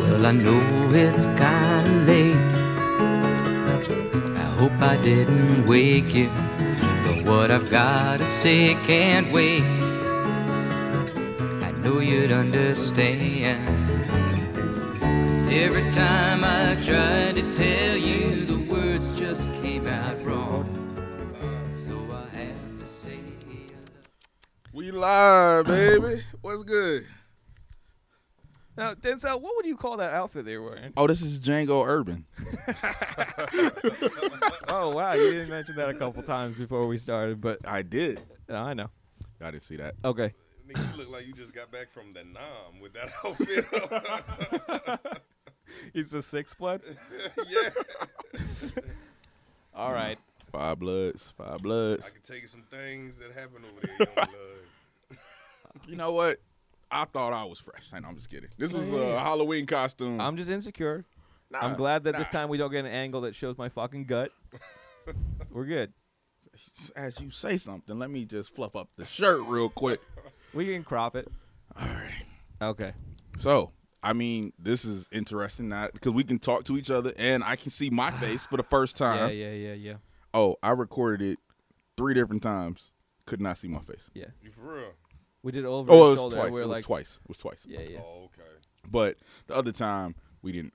Well, I know it's kinda late. I hope I didn't wake you. But what I've gotta say can't wait. I know you'd understand. 'Cause Every time I tried to tell you, the words just came out wrong. So I have to say. We live, baby. What's good? Now, Uh, Denzel, what would you call that outfit they were wearing? Oh, this is Django Urban. Oh wow, you didn't mention that a couple times before we started, but I did. uh, I know. I didn't see that. Okay. Nigga, you look like you just got back from the Nam with that outfit. on. He's a six blood? yeah, All right. Five bloods, five bloods. I can tell you some things that happened over there, young blood. You know what? I thought I was fresh. I know, I'm just kidding. This was a Halloween costume. I'm just insecure. Nah, I'm glad that this nah. time we don't get an angle that shows my fucking gut. We're good. As you say something, let me just fluff up the shirt real quick. We can crop it. All right. Okay. So, I mean, this is interesting now because we can talk to each other and I can see my face for the first time. Yeah, yeah, yeah, yeah. Oh, I recorded it three different times. Could not see my face. Yeah. You for real? We did it over Oh, his it was shoulder. twice. It We were was like twice. It was twice. Yeah, yeah. Oh, okay. But the other time we didn't.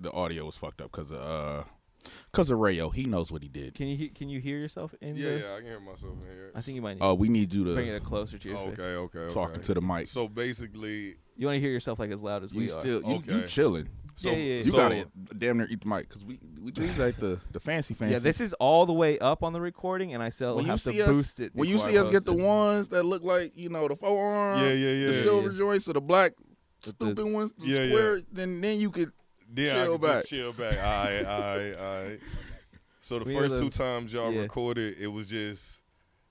The audio was fucked up because uh, cause of Rayo. He knows what he did. Can you he- can you hear yourself in Yeah, the yeah, I can hear myself in here. I think you might need Uh, we need you to bring to it closer to your Oh, face. okay, okay, okay. talking to the mic. So basically, You want to hear yourself like as loud as we you still are. you, you Okay. chilling? So Yeah, yeah, yeah. you So- gotta damn near eat the mic because we we do like the the fancy fancy. Yeah, this is all the way up on the recording, and I still When you have to see us- boost it. When you before I see us post get the it. ones that look like you know the forearm, Yeah, yeah, the yeah. silver Yeah, joints or the black the- stupid ones, the Yeah, yeah. square, then then you could then I Chill can just back. chill back. All right, all right, all right. So the We first two those- times y'all yeah. recorded, it was just,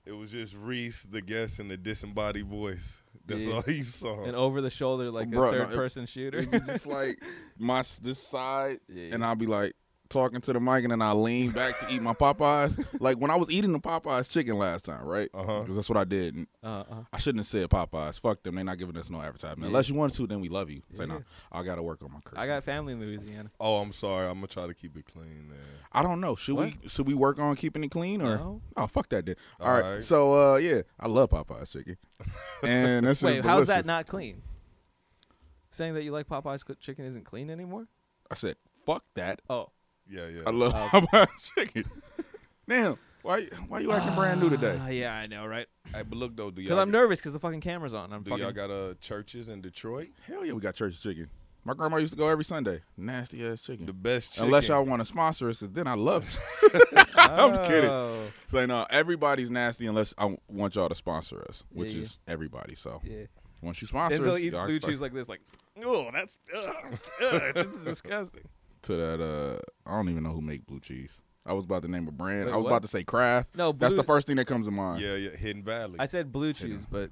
it was just Reese, the guest, and the disembodied voice. That's Yeah. all you saw. and uh, over the shoulder like Bruh, a Oh, no, it- third person shooter. it'd be just like my s- this side, Yeah, and yeah. I'll be like talking to the mic, and then I lean back to eat my Popeyes. like when I was eating the Popeyes chicken last time, right? Uh-huh. Because that's what I did. And uh, uh, I shouldn't have said Popeyes. Fuck them. They're not giving us no advertisement. Yeah. Unless you want to, then we love you. Say Yeah. no. I gotta work on my cursing. I got family in Louisiana. oh, I'm sorry. I'm gonna try to keep it clean. Man. I don't know. Should we What? should we work on keeping it clean or No. oh fuck that then. All right. Alright. So uh yeah, I love Popeye's chicken. And that's Wait, how's that not clean? Saying that you like Popeye's cooked chicken isn't clean anymore? I said fuck that. Oh, Yeah, yeah. I love Popeye's chicken. Damn, why why you acting brand new today? Ah, yeah, I know, right? Hey, but look though, do Because y'all I'm get, nervous because the fucking camera's on. I'm do y'all fucking. got uh, churches in Detroit? Hell yeah, we got church chicken. My grandma used to go every Sunday. Nasty ass chicken. The best chicken. Unless y'all want to sponsor us, then I love it. I'm kidding. Oh, So no, everybody's nasty unless I want y'all to sponsor us, which yeah. is everybody. So Yeah. once you sponsor Denzel us, eats y'all blue start cheese like this, like, oh, that's ugh, ugh, it's disgusting. to that. Uh, I don't even know who make blue cheese. I was about to name a brand. Wait, I was what? about to say Kraft. No, that's Blue- the first thing that comes to mind. Yeah, yeah. Hidden Valley. I said blue cheese, but,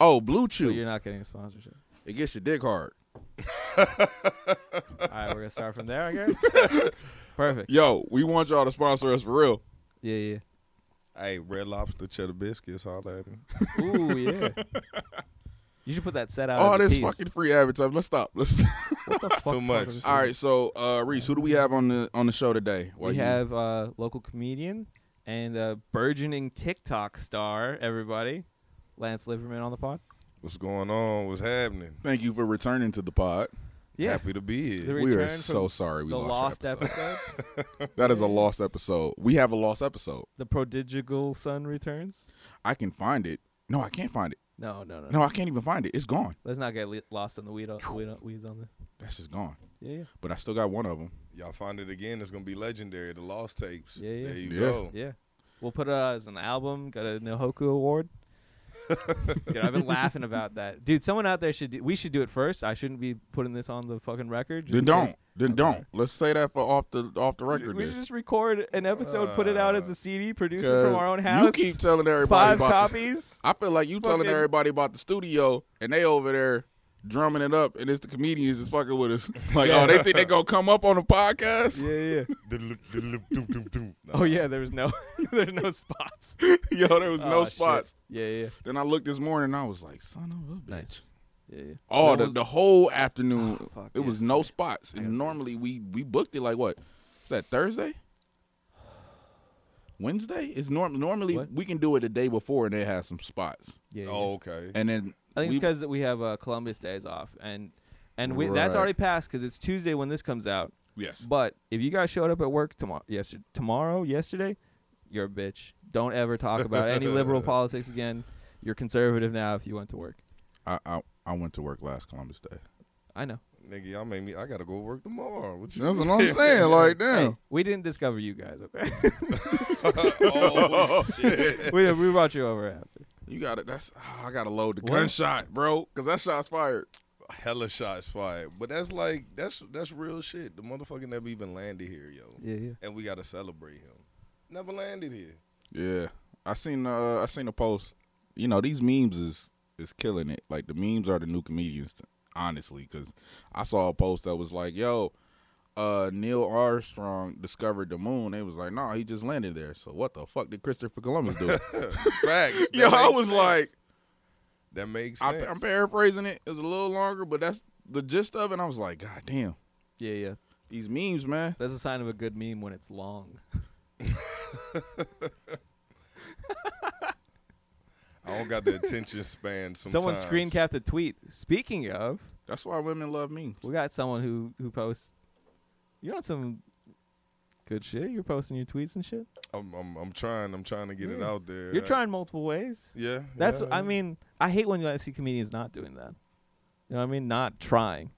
Oh, blue but chew. you're not getting a sponsorship. It gets your dick hard. All right, we're gonna start from there, I guess. Perfect. Yo, we want y'all to sponsor us for real. Yeah, yeah. hey, Red Lobster cheddar biscuits. Holla at me. Ooh, yeah. You should put that set out. All as a this piece. fucking free advertising. Let's stop. Let's. What the fuck too much. was this? All right. So, uh, Reese, who do we have on the on the show today? Why we you- have uh, local comedian and uh, burgeoning TikTok star. Everybody, Lance Liverman on the pod. What's going on? What's happening? Thank you for returning to the pod. Happy to be The here. We return are from so sorry we the lost, lost your episode. episode. That is a lost episode. We have a lost episode. the prodigal son returns. I can find it. No, I can't find it. No, no, no. No, I can't even find it. It's gone. Let's not get li- lost in the weed weed weeds on this. That's just gone. Yeah, But I still got one of them. Y'all find it again. It's gonna be legendary. The lost tapes. Yeah, yeah. There you Yeah. go. yeah, yeah. We'll put it out as an album. Got a Nohoku award. Dude, I've been laughing about that. Dude, someone out there should. Do, we should do it first. I shouldn't be putting this on the fucking record. just Then in case. don't. Then don't. Let's say that for off the off the record. We then. should just record an episode, put it out as a CD, produce it from our own 'Cause house. You keep telling everybody five about The stu- copies. I feel like you telling Fucking- everybody about the studio, and they over there drumming it up, and it's the comedians that's fucking with us. Like, oh, they think they gonna come up on the podcast? yeah, yeah. Doodle-loop, doodle-loop, doom, doom, doom. Nah. Oh yeah, there was no, there's no spots. Yo, there was no Oh, shit. spots. Yeah, yeah. Then I looked this morning, and I was like, son of a bitch. Nice. Yeah, yeah. All That the, was- the whole afternoon. Oh, fuck, it yeah. was no spots. gotta- And normally we we booked it like what? Is that Thursday? Wednesday? It's norm normally What? we can do it the day before and they have some spots. yeah, yeah. Oh, okay. And then I think it's we- because we have uh, Columbus days off, and and we, that's Right. already passed because it's Tuesday when this comes out. yes. But if you guys showed up at work tomorrow, yesterday, tomorrow, yesterday, you're a bitch. Don't ever talk about any liberal politics again. You're conservative now if you went to work. I, I I went to work last Columbus Day. I know. Nigga, y'all made me. I gotta go work tomorrow. What you? That's what I'm saying. Like damn. Hey, we didn't discover you guys, okay? oh shit. we, we brought you over after. You got it. That's ah, I gotta load the What? gunshot, bro, because that shot's fired. Hella shots fired. But that's like that's that's real shit. The motherfucker never even landed here, yo. Yeah, yeah. And we gotta celebrate him. Never landed here. Yeah, I seen uh I seen a post. You know these memes is is killing it. Like the memes are the new comedians, honestly. Because I saw a post that was like, "Yo, uh Neil Armstrong discovered the moon." They was like, "No, he just landed there." So what the fuck did Christopher Columbus do? Facts. Yo, That I makes was sense. like, that makes I, sense. I'm paraphrasing it. It was a little longer, but that's the gist of it. And I was like, "God damn, Yeah, yeah. these memes, man." That's a sign of a good meme when it's long. I don't got the attention span. Sometimes. Someone screen capped a tweet. Speaking of, That's why women love memes. we got someone who who posts. You're on some good shit. You're posting your tweets and shit. I'm, I'm I'm trying. I'm trying to get it Yeah. out there. Mm. You're I- trying multiple ways. Yeah. That's yeah, I yeah. mean, I hate when I see comedians not doing that. You know what I mean? Not trying.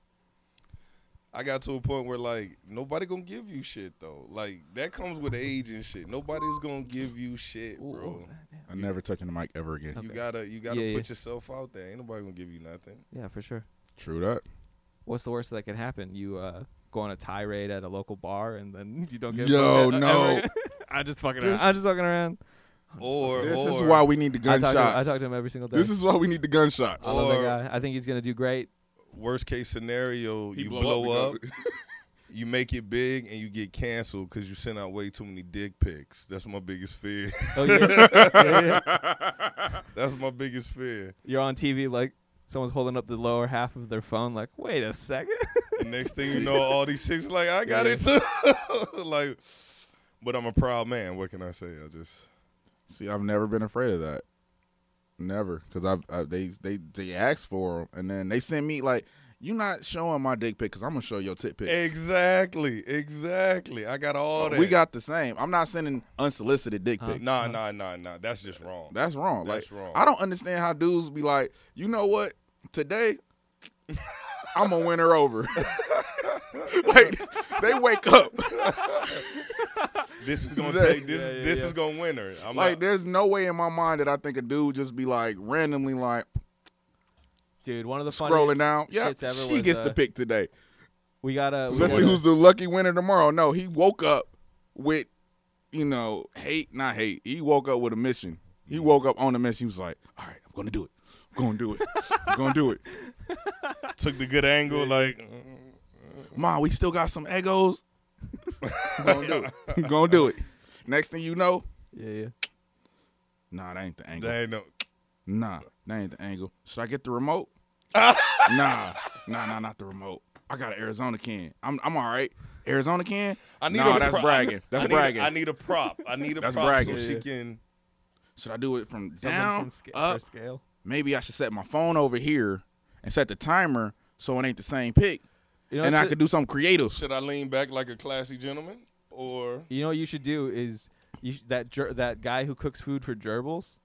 I got to a point where like nobody gonna give you shit though. Like that comes with age and shit. Nobody's gonna give you shit, Ooh, what bro. was that? I'm never touching the mic ever again. You Okay. gotta you gotta Yeah, put yeah. yourself out there. Ain't nobody gonna give you nothing. Yeah, for sure. True that. What's the worst that can happen? You uh, go on a tirade at a local bar and then you don't get. Yo, voted no. ever. I'm just fucking This- around. I'm just fucking around. Or This or is why we need the I talk, gunshots. to, I talk to him every single day. This is why we need the gunshots. I love that Or- guy. I think he's gonna do great. worst case scenario, He you blow blow, up up, because- you make it big, and you get canceled because you sent out way too many dick pics. That's my biggest fear. Oh yeah. Yeah, yeah. That's my biggest fear. You're on TV like someone's holding up the lower half of their phone. Like, wait a second. And next thing you know, all these chicks like I got Yeah, it too. like, but I'm a proud man. What can I say? I just See, I've never been afraid of that. Never, because I've, i they they they asked for them, and then they send me like, "You not showing my dick pic because I'm gonna show your tit pic." Exactly, exactly. I got all that. we got the same. I'm not sending unsolicited dick Huh. pics. nah, nah, nah, nah. That's just wrong. That's wrong. That's like wrong. I don't understand how dudes be like, you know what? Today, I'm gonna win her over. like they wake up. this is gonna That- take this. Yeah, yeah, this yeah. is gonna win her. I'm Like like, there's no way in my mind that I think a dude just be like randomly like Dude, one of the scrolling funniest down. Yeah, shits ever she was, gets uh, the pick today. We got a. Let's see who's the lucky winner tomorrow. No, he woke up with, you know, hate, not hate. He woke up with a mission. Mm. He woke up on a mission. He was like, all right, I'm going to do it. I'm going to do it. I'm going to do it. took the good angle. Like, mm, Ma, we still got some egos. I'm going to do it. I'm going to do it. Next thing you know, Yeah, yeah. nah, that ain't the angle. they ain't no. Nah, that ain't the angle. Should I get the remote? nah, nah, nah, not the remote. I got an Arizona can. I'm, I'm all right. Arizona can? I need nah, a that's pro- bragging. That's I need, bragging. I need a prop. I need a That's prop bragging. so she Yeah. can. Should I do it from Someone down, from sca- up? for scale. Maybe I should set my phone over here and set the timer so it ain't the same pick, You know, and what I should- could do something creative. Should I lean back like a classy gentleman, or You know what you should do is you sh- that ger- that guy who cooks food for gerbils,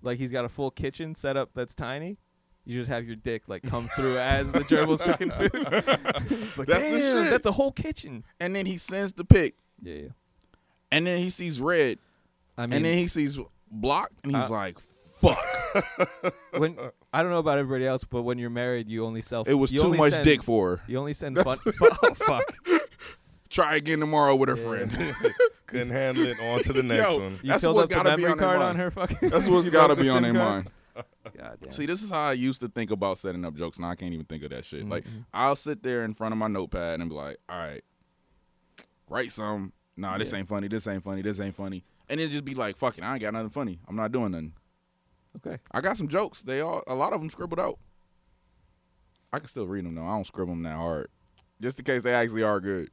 like he's got a full kitchen set up that's tiny. You just have your dick like come through as the gerbil's cooking food. It's like, That's the "Damn, shit." that's a whole kitchen. And then he sends the pick, Yeah, yeah. and then he sees red, I mean, and then he sees block, and he's Uh, like, "Fuck!" when I don't know about everybody else, but when you're married, you only self. It was you too only much send- dick for her. You only send fun. oh fuck! Try again tomorrow with her Yeah. friend. couldn't handle it? On to the next Yo. one. You That's filled what up the gotta be memory on their card mind. on her fucking. That's you what's filled gotta up the be on SIM their card? mind. God damn. See, this is how I used to think about setting up jokes. Now I can't even think of that shit. Like Mhm. I'll sit there in front of my notepad and be like, "All right, write some. Nah, this Yeah. ain't funny. This ain't funny. This ain't funny." And it just be like, "Fuck it, I ain't got nothing funny. I'm not doing nothing." okay. I got some jokes. They all a lot of them scribbled out. I can still read them though. I don't scribble them that hard, just in case they actually are good.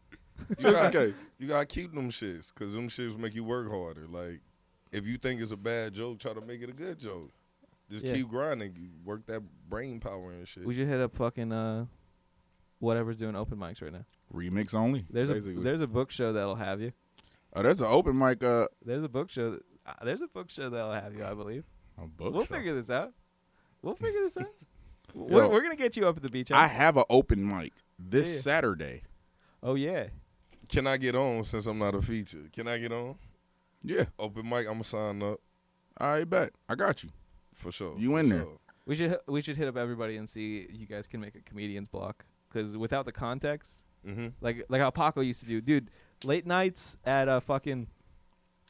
You Just in gotta, case. you gotta keep them shits, cause them shits make you work harder. Like, if you think it's a bad joke, try to make it a good joke. Just Yeah. keep grinding. You work that brain power and shit. We should hit up fucking uh, whatever's doing open mics right now. Remix only. There's a basically. there's a book show that'll have you. oh, there's an open mic. Uh, There's a book show. That, uh, there's a book show that'll have you. I believe. a book we'll show. figure this out. We'll figure this out. we're, Yo. we're gonna get you up at the beach. I have an open mic this Yeah. Saturday. oh yeah. Can I get on since I'm not a feature? Can I get on? Yeah, Open mic. I'm sign up I bet. I got you. for sure. You for in there. sure. We should we should hit up everybody and see you guys can make a comedian's block because without the context, Mm-hmm. like like how Paco used to do, dude, late nights at uh fucking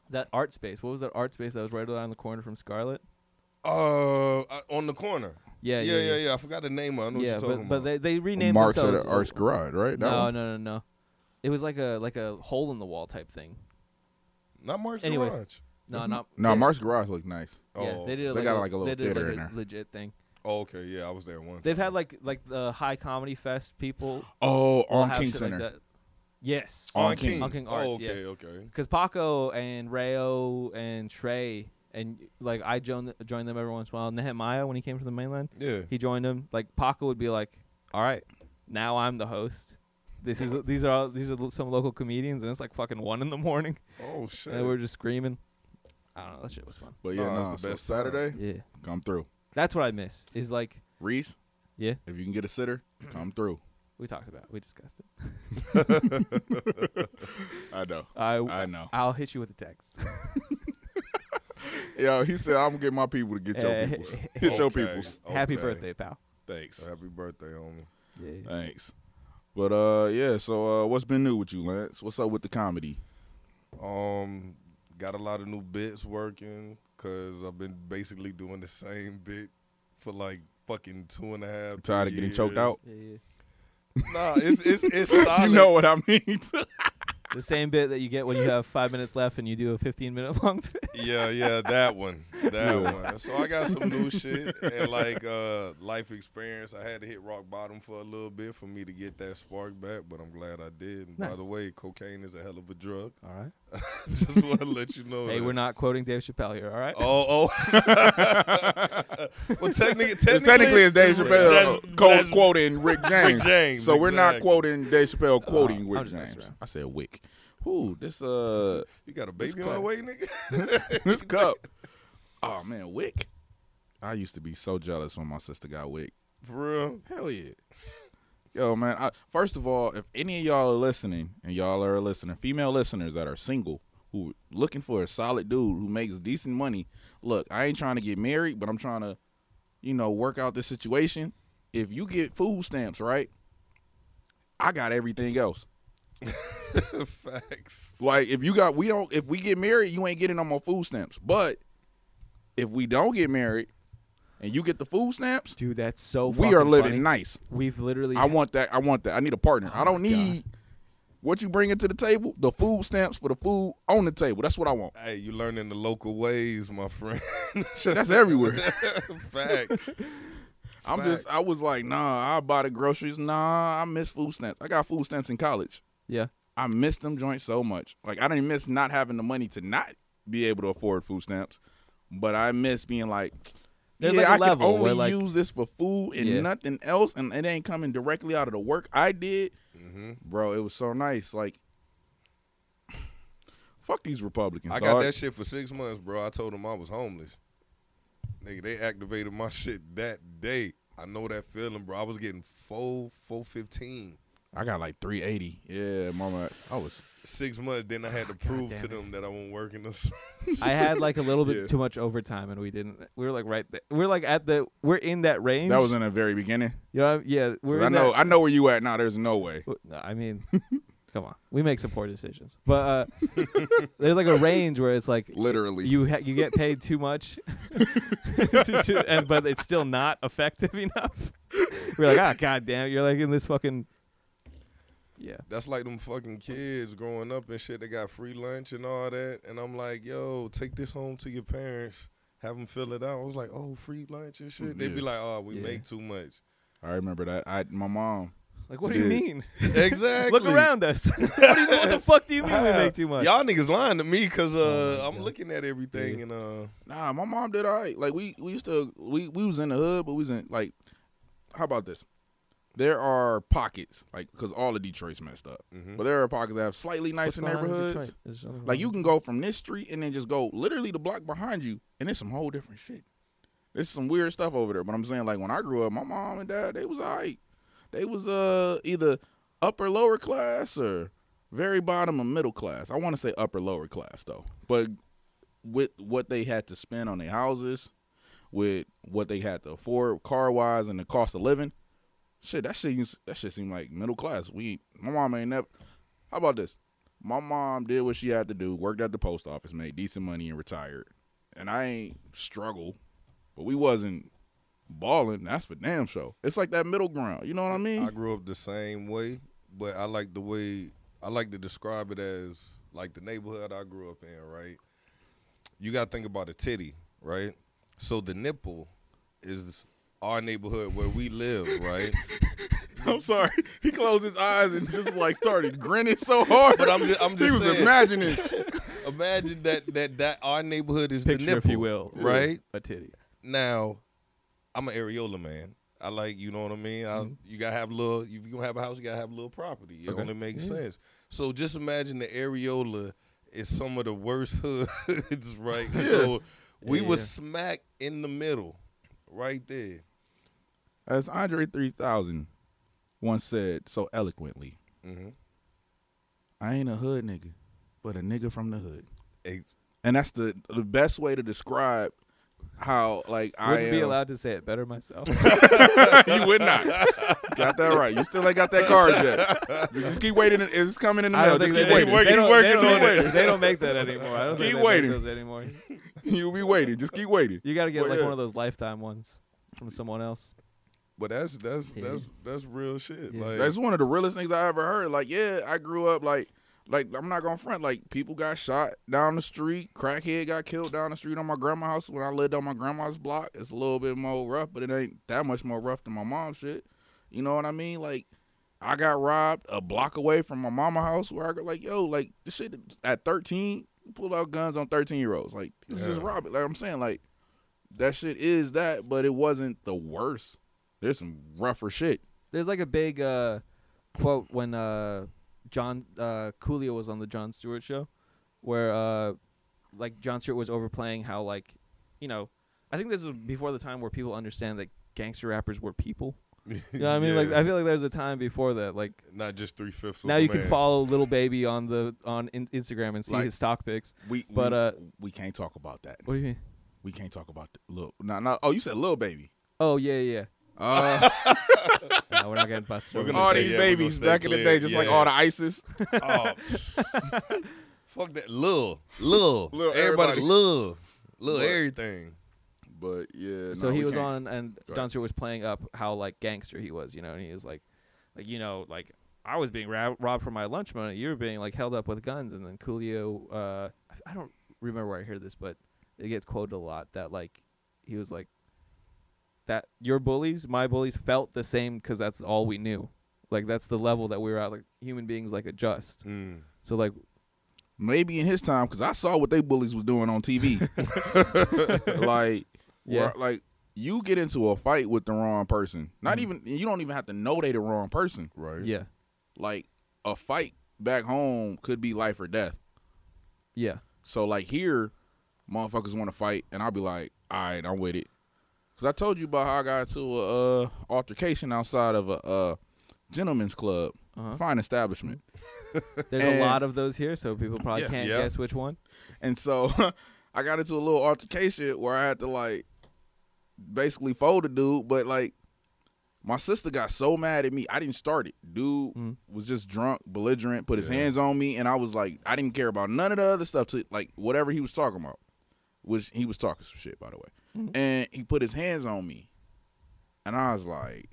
that art space. What was that art space that was right around the corner from Scarlet? Uh, I- on the corner. Yeah, yeah, yeah, yeah. I forgot the name. Of it. I know yeah, what you're but, talking but about. they they renamed Marks at themselves. the Arts Garage, right? That no, one? no, no, no. It was like a like a hole in the wall type thing. not Mark's Anyways. Garage. No, not No, they- Marks Garage looked nice. Yeah, Oh. they did. A, They like got, a, like, a little they did, theater like, in a there. Legit thing. Oh, okay. Yeah, I was there once. They've had like like the high comedy fest people. Oh, will on have King shit like Center. that. Yes. On on King. King. On King Oh, Arts, yeah. okay, okay. because Paco and Rayo and Trey and like I joined joined them every once in a while. Nehemiah when he came from the mainland, Yeah. he joined them. Like Paco would be like, "All right, now I'm the host. This is these are all these are lo- some local comedians, and it's like fucking one in the morning, Oh shit. and we're just screaming. I don't know. That shit was fun. But yeah, Oh, no, that's nah, the so best time. Saturday, Yeah, come through. that's what I miss. Is like Reese, yeah, if you can get a sitter, come through. we talked about, it. we discussed it. I know. I I know. I'll hit you with a text. Yo, he said, I'm gonna get my people to get your Eh, people. Get your Okay. people. Happy Okay. birthday, pal. Thanks. Happy birthday, homie. Yeah. Thanks. But uh yeah, so uh what's been new with you, Lance? What's up with the comedy? Um, got a lot of new bits working because I've been basically doing the same bit for like fucking two and a half. Tired of three getting choked years. out? Yeah, Nah, it's it's it's solid. You know what I mean? The same bit that you get when you have five minutes left and you do a 15 minute long bit. Yeah, yeah, that one, that one. So I got some new shit and like uh life experience. I had to hit rock bottom for a little bit for me to get that spark back, but I'm glad I did. And By Nice. the way, cocaine is a hell of a drug. All right. Just want to let you know. Hey, that. we're not quoting Dave Chappelle here, all right? Oh, oh. well, technically, technically, Technically it's Dave Chappelle That's- co- that's quoting Rick James. Rick James, So we're not exactly. quoting Dave Chappelle quoting I'm Rick just James. messing around. I said Wick. Who this uh You got a This baby on the cup. way, nigga. this cup? Oh man, Wick. I used to be so jealous when my sister got Wick. For real. Hell yeah. Yo, man. I, first of all, if any of y'all are listening, and y'all are listening, female listeners that are single who looking for a solid dude who makes decent money, look, I ain't trying to get married, but I'm trying to, you know, work out this situation. If you get food stamps, right? I got everything else. Facts. Like if you got we don't if we get married, you ain't getting no more food stamps. But if we don't get married and you get the food stamps, Dude, that's so we are fucking living funny. nice. We've literally I want that. I want that. I need a partner. I don't my God. need what you bringing to the table. The food stamps for the food on the table. That's what I want. Hey, you learning the local ways, my friend. Shit, that's everywhere. Facts. I'm just. I was like, nah. I buy the groceries. Nah, I miss food stamps. I got food stamps in college. Yeah. I miss them joints so much. Like I didn't miss not having the money to not be able to afford food stamps, but I miss being like. There's yeah, like a I level can only where, like- use this for food and Yeah. nothing else, and it ain't coming directly out of the work I did. hmm bro. It was so nice. Like, fuck these Republicans. I got dog. that shit for six months, bro. I told them I was homeless. Nigga, they activated my shit that day. I know that feeling, bro. I was getting full, full fifteen. I got like three eighty. Yeah, mama. I was. Six months, then I had to prove damn to it. them that I wasn't working this. I had like a little bit Yeah. too much overtime and we didn't we were like right there. We're like at the we're in that range. That was in the very beginning. you know what I mean? yeah, 'Cause we're I in know. that- I know where you at now. There's no way. w- no, I mean come on. We make some poor decisions. But uh there's like a range where it's like Literally. you ha- you get paid too much, to, to, and but it's still not effective enough. We're like, ah, goddamn, you're like in this fucking, yeah, That's like them fucking kids growing up and shit. They got free lunch and all that. And I'm like, yo, take this home to your parents. Have them fill it out. I was like, oh, free lunch and shit. They Yeah. be like, oh, we Yeah. make too much. I remember that. I my mom. Like, what do you Dude. mean? Exactly. Look around us. what, do you, what the fuck do you mean we How? make too much? Y'all niggas lying to me because uh, Oh, my I'm God. looking at everything and uh, Nah, my mom did all right. Like we we used to we we was in the hood, but we was in like how about this? There are pockets like because all of Detroit's messed up, Mhm. but there are pockets that have slightly What's nicer going on in neighborhoods. Detroit? Mm-hmm. Is something Like you wrong? can go from this street and then just go literally the block behind you, and it's some whole different shit. There's some weird stuff over there. But I'm saying like when I grew up, my mom and dad they was alright. They was uh either upper lower class or very bottom of middle class. I want to say upper lower class though, but with what they had to spend on their houses, with what they had to afford car wise and the cost of living, shit that shit used- that shit seemed like middle class. We my mom ain't never. How about this? my mom did what she had to do, worked at the post office, made decent money, and retired. And I ain't struggle, but we wasn't balling. That's for damn sure. It's like that middle ground. You know what I mean? I grew up the same way, but I like the way I like to describe it as like the neighborhood I grew up in, right? You got to think about a titty, right? So the nipple is our neighborhood where we live, right? I'm sorry. He closed his eyes and just like started grinning so hard. But I'm just, I'm he just was saying, imagining. imagine that that that our neighborhood is the picture, nipple, if you will, right? A titty. Now, I'm an areola man. I like, you know what I mean. I, You gotta have little. If you gonna have a house, you gotta have little property. It Mm-hmm. Okay. only makes sense. So just imagine the areola is some of the worst hoods, right? So we Yeah, were yeah. smack in the middle, right there. As Andre 3000 once said so eloquently, Mhm. I ain't a hood nigga, but a nigga from the hood. Ex- And that's the the best way to describe how like I Wouldn't am. be allowed to say it better myself. you would not. Got that right. You still ain't got that card yet. You just keep waiting. It's coming in the I mail. don't Just think keep they, waiting. they keep don't, working they don't on make, it. they don't make that anymore. I don't Keep think they waiting. make those anymore. You be waiting. Just keep waiting. You got to get Well, like yeah. one of those lifetime ones from someone else. but that's that's Yeah. that's that's real shit. Yeah. Like That's one of the realest things I ever heard. Like, yeah, I grew up like, like I'm not gonna front. Like, people got shot down the street. Crackhead got killed down the street on my grandma's house when I lived on my grandma's block. It's a little bit more rough, but it ain't that much more rough than my mom's shit. You know what I mean? Like, I got robbed a block away from my mama house where I go like, yo, like this shit at 13, you pull out guns on 13 year olds. Like, this is Yeah. robbing. Like I'm saying, like that shit is that, but it wasn't the worst. There's some rougher shit. There's like a big uh, quote when uh, John uh, Coolio was on the John Stewart show, where uh, like John Stewart was overplaying how like, you know, I think this is before the time where people understand that gangster rappers were people. You know what I mean? Like yeah. I feel like there's a time before that. Like not just three fifths. Oh, now you can follow Little Baby on the on in- Instagram and see Like- his stock pics. We But, we, uh, we can't talk about that. What do you mean? We can't talk about the little. No, no. Oh, you said little baby. Oh yeah, yeah. Uh, yeah. No, we're not getting busted. We're over gonna this. all stay- these yeah, we're babies gonna stay back in the clear. day, just like Yeah. all the ISIS. Oh, fuck that, lil, lil, Lil' everybody. everybody, lil, lil, What? everything. But yeah, so no, he we was can't. on, and Go John ahead. Stewart was playing up how like gangster he was, you know, and he was like, like you know, like I was being ra- robbed for my lunch money. You were being like held up with guns, and then Coolio, uh, I- I don't remember where I heard this, but it gets quoted a lot that like he was like that your bullies, my bullies felt the same because that's all we knew. Like that's the level that we were at. Like human beings like adjust. Mm. So like Maybe in his time, because I saw what they bullies was doing on TV. like, Yeah. where- like you get into a fight with the wrong person. Not even you don't even have to know they the wrong person. Right. Mm-hmm. yeah, Like a fight back home could be life or death. yeah. So like here, motherfuckers want to fight, and I'll be like, all right, I'm with it. Cause I told you about how I got into a uh, altercation outside of a uh, gentleman's club, Uh-huh. fine establishment, There's And- a lot of those here, so people probably Yeah. can't Yeah. guess which one. and so I got into a little altercation where I had to like basically fold a dude, but like my sister got so mad at me, I didn't start it. Dude Mhm. was just drunk, belligerent, put his Mm. Yeah. hands on me, and I was like, I didn't care about none of the other stuff to like whatever he was talking about. Which he was talking some shit, by the way. Mm. Mhm. And he put his hands on me. And I was like,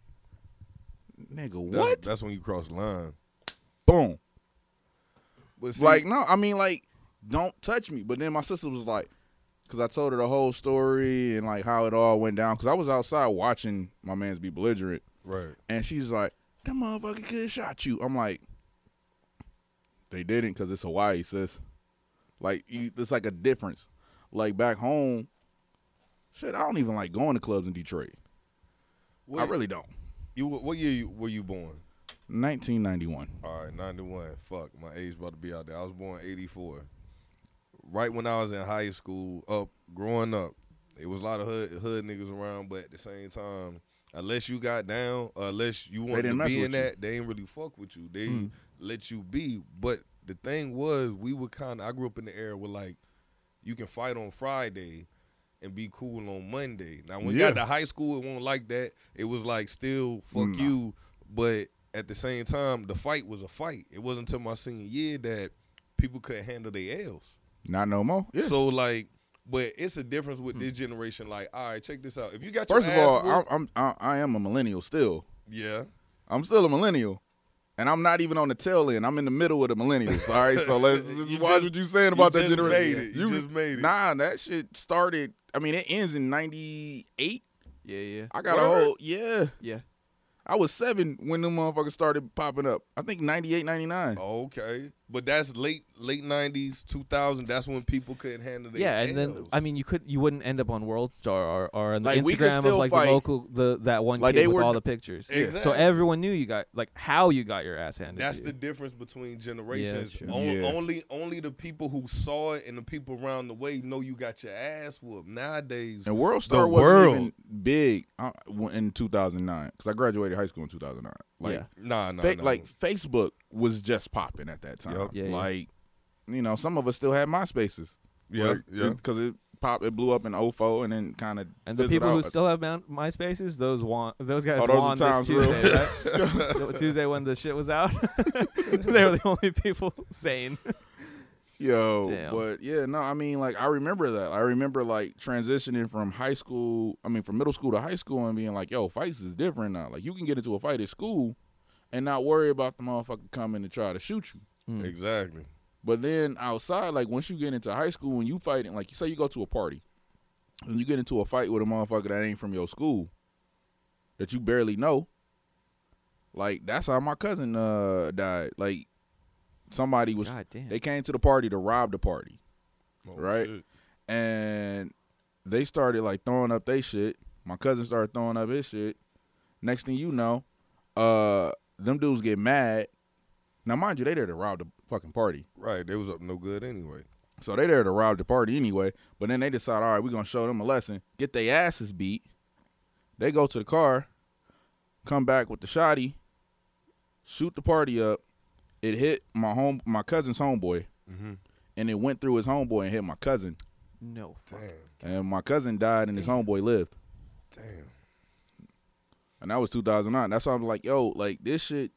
nigga, That's- what? That's, when you cross the line. Boom. But see- Like, no, I mean, like, don't touch me. But then my sister was like, because I told her the whole story and like how it all went down. Because I was outside watching my man's be belligerent, Right. And she's like, that motherfucker could have shot you. I'm like, they didn't because it's Hawaii, sis. Like, you, it's like a difference. Like, back home, shit, I don't even like going to clubs in Detroit. I What- really don't. You what year you, were you born? 1991. All right, 91. Fuck, my age about to be out there. I was born 84. Right when I was in high school, up growing up, it was a lot of hood, hood niggas around, but at the same time, unless you got down, or unless you wanted didn't to mess be with in you. Hmm. that, they ain't really fuck with you. They Mm. let you be. But the thing was, we were kind of, I grew up in the era where like, you can fight on Friday and be cool on Monday. Now, when you Yeah. got to high school, it wasn't like that. It was like still fuck Nah. you, but at the same time, the fight was a fight. It wasn't until my senior year that people couldn't handle their L's. Not no more. Yeah. So like, but it's a difference Hmm. with this generation. Like, all right, check this out. If you got First your of all, ass whooped- I'm, I'm I, I am a millennial still. yeah, I'm still a millennial, and I'm not even on the tail end. I'm in the middle of the millennials. All right, so let's You just just- watch what you saying you about that just generation. made it. You just made it. Nah, that shit started. I mean, it ends in '98. Yeah, yeah, I got Word? a whole yeah. yeah. I was seven when them motherfuckers started popping up. I think '98, '99. Oh, okay, but that's late late nineties, two thousand. That's when people couldn't handle their yeah, and then L's. I mean, you could you wouldn't end up on World Star or, or on the Like, we could Instagram of still like fight. the local the that one Like, kid they with were- all the pictures. So Exactly. everyone knew you got like how you got your ass handed. That's to the you. difference between generations. true. On- Yeah. Only only the people who saw it and the people around the way know you got your ass whooped. Nowadays, And World Star wasn't world. even big uh, in 2009 because I graduated high school in 2009. Like Yeah. nah, nah, Fa- nah. like Facebook was just popping at that time. Yup. Yeah, yeah. like you know, some of us still had MySpaces. yeah, yeah. Because it popped, it blew up in 04 and then kind of. And the people who still have Mount MySpaces, those want those guys Oh, those are won times, this bro. Tuesday, right? The Tuesday when the shit was out, they were the only people sane. Yo, Damn. but yeah, no, I mean, like I remember that. I remember like transitioning from high school. I mean, from middle school to high school and being like, "Yo, fights is different now. Like you can get into a fight at school, and not worry about the motherfucker coming to try to shoot you." exactly. But then outside, like once you get into high school and you fighting, like you say you go to a party and you get into a fight with a motherfucker that ain't from your school that you barely know. Like that's how my cousin uh died. Like somebody was God damn. they came to the party to rob the party Oh, Right? shit. and they started like throwing up they shit. My cousin started throwing up his shit. Next thing you know, uh them dudes get mad. Now mind you, they there to rob the fucking party. Right. They was up no good anyway. So they there to rob the party anyway. But then they decide, all right, we're gonna show them a lesson. Get their asses beat. They go to the car, come back with the shotty, shoot the party up. It hit my home my cousin's homeboy, Mhm. and it went through his homeboy and hit my cousin. no. Damn, And my cousin died, and his homeboy lived. damn. And that was 2009. That's why I'm like, yo, like this shit.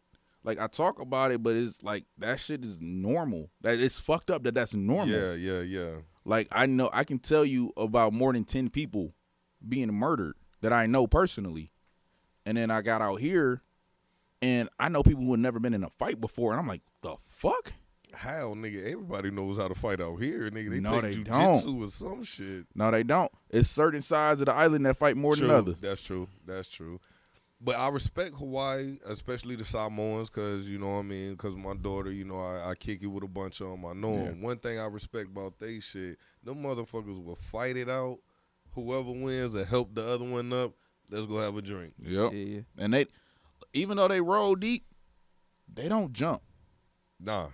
Like I talk about it, but it's like that shit is normal. That it's fucked up that that's normal. Yeah, yeah, yeah. Like I know I can tell you about more than ten people being murdered that I know personally. And then I got out here and I know people who had never been in a fight before and I'm like, the fuck? How nigga? Everybody knows how to fight out here, nigga. They No, take they jujitsu or some shit. No, they don't. It's certain sides of the island that fight more true. than others. That's true. That's true. But I respect Hawaii, especially the Samoans, because you know what I mean. Because my daughter, you know, I, I kick it with a bunch of them. I know 'em. One thing I respect about they shit, them motherfuckers will fight it out. Whoever wins or help the other one up, let's go have a drink. Yep. Yeah, yeah. And they even though they roll deep, they don't jump. Nah,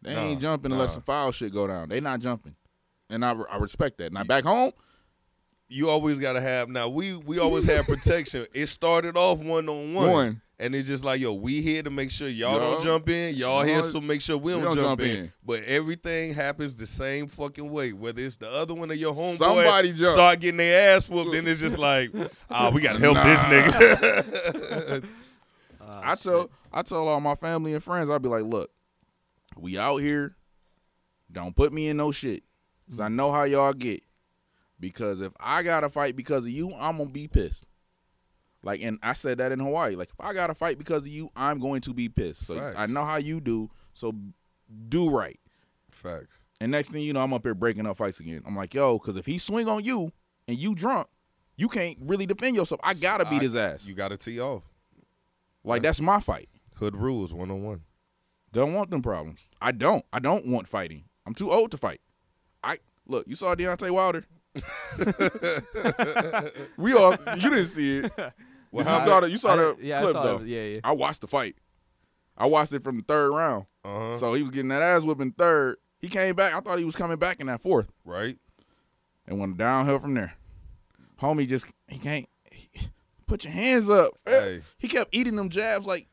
They Nah, ain't jumping unless nah. some foul shit go down. They not jumping. And I, I respect that. Now back home, you always gotta have. Now we we always had protection. It started off one on one, One. and it's just like yo, we here to make sure y'all Y'all- don't jump in. Y'all here y'all- so make sure we we don't don't, jump jump, in. in. But everything happens the same fucking way. Whether it's the other one or your homeboy, Somebody jump. start getting their ass whooped, then it's just like, ah, we gotta help this Nah. nigga. I told I told all my family and friends, I'd be like, look, we out here. Don't put me in no shit. Cause I know how y'all get. Because if I gotta fight because of you, I'm gonna be pissed. Like and I said that in Hawaii. Like if I gotta fight because of you, I'm going to be pissed. So Facts. I know how you do. So do right. Facts. And next thing you know, I'm up here breaking up fights again. I'm like, yo, cause if he swing on you and you drunk, you can't really defend yourself. I gotta beat I- his ass. You gotta tee off. Like that's my fight. Hood rules one on one. Don't want them problems. I don't. I don't want fighting. I'm too old to fight. I look. You saw Deontay Wilder. we all. You didn't see it. you Well, how- saw the. You saw I the didn't- yeah, I clip saw though. it. Yeah, yeah. I watched the fight. I watched it from the third round. Uh-huh. So he was getting that ass whipping third. He came back. I thought he was coming back in that fourth, right? and went downhill from there. Homie just he can't he- put your hands up. Eh, Hey. He kept eating them jabs like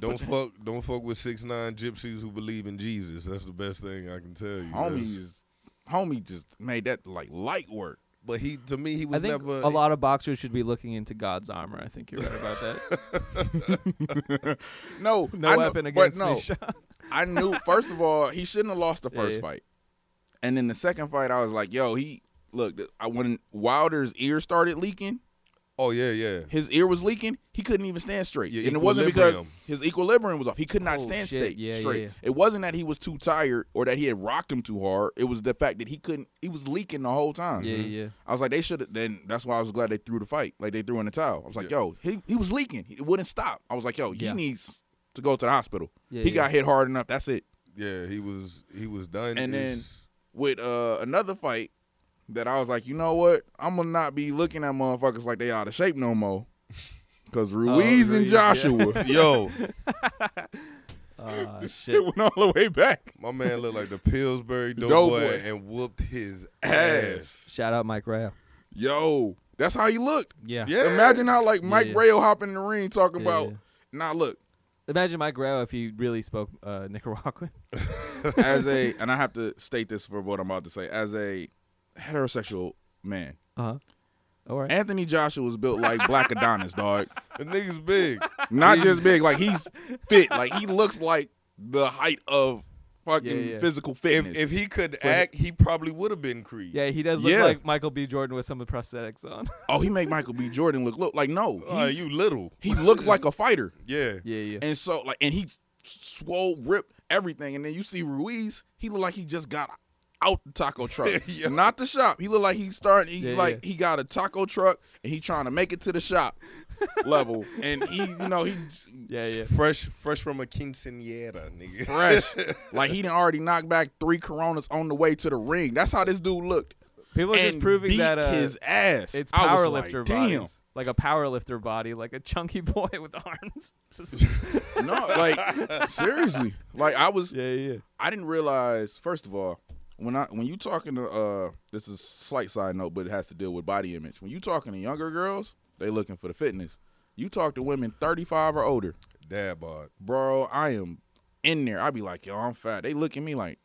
Don't fuck don't fuck with six nine gypsies who believe in Jesus. That's the best thing I can tell you. That's- homie is homie just made that like light work. But he to me he I was think never a lot of boxers should be looking into God's armor. I think you're right about that. No, No I kn- weapon but against no, me. shot. I knew first of all he shouldn't have lost the Yeah, first yeah. fight, and then the second fight I was like, yo, he look th- I, when Wilder's ear started leaking, Oh yeah, yeah. his ear was leaking. He couldn't even stand straight, Your and it wasn't because equilibrium. his equilibrium was off. He could not Oh, stand shit. straight. Yeah, yeah, straight. yeah. It wasn't that he was too tired or that he had rocked him too hard. It was the fact that he couldn't. He was leaking the whole time. Mm-hmm. Yeah, yeah. I was like, they should have. Then that's why I was glad they threw the fight. Like they threw in the towel. I was like, yo, he, he was leaking. It wouldn't stop. I was like, yo, Yeah. he needs to go to the hospital. Yeah, he yeah. got hit hard enough. That's it. Yeah, he was he was done. And then- It's- With uh, another fight that I was like, you know what? I'm gonna not be looking at motherfuckers like they out of shape no more. Cause Ruiz and Oh, Ruiz, yeah. Joshua Yo, Ah, it shit. went all the way back. my man looked like the Pillsbury Doughboy. Doughboy and whooped his Ass. ass. Shout out Mike Rao. Yo, that's how he looked. Yeah. Yeah. Imagine how like Mike yeah. Rayo hopping in the ring talking Yeah, about, yeah. nah, look, Imagine Mike Rao if he really spoke uh, Nicaraguan. as a and I have to state this for what I'm about to say, as a heterosexual man, Uh huh. All right. Anthony Joshua was built like Black Adonis, dog. The nigga's big. Not just big, like he's fit. Like he looks like the height of fucking Yeah, yeah. physical If fitness. if he could act, he probably would have been Creed. yeah, he does look Yeah. like Michael B. Jordan with some prosthetics on. oh, he made Michael B. Jordan look look like no. Oh, Uh, he- you little. he looked like a fighter. Yeah. yeah, yeah. And so like and he swole ripped everything. And then you see Ruiz, he looked like he just got out the taco truck. Yeah. Not the shop. He looked like he's starting he Yeah, like he got a taco truck and he trying to make it to the shop level. And he, you know, he yeah, yeah. Fresh fresh from a quinceanera, nigga. fresh. like he done already knocked back three coronas on the way to the ring. That's how this dude looked. People are just And proving beat that uh, his ass. it's I was power like, lifter Damn. bodies. Like a power lifter body, like a chunky boy with arms. Just- No, like seriously. Like I was yeah, yeah. I didn't realize, first of all, when I when you talking to uh this is a slight side note, but it has to deal with body image. When you talking to younger girls, they looking for the fitness. You talk to women thirty five or older, Dad bod. bro, I am in there. I be like, yo, I'm fat. They look at me like,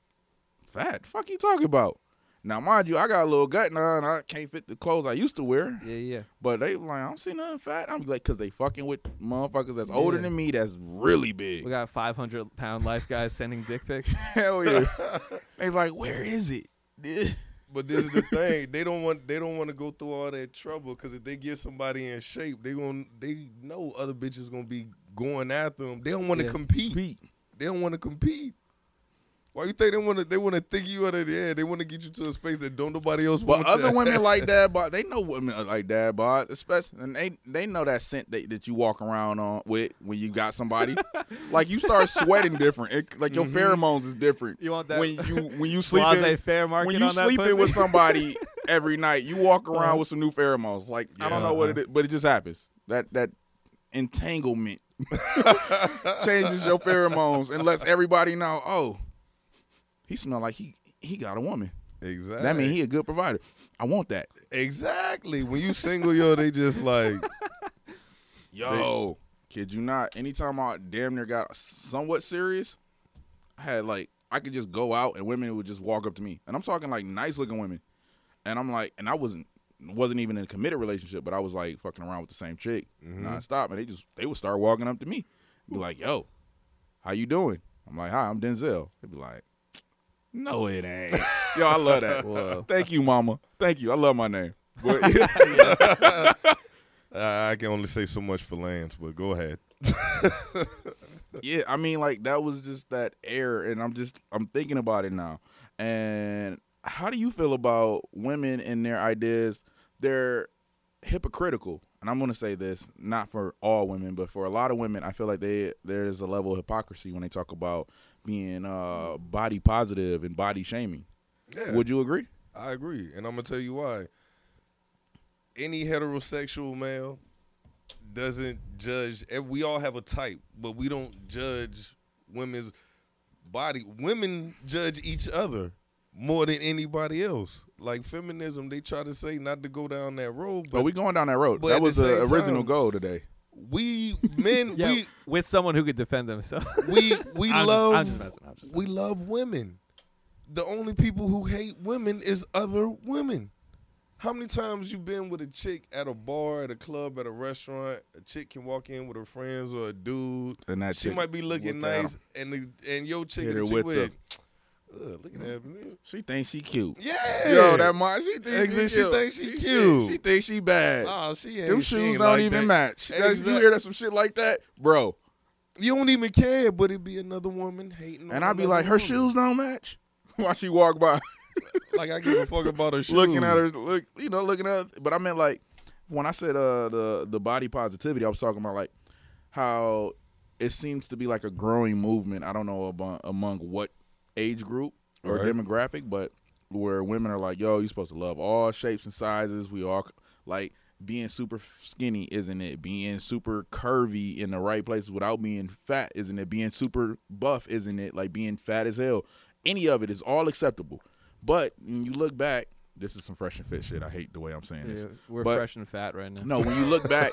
fat? Fuck you talking about? Now mind you, I got a little gut now and I can't fit the clothes I used to wear. Yeah, yeah. But they like, I don't see nothing fat. I'm like, cause they fucking with motherfuckers that's older Yeah. than me that's really big. We got 500 pound life guys sending dick pics. Hell yeah. they like, where is it? But this is the thing. They don't want they don't want to go through all that trouble because if they get somebody in shape, they going they know other bitches gonna be going after them. They don't want to Yeah. compete. They don't want to compete. Why you think they want to? They want to think you out of the air. They want to get you to a space that don't nobody else. But want other to. women like dad bod, they know women are like dad bod, especially, and they they know that scent that, that you walk around on with when you got somebody. like you start sweating different, It- like your pheromones is different. Mm-hmm. You want that when you when you Blase sleeping fair market when you on that sleeping pussy? with somebody every night, you walk Uh-huh. around with some new pheromones. Like I don't Yeah. know what it is, but it just happens. That that entanglement changes your pheromones and lets everybody know. Oh, he smell like he he got a woman. exactly. That means he a good provider. I want that. exactly. When you single, yo, they just like Yo, kid you not. Anytime I damn near got somewhat serious, I had like I could just go out and women would just walk up to me, and I'm talking like nice looking women, and I'm like, and I wasn't wasn't even in a committed relationship, but I was like fucking around with the same chick nonstop, and they just they would start walking up to me, be like, yo, how you doing? I'm like, hi, I'm Denzel. They'd be like, no, it ain't. yo, I love that. Whoa. Thank you, mama. Thank you. I love my name. But I I can only say so much for Lance, but go ahead. yeah, I mean, like that was just that air, and I'm just I'm thinking about it now. And how do you feel about women and their ideas? They're hypocritical. and I'm gonna say this, not for all women, but for a lot of women, I feel like they there is a level of hypocrisy when they talk about being uh, body positive and body shaming. Yeah. Would you agree? I agree, and I'm gonna tell you why. Any heterosexual male doesn't judge. and We all have a type, but we don't judge women's body. Women judge each other more than anybody else. Like feminism, they try to say not to go down that road, But but we going down that road. but that at was the the same original time- goal today. we men Yeah, with someone who could defend themselves. we we we I'm love Just, I'm just messing. I'm just we love women. The only people who hate women is other women. How many times you been with a chick at a bar, at a club, at a restaurant? A chick can walk in with her friends or a dude. And that she chick might be looking look at nice, and the, and your chick Hit and her the with chick with, the- "Ugh, look at that man. She thinks she cute. Yeah, Yo, that mom, she thinks she, Exa- she cute. thinks she She- cute. She, thinks she bad. Oh, she ain't. Them she shoes ain't don't like even that. match. That's- You Exact- hear that some shit like that, bro? You don't even care, but it be another woman hating. on And I'd be another like, her woman. shoes don't match. Why she walk by, Like I give a fuck about her shoes. looking at her, look, you know, looking at. But I meant like, when I said uh the the body positivity, I was talking about like how it seems to be like a growing movement. I don't know among, among what age group or Right. demographic, but where women are like, yo, you're supposed to love all shapes and sizes. We all like being super skinny, isn't it? Being super curvy in the right places without being fat, isn't it? Being super buff, isn't it? Like being fat as hell. Any of it is all acceptable. But when you look back, this is some fresh and fit shit. I hate the way I'm saying Yeah, this. we're But- fresh and fat right now. No, when you look back,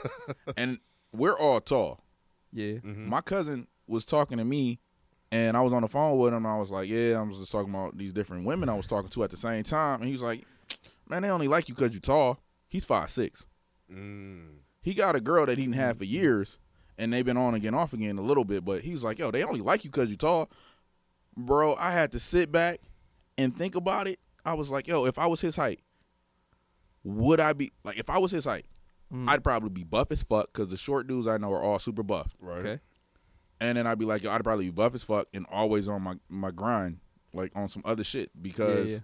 and we're all tall Yeah. my cousin was talking to me and I was on the phone with him and I was like, yeah, I'm just talking about these different women I was talking to at the same time. And he was like, man, they only like you because you tall. He's five six. Mm. He got a girl that he didn't have Mm-hmm. for years and they've been on again, off again a little bit. But he was like, yo, they only like you because you tall. Bro, I had to sit back and think about it. I was like, yo, if I was his height, would I be like, if I was his height, Mm, I'd probably be buff as fuck because the short dudes I know are all super buff. Right. okay. And then I'd be like, yo, I'd probably be buff as fuck and always on my, my grind, like on some other shit because yeah.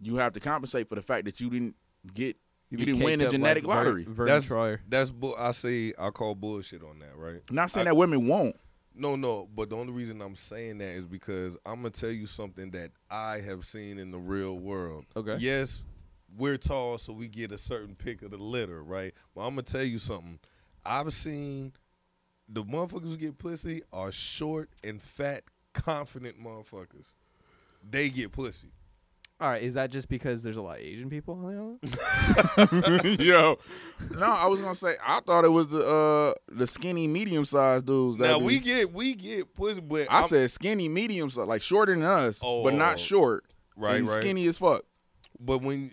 you have to compensate for the fact that you didn't get, you, be didn't win caked a up genetic like Ver- lottery. Vernon That's- Troyer. That's bull. I say I call bullshit on that, right? Not saying that women won't. No, no. But the only reason I'm saying that is because I'm gonna tell you something that I have seen in the real world. Okay. Yes, we're tall, so we get a certain pick of the litter, right? But I'm gonna tell you something. I've seen the motherfuckers who get pussy are short and fat, confident motherfuckers. They get pussy. All right. Is that just because there's a lot of Asian people on the island? yo, no, I was gonna say I thought it was the uh the skinny medium sized dudes. That Now be- we get we get pussy, but I I'm- said skinny medium sized, like shorter than us, but Oh, not short. right, and right. Skinny as fuck. But when,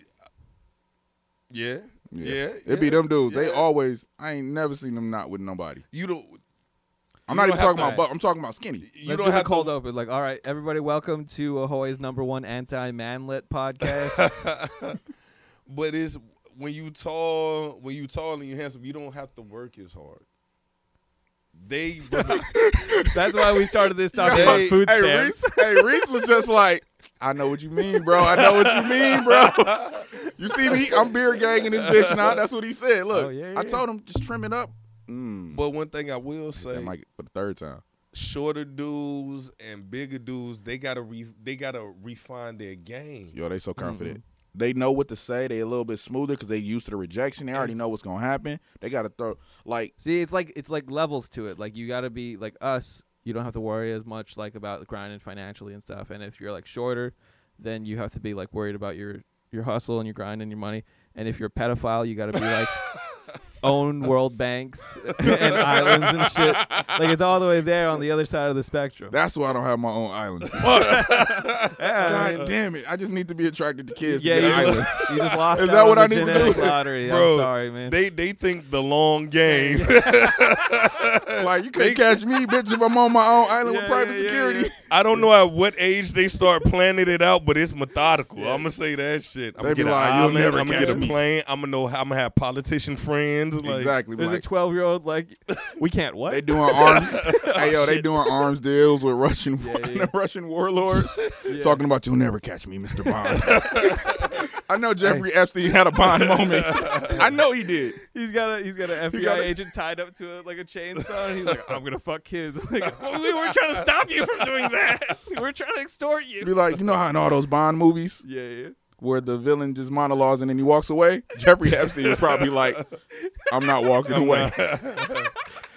yeah, yeah, it be yeah. them dudes. They yeah. always. I ain't never seen them not with nobody. You don't. I'm not You don't even have talking to- about. buff. I'm talking about skinny. Let's You don't do the have cold to, open. Like, all right, everybody, welcome to Ahoy's number one anti-manlet podcast. but it's when you tall, when you tall and you handsome, you don't have to work as hard. They, That's why we started this talking Hey, about food hey, stamps. Reese, hey, Reese was just like, I know what you mean, bro. I know what you mean, bro. You see me? I'm beer ganging this bitch now. That's what he said. Look, Oh, yeah, I yeah. told him just trim it up. Mm. but one thing I will That say, might for the third time. shorter dudes and bigger dudes, they gotta re, they gotta refine their game. Yo, they so confident. Mm-hmm. They know what to say. They a little bit smoother because they used to the rejection. They already know what's gonna happen. They gotta throw like See, it's like it's like levels to it. Like you got to be like us. You don't have to worry as much like about grinding financially and stuff. And if you're like shorter, then you have to be like worried about your your hustle and your grind and your money. And if you're a pedophile, you got to be like own world banks and islands and shit. Like it's all the way there on the other side of the spectrum. that's why I don't have my own island. Yeah, I God mean, damn it! I just need to be attracted to kids. yeah, to get an you island. just, you just lost Is out that on what the I need to do? genetic lottery. Bro, I'm sorry, man. They they think the long game. like you can't catch me, bitch, if I'm on my own island Yeah, with private yeah, yeah, security. yeah. I don't know at what age they start planning it out, but it's methodical. I'm gonna say that shit. I'm They gonna be get an like, "You'll island. never I'm gonna catch get a me." plane. I'm gonna know. I'm gonna have politician friends. friends. Like, exactly. There's a Like, 12 year old like we can't what? they doing arms. hey yo, they doing arms deals with Russian Yeah, yeah. the Russian warlords. Yeah. Talking about you'll never catch me, Mr. Bond. I know Jeffrey Epstein had a Bond moment. I know he did. He's got a he's got an FBI got a- agent tied up to a, like a chainsaw, and he's like, "I'm gonna fuck kids." Like, well, we were trying to stop you from doing that. We were trying to extort Be you. like, you know how in all those Bond movies Yeah, yeah. where the villain just monologues and then he walks away? Jeffrey Epstein is probably like, I'm not walking away.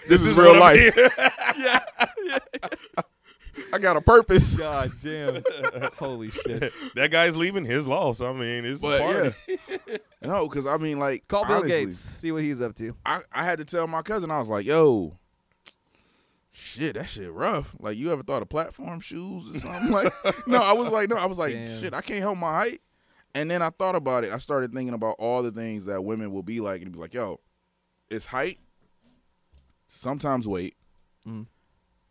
this, is, real what I'm life. yeah, yeah. I got a purpose. God damn. Holy shit. that guy's leaving his loss. I mean, it's a But party. yeah. No, because I mean, like, Call Bill honestly, Gates. See what he's up to. I, I had to tell my cousin, I was like, yo, shit, that shit rough. Like, you ever thought of platform shoes or something? Like, no, I was like, no, I was like, Damn. shit, I can't help my height. And then I thought about it. I started thinking about all the things that women will be like and be like, yo, it's height, sometimes weight, Mm.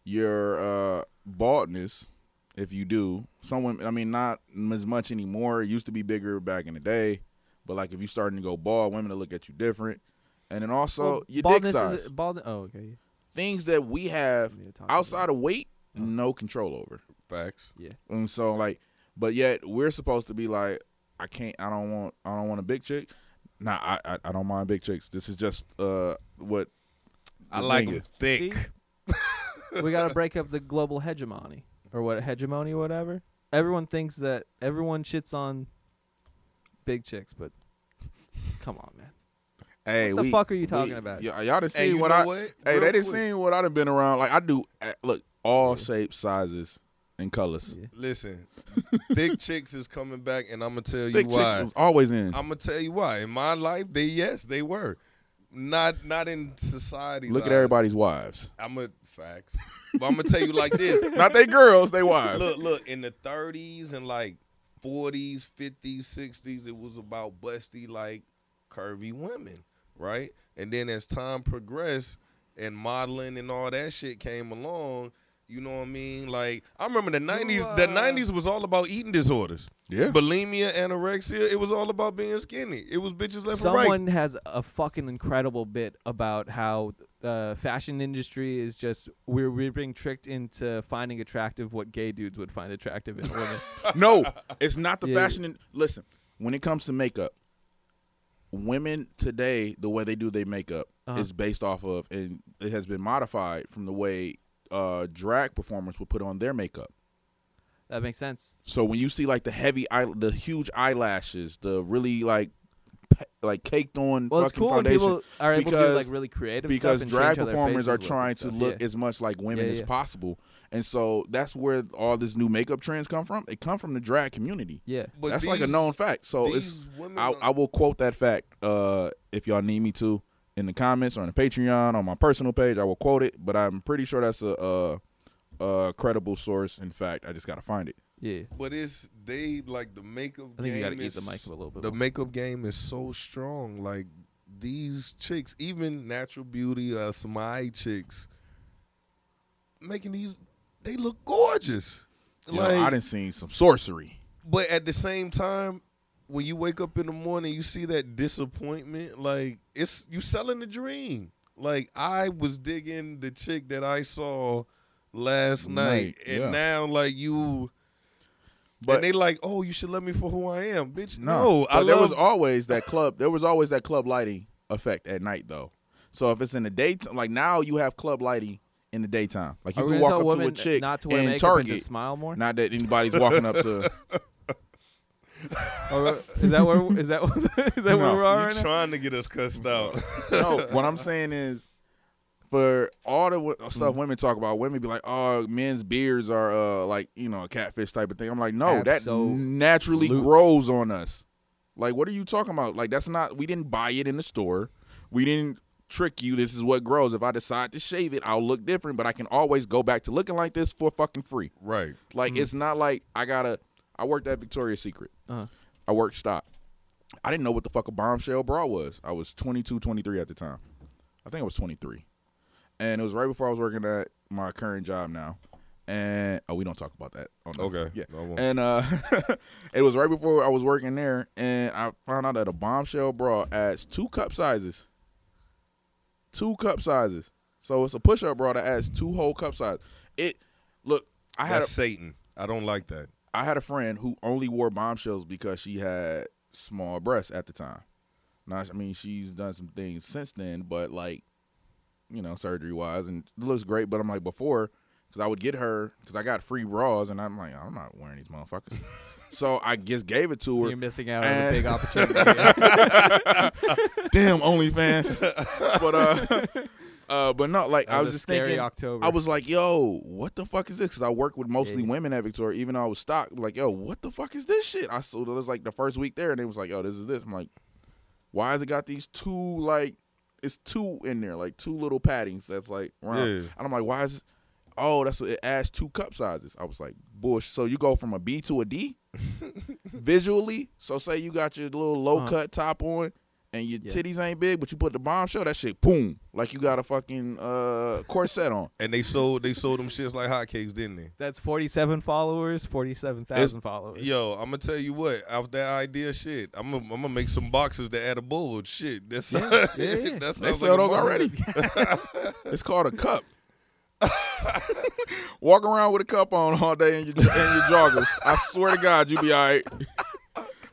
your uh, baldness, if you do. Some women, I mean, not as much anymore. It used to be bigger back in the day. But like if you starting to go bald, women will look at you different. And then also Well, your dick baldness size. Is, bald, oh, okay. Things that we have Yeah, talk about outside of weight, no control over. Facts. And so like but yet we're supposed to be like, I can't I don't want I don't want a big chick. Nah, I I, I don't mind big chicks. This is just uh what I the like thing is. him thick. we got to break up the global hegemony or what hegemony whatever everyone thinks that everyone shits on big chicks but come on man Hey, What the we- fuck are you we- talking about? y- y'all done Hey, seen you what know I what? Hey, Real they done quick. seen what I done been around. Like I do uh, look, all shapes, sizes, and colors. Yeah. Listen, thick chicks is coming back, and I'm gonna tell you Big why. chicks was always in. I'm gonna tell you why. In my life, they yes, they were. Not not in society. Look at everybody's wives. I'm a facts, but I'm gonna tell you like this. Not they girls, they wives. look, look. In the 30s and like 40s, 50s, 60s, it was about busty, like curvy women, right? And then as time progressed and modeling and all that shit came along, you know what I mean? Like I remember the 90s. The uh, 90s was all about eating disorders. Yeah. Bulimia, anorexia. It was all about being skinny. It was bitches left and right. someone has a fucking incredible bit about how uh, fashion industry is just we're, we're being tricked into finding attractive what gay dudes would find attractive in women no, it's not the Yeah, fashion. In- Listen, when it comes to makeup, women today, the way they do their makeup Uh-huh. is based off of, and it has been modified from the way uh, drag performers would put on their makeup. that makes sense So when you see like the heavy, eye- the huge eyelashes, the really like, pe- like caked on well it's fucking cool when foundation. people are able to do because- like really creative because stuff and drag change how their performers faces are look and trying to stuff. look yeah. as much like women Yeah, as yeah. possible, and so that's where all this new makeup trends come from. It come from the drag community. yeah But that's like a these- known fact. So it's these women I, are- I will quote that fact uh, if y'all need me to in the comments or on the Patreon on my personal page. I will quote it, but I'm pretty sure that's a, a, a credible source. In fact, I just gotta find it. yeah But it's they like the makeup. I think you game gotta eat the is- mic up a little bit The more. makeup game is so strong. Like these chicks, even natural beauty, uh, some eye chicks, making these they look gorgeous. Yo, like, I didn't see some sorcery. but at the same time, when you wake up in the morning, you see that disappointment. Like it's you selling the dream. Like I was digging the chick that I saw last night, Night, and yeah. now like you. But But- and they like, oh, you should love me for who I am, bitch. No, No, I but there love. was always that club. There was always that club lighting effect at night, though. So if it's in the daytime, like now you have club lighting in the daytime. Like you Are we can gonna walk tell up to a women chick not to wear in makeup and Target. to smile more? Not that anybody's walking up to. Or is that where is that is that where No, we are you right now? trying to get us cussed out? no, what I'm saying is, for all the w- stuff women talk about, women be like, "Oh, men's beards are uh, like you know a catfish type of thing." I'm like, no, that Absolutely. naturally grows on us. Like, what are you talking about? Like, that's not. We didn't buy it in the store. We didn't trick you. This is what grows. If I decide to shave it, I'll look different, but I can always go back to looking like this for fucking free. right. Like, it's not like I gotta. I worked at Victoria's Secret. Uh-huh. I worked stock. I didn't know what the fuck a bombshell bra was. I was 22, 23 at the time. I think I was 23. And it was right before I was working at my current job now. And oh, we don't talk about that. on the- Okay. Yeah. No, I won't. and uh it was right before I was working there and I found out that a bombshell bra adds two cup sizes two cup sizes. So it's a push up bra that adds two whole cup sizes. It look, I had That's a, Satan. I don't like that. I had a friend who only wore bombshells because she had small breasts at the time. Now, I mean, she's done some things since then, but like, you know, surgery wise, and it looks great. But I'm like, before, because I would get her, because I got free bras, and I'm like, I'm not wearing these motherfuckers. so I just gave it to her. You're missing out on a And- big opportunity. yeah. Damn, OnlyFans. but uh, uh, but no, like That I was was a just scary thinking. October. I was like, yo, what the fuck is this? Because I work with mostly Yeah. women at Victoria, even though I was stock. Like, yo, what the fuck is this shit? I saw it was like the first week there, and it was like, yo, this is this. I'm like, why has it got these two like? It's two in there, like two little paddings. That's like round. Yeah. And I'm like, why is? It, oh, that's what it adds two cup sizes. I was like, bush. So you go from a B to a D visually. So say you got your little low Uh-huh. cut top on and your Yeah. titties ain't big, but you put the bombshell, that shit boom. Like you got a fucking uh corset on. And they sold they sold them shits like hotcakes, didn't they? That's 47 followers, 47,000 Oh, followers. Yo, I'm gonna tell you what. After that idea, shit, I'm gonna I'm gonna make some boxes that add a bulge. Shit, that's Yeah, yeah, yeah. that sounds They like sell a those market. already. it's called a cup. Walk around with a cup on all day in your, in your joggers. I swear to God, you be all right.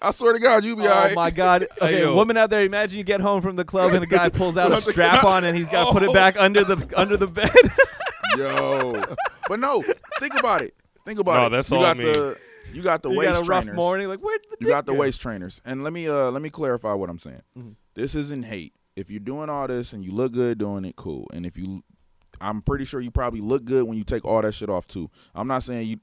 I swear to God, you be all Oh right. my God! Okay, yo. woman out there, imagine you get home from the club and a guy pulls out a That's a strap guy. on and he's got to put Oh. it back under the under the bed. Yo. But no, think about it. Think about No, it. that's you all got me. The, you got the you waist got a rough trainers. morning, like where did the You got the dick go? waist trainers. And let me uh let me clarify what I'm saying. Mhm. This isn't hate. If you're doing all this and you look good doing it, cool. And if you I'm pretty sure you probably look good when you take all that shit off too. I'm not saying you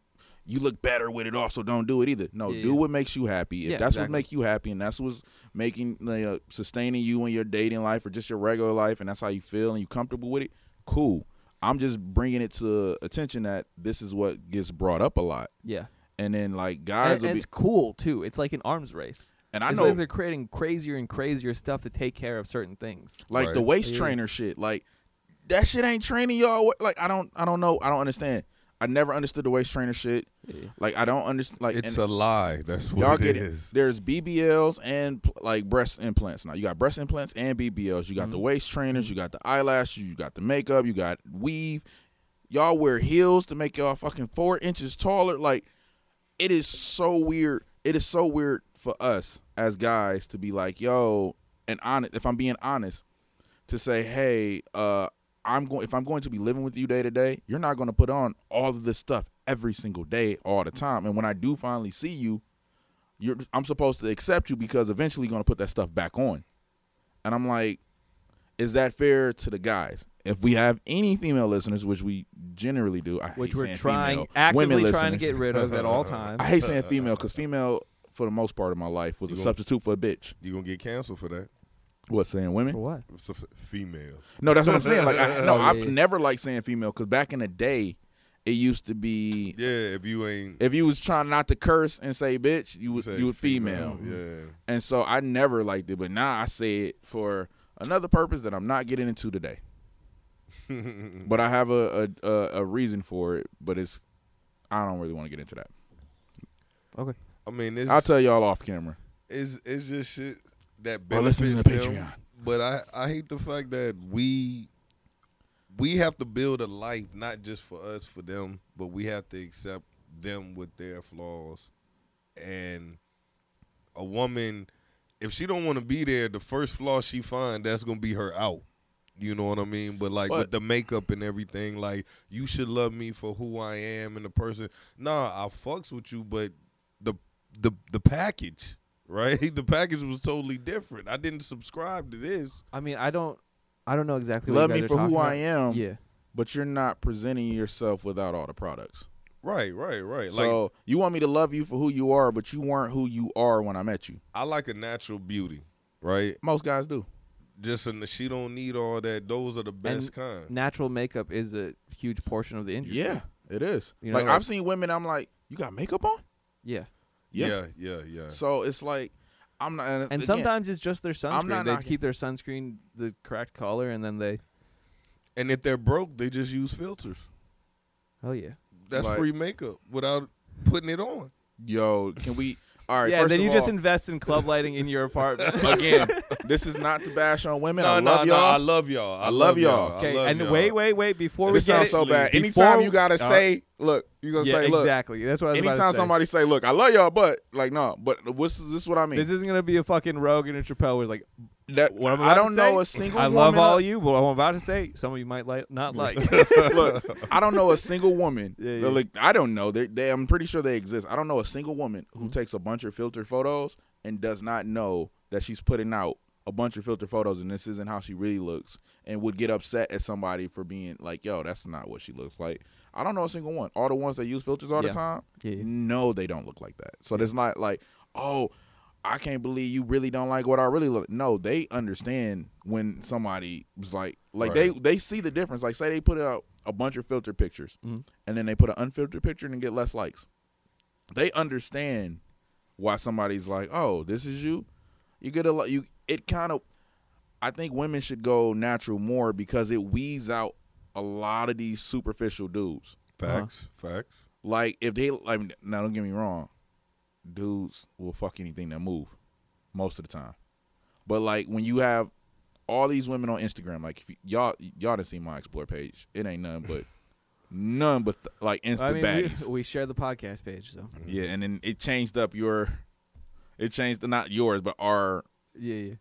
you look better with it off, so don't do it either. No, Yeah, do yeah. what makes you happy. If Yeah, that's exactly. what makes you happy and that's what's making like, uh, sustaining you in your dating life or just your regular life and that's how you feel and you comfortable with it, cool. I'm just bringing it to attention that this is what gets brought up a lot. Yeah, And then like and, guys and will be it's cool too. It's like an arms race. and I it's know like they're creating crazier and crazier stuff to take care of certain things. like Right. the waist Yeah. trainer shit like that shit ain't training y'all What- like i don't i don't know i don't understand i never understood the waist trainer shit Yeah. like i don't understand like It's and a lie. That's y'all what get it it is. there's bbls and pl- like breast implants now you got breast implants and bbls you got Mm-hmm. the waist trainers you got the eyelashes you got the makeup you got weave y'all wear heels to make y'all fucking four inches taller like it is so weird. It is so weird for us as guys to be like, yo, and honest. If I'm being honest, to say, hey, uh, I'm going. If I'm going to be living with you day to day, you're not going to put on all of this stuff every single day, all the time. And when I do finally see you, you're. I'm supposed to accept you because eventually you're going to put that stuff back on. And I'm like, is that fair to the guys? If we have any female listeners, which we generally do, I Which hate we're saying trying female, actively women trying to listeners. get rid of Uh, at all times. I hate saying female because female, for the most part of my life, was a You gon- substitute for a bitch. You gonna get canceled for that? What saying For women? what? It's a f- female. No, that's what I'm saying. Like, I, no, Oh, yeah, I've yeah. never liked saying female because back in the day, it used to be Yeah, if you ain't if you was trying not to curse and say bitch, you was say you was female. Yeah. and so I never liked it. But now I say it for another purpose that I'm not getting into today. but I have a a, a a reason for it. But it's I don't really want to get into that. Okay. I mean, it's, I'll tell y'all off camera. it's it's just shit that Or benefits listen to the them. Patreon. But I I hate the fact that we we have to build a life not just for us for them, but we have to accept them with their flaws. And a woman, if she don't want to be there, the first flaw she find that's gonna be her out. You know what I mean? But like with But- the makeup and everything, like you should love me for who I am and the person. Nah, I fucks with you, but the the the package, right? The package was totally different. I didn't subscribe to this. I mean, I don't, I don't know exactly. Love what you me guys for are who talking I about. am. Yeah. but you're not presenting yourself without all the products. Right, right, right. Like so you want me to love you for who you are, but you weren't who you are when I met you. I like a natural beauty, right? Most guys do. Just and she don't need all that. Those are the best kind. Natural makeup is a huge portion of the industry. Yeah, it is. You know, like like- I've seen women, I'm like, you got makeup on? Uh, Yeah. Yeah. Yeah, yeah, yeah. So it's like, I'm not. And, And again, sometimes it's just their I'm sunscreen. not They knocking- keep their sunscreen the correct color, and then they, And if they're broke, they just use filters. oh yeah, That's Like- free makeup without putting it on. yo, can we? All right. yeah, first then of you just all, invest in club lighting in your apartment. again. This is not to bash on women. I No, no, love no. I y'all. love y'all. I I love love y'all. I Okay, love and y'all. wait, wait, wait. Before we this get sounds it, so bad. before- Anytime you gotta Uh, say, look, you gonna yeah, say, look. exactly. That's what I was about to Anytime say. somebody say, "Look, I love y'all," but like, no, but what's this? Is what I mean? This isn't gonna be a fucking Rogan and Chappelle. Where like, that, what I'm I about to don't know say, a single. I love woman all you, but what I'm about to say, some of you might like not like. Look, I don't know a single woman. Yeah, yeah. that, Like I don't know. They, they, I'm pretty sure they exist. I don't know a single woman Mm-hmm. who takes a bunch of filtered photos and does not know that she's putting out a bunch of filtered photos and this isn't how she really looks, and would get upset at somebody for being like, "Yo, that's not what she looks like." I don't know a single one. All the ones that use filters all Yeah. the time, Yeah, yeah. no, they don't look like that. So that's not like, oh. I can't believe you really don't like what I really look. No, they understand when somebody was like, like Right. they they see the difference. Like say they put out a bunch of filtered pictures Mhm. and then they put an unfiltered picture and get less likes. They understand why somebody's like, "Oh, this is you." You get a lot you it kind of I think women should go natural more because it weeds out a lot of these superficial dudes. Facts, facts. Like if they like now don't get me wrong, dudes will fuck anything that move most of the time. But like when you have all these women on Instagram, like if y- y'all y'all didn't see my explore page, it ain't none but none but th- like instant I mean, baddies. we, we share the podcast page, so yeah, and then it changed up your, it changed not yours but our yeah, yeah.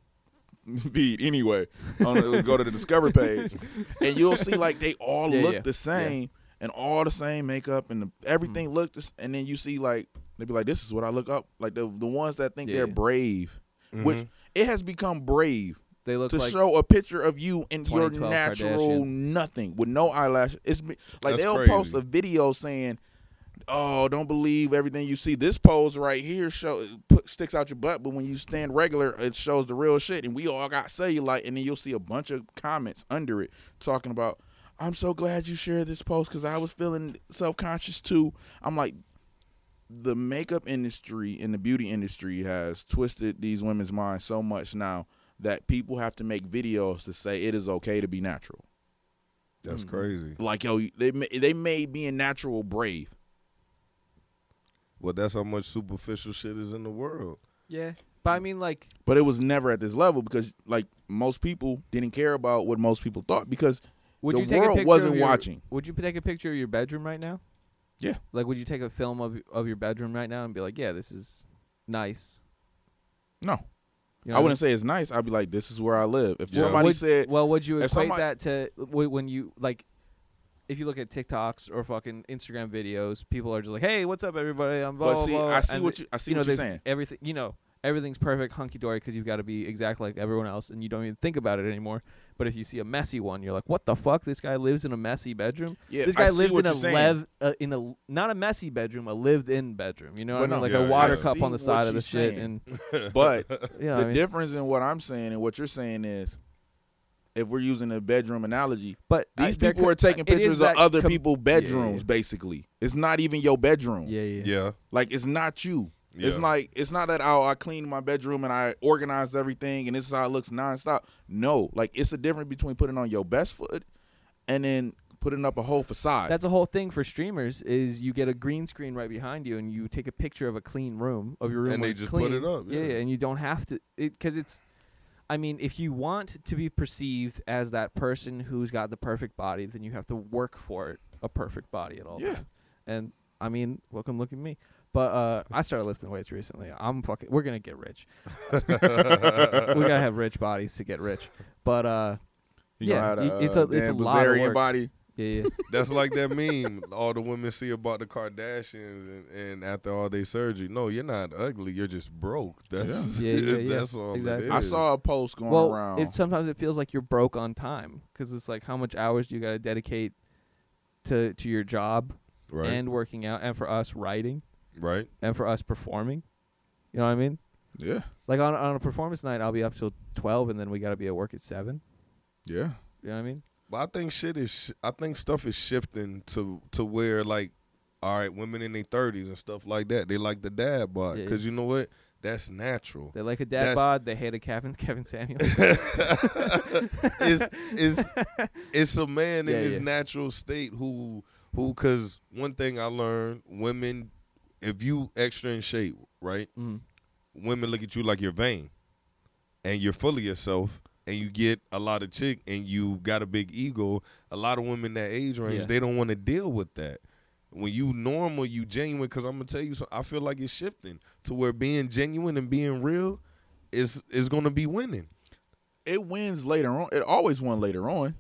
feed anyway. On the, go to the discover page, and you'll see like they all Yeah, look yeah, Mm. the same and all the same makeup and the, everything look. The, s- and then you see like they be like, "This is what I look up." Like the the ones that think Yeah, they're yeah. brave, which it has become brave They look to like show a picture of you in your 2012 natural Kardashian. nothing with no eyelash. It's be- like That's they'll crazy. post a video saying, "Oh, don't believe everything you see. This pose right here show put, sticks out your butt, but when you stand regular, it shows the real shit." And we all got cellulite, and then you'll see a bunch of comments under it talking about, "I'm so glad you shared this post because I was feeling self conscious too." I'm like. The makeup industry and the beauty industry has twisted these women's minds so much now that people have to make videos to say it is okay to be natural. That's crazy. Like yo, they ma- they made being natural brave. Well, that's how much superficial shit is in the world. yeah. But I mean, like, But it was never at this level because like most people didn't care about what most people thought because would The you take a world picture? of wasn't your- watching. Would you take a picture of your bedroom right now? Yeah. Like, would you take a film of of your bedroom right now and be like, yeah, this is nice? no, You I what mean? wouldn't say it's nice. I'd be like, this is where I live. If Yeah. Well, somebody would- said, well, would you if equate somebody- that to w- when you like, if you look at TikToks or fucking Instagram videos, people are just like, "Hey, what's up, everybody?" I'm blah but see, blah blah. I see uh, and what th- you I see you know, what you're there's saying. Everything you know, everything's perfect, hunky dory, because you've got to be exact like everyone else, and you don't even think about it anymore. But if you see a messy one, you're like, "What the fuck? This guy lives in a messy bedroom. Yeah, this I guy see lives what in a you're saying. lev uh, in a l- not a messy bedroom, a lived-in bedroom. You know what But no, I mean? Like yeah, a yeah. water I cup see on the what side of you're the shit, saying. and But you the know, what I mean? difference in what I'm saying and what you're saying is, if we're using a bedroom analogy, but I- these there people could- are taking it is pictures that of other com- people's yeah, yeah, bedrooms. Basically, it's not even your bedroom. Yeah, yeah, yeah. Yeah. Like it's not you. It's Yeah. like it's not that oh I cleaned my bedroom and I organized everything and this is how it looks nonstop. No, like it's a difference between putting on your best foot and then putting up a whole facade. That's a whole thing for streamers is you get a green screen right behind you and you take a picture of a clean room of your room And where they it's just put clean. it up, yeah. and you don't have to because it's I mean, if you want to be perceived as that person who's got the perfect body, then you have to work for it, a perfect body at all. Yeah. times. And I mean, welcome look at me. But uh, I started lifting weights recently. I'm fucking we're going to get rich. we got to have rich bodies to get rich. But uh You gonna yeah, have y- that, it's uh, a- it's a Dan lot of Bilzerian work. body. yeah, yeah. That's like that meme all the women see about the Kardashians and, and after all they surgery. No, you're not ugly. You're just broke. That's Yeah. Yeah, yeah, yeah. that's all Exactly. it is. I saw a post going well, around. It, sometimes it feels like you're broke on time because it's like how much hours do you got to dedicate to to your job right, and working out, and for us writing, right. and for us performing. You know what I mean? yeah, Like on on a performance night, I'll be up till twelve, and then we got to be at work at seven. yeah. You know what I mean? But I think shit is. Sh- I think stuff is shifting to to where like, all right, women in their thirties and stuff like that. They like the dad bod Yeah. because you know what? That's natural. They like a dad That's- bod. They hate a Kevin Kevin Samuel. it's it's it's a man in Yeah, his yeah. natural state who who because one thing I learned women if you extra in shape, right? Mhm. Women look at you like you're vain, and you're full of yourself, and you get a lot of chick, and you got a big ego. A lot of women that age range, Yeah. they don't want to deal with that. When you normal, you genuine. Cause I'm gonna tell you, something, I feel like it's shifting to where being genuine and being real is is gonna be winning. It wins later on. It always won later on.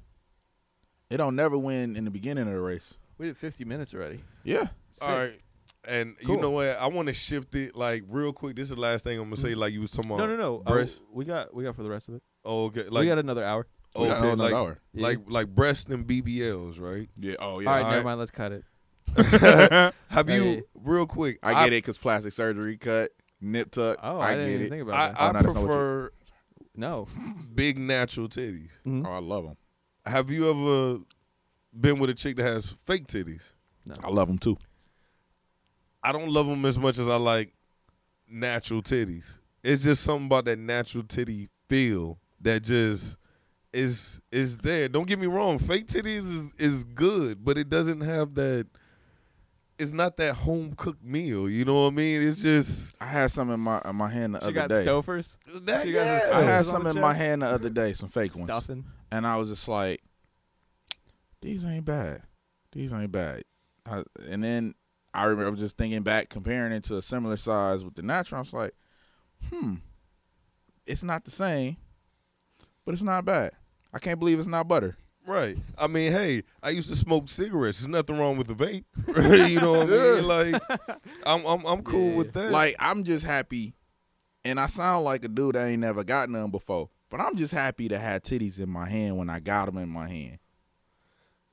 It don't never win in the beginning of the race. We did 50 minutes already. Yeah. Sick. All right. And Cool. you know what? I want to shift it like real quick. This is the last thing I'm gonna say. Like you was talking about. Mm. No, no, no. Uh, Breast. we got we got for the rest of it. oh, okay. Like we got another hour. We got okay, another Oh, like, hour. Yeah. like like breast and BBLs, right? Yeah. Oh all right, all yeah. right. never mind. Let's cut it. Have Yeah, you yeah. real quick? I get it because plastic surgery cut, nip tuck. Oh, I, I, didn't get even it. think about I, that. I Oh, no, that's not what you- prefer no. big natural titties. Oh, I love them. Have you ever been with a chick that has fake titties? I love them too. I don't love them as much as I like natural titties. It's just something about that natural titty feel that just is is there. Don't get me wrong, fake titties is is good, but it doesn't have that. It's not that home cooked meal. You know what I mean? It's just I had some in my in my hand the She other got day. stofers. that. You guys are yeah. I had Stofers some on the in my chest? hand the other day, some fake ones, Stuffing. and I was just like, "These ain't bad. These ain't bad." I, and then I remember I was just thinking back, comparing it to a similar size with the natural. I was like, "Hmm, it's not the same, but it's not bad. I can't believe it's not butter." Right. I mean, hey, I used to smoke cigarettes. There's nothing wrong with the vape. you know what I mean? Like, I'm I'm, I'm cool Yeah. with that. Like I'm just happy, and I sound like a dude that ain't never got none before. But I'm just happy to have titties in my hand when I got them in my hand.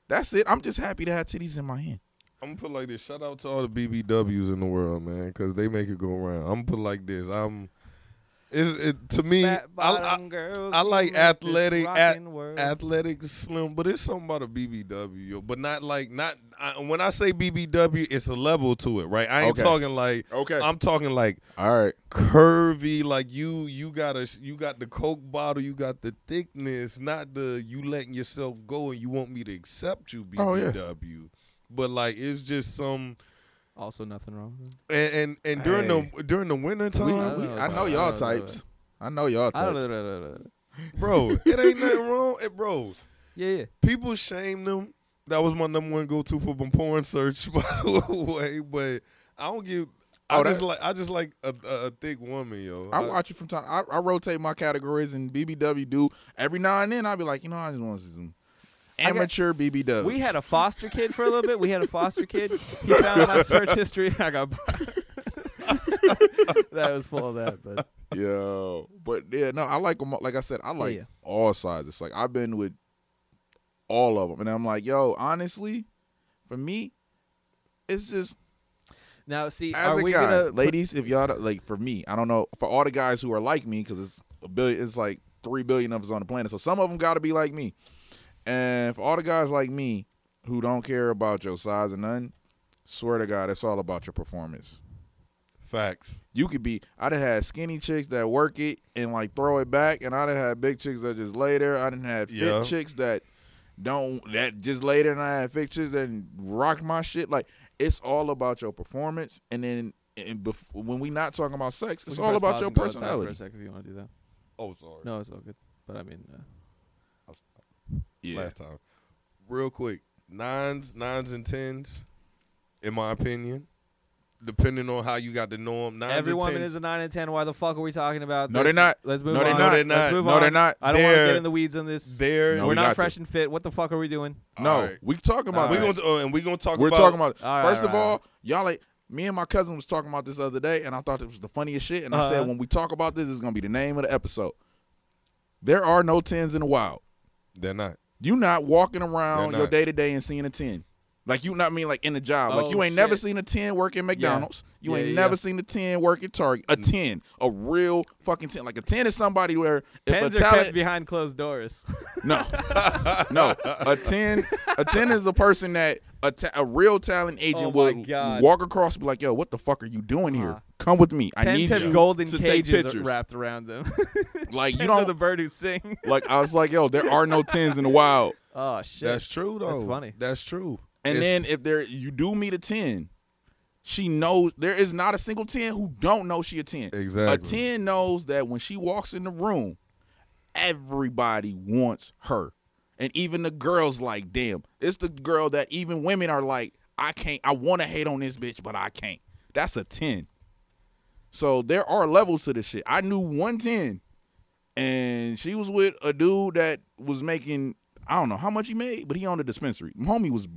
That's it. I'm just happy to have titties in my hand. I'm gonna put it like this. Shout out to all the BBWs in the world, man, because they make it go round. I'm gonna put it like this. I'm it, it to me. I, I, I like athletic- at- athletic slim, but it's something about a BBW, yo, but not like not. I, when I say BBW, it's a level to it, right? I ain't Okay. talking like. Okay. Um, I'm talking like All right. curvy, like you you got a you got the coke bottle, you got the thickness, not the you letting yourself go and you want me to accept you BBW. Oh, yeah. But like it's just some also, nothing wrong. with it. and and, and during the during the winter We- we- time, don't know I know about- I y'all don't know about types. I know y'all I don't types. know. bro, it ain't nothing wrong, eh, bro. Yeah, yeah. People shame them. That was my number one go to for my porn search, by the way. But I don't give. I Oh, that- just like I just like a, a, a thick woman, yo. I Like, watch it from time. I, I rotate my categories and BBW do every now and then. I'll be like, you know, I just want to see some got- amateur BBW. We had a foster kid for a little bit. We had a foster kid. He found my search history. and I got. that was full of that, but Yo, but yeah, no, I like them. Like I said, I like yeah. all sizes. Like I've been with all of them, and I'm like, yo, honestly, for me, it's just now see, as are a we guy, gonna put- ladies, if y'all don't- like, for me, I don't know for all the guys who are like me because it's a billion, it's like three billion of us on the planet, so some of them got to be like me, and for all the guys like me who don't care about your size and none, swear to God, it's all about your performance. facts. You could be. I done had skinny chicks that work it and like throw it back, and I done had big chicks that just lay there. I done had fit Yeah. chicks that don't that just lay there, and I had fit chicks that rocked my shit. Like it's all about your performance, and then and bef- when we not talking about sex, we it's can all press about pause your and go outside For a personality. second, if you want to do that. Oh, sorry. No, it's all good. But I mean, uh, Yeah, last time. Real quick, nines, nines and tens, in my opinion, depending on how you got to know them. Nines every and woman tens, is a nine and ten. Why the fuck are we talking about? No, this? they're not. Let's move No, on. they're not. No, they're not. Let's move No, on. they're not. I don't want to They're- get in the weeds on this. there. No, We're we not got to. fresh and fit. What the fuck are we doing? no, All right. we talking about we that. gonna oh, and we gonna talk. We're about talking about. All right, first all of right. all, y'all like me and my cousin was talking about this the other day, and I thought it was the funniest shit. And I Uh-huh. said, when we talk about this, it's gonna be the name of the episode. There are no tens in the wild. They're not. You not walking around They're your not. day to day and seeing a ten. Like you not mean like in the job. like Oh, you ain't never shit. seen a ten work at McDonald's. You Yeah, ain't yeah, never yeah. Mm. seen a ten work at Target. A ten, a real fucking ten. Like a ten is somebody where if Tens a are kept talent behind closed doors. no, no. A ten, a ten is a person that a, ta- a real talent agent Oh will my God. walk across, and be like, "Yo, what the fuck are you doing here? Uh-huh. Come with me. I Tens need you have golden to take cages pictures." wrapped around them. Like you Tens are don't the bird who sing. like. I was like, "Yo, there are no tens in the wild." Oh shit. That's true though. That's funny. That's true. And It's- then if there you do meet a ten, She knows there is not a single 10 who don't know she a 10. Exactly. A 10 knows that when she walks in the room, everybody wants her. And even the girls like, damn. It's the girl that even women are like, I can't I want to hate on this bitch, but I can't. That's a 10. So there are levels to this shit. I knew 110 and she was with a dude that was making I don't know how much he made, but he owned a dispensary. My homie was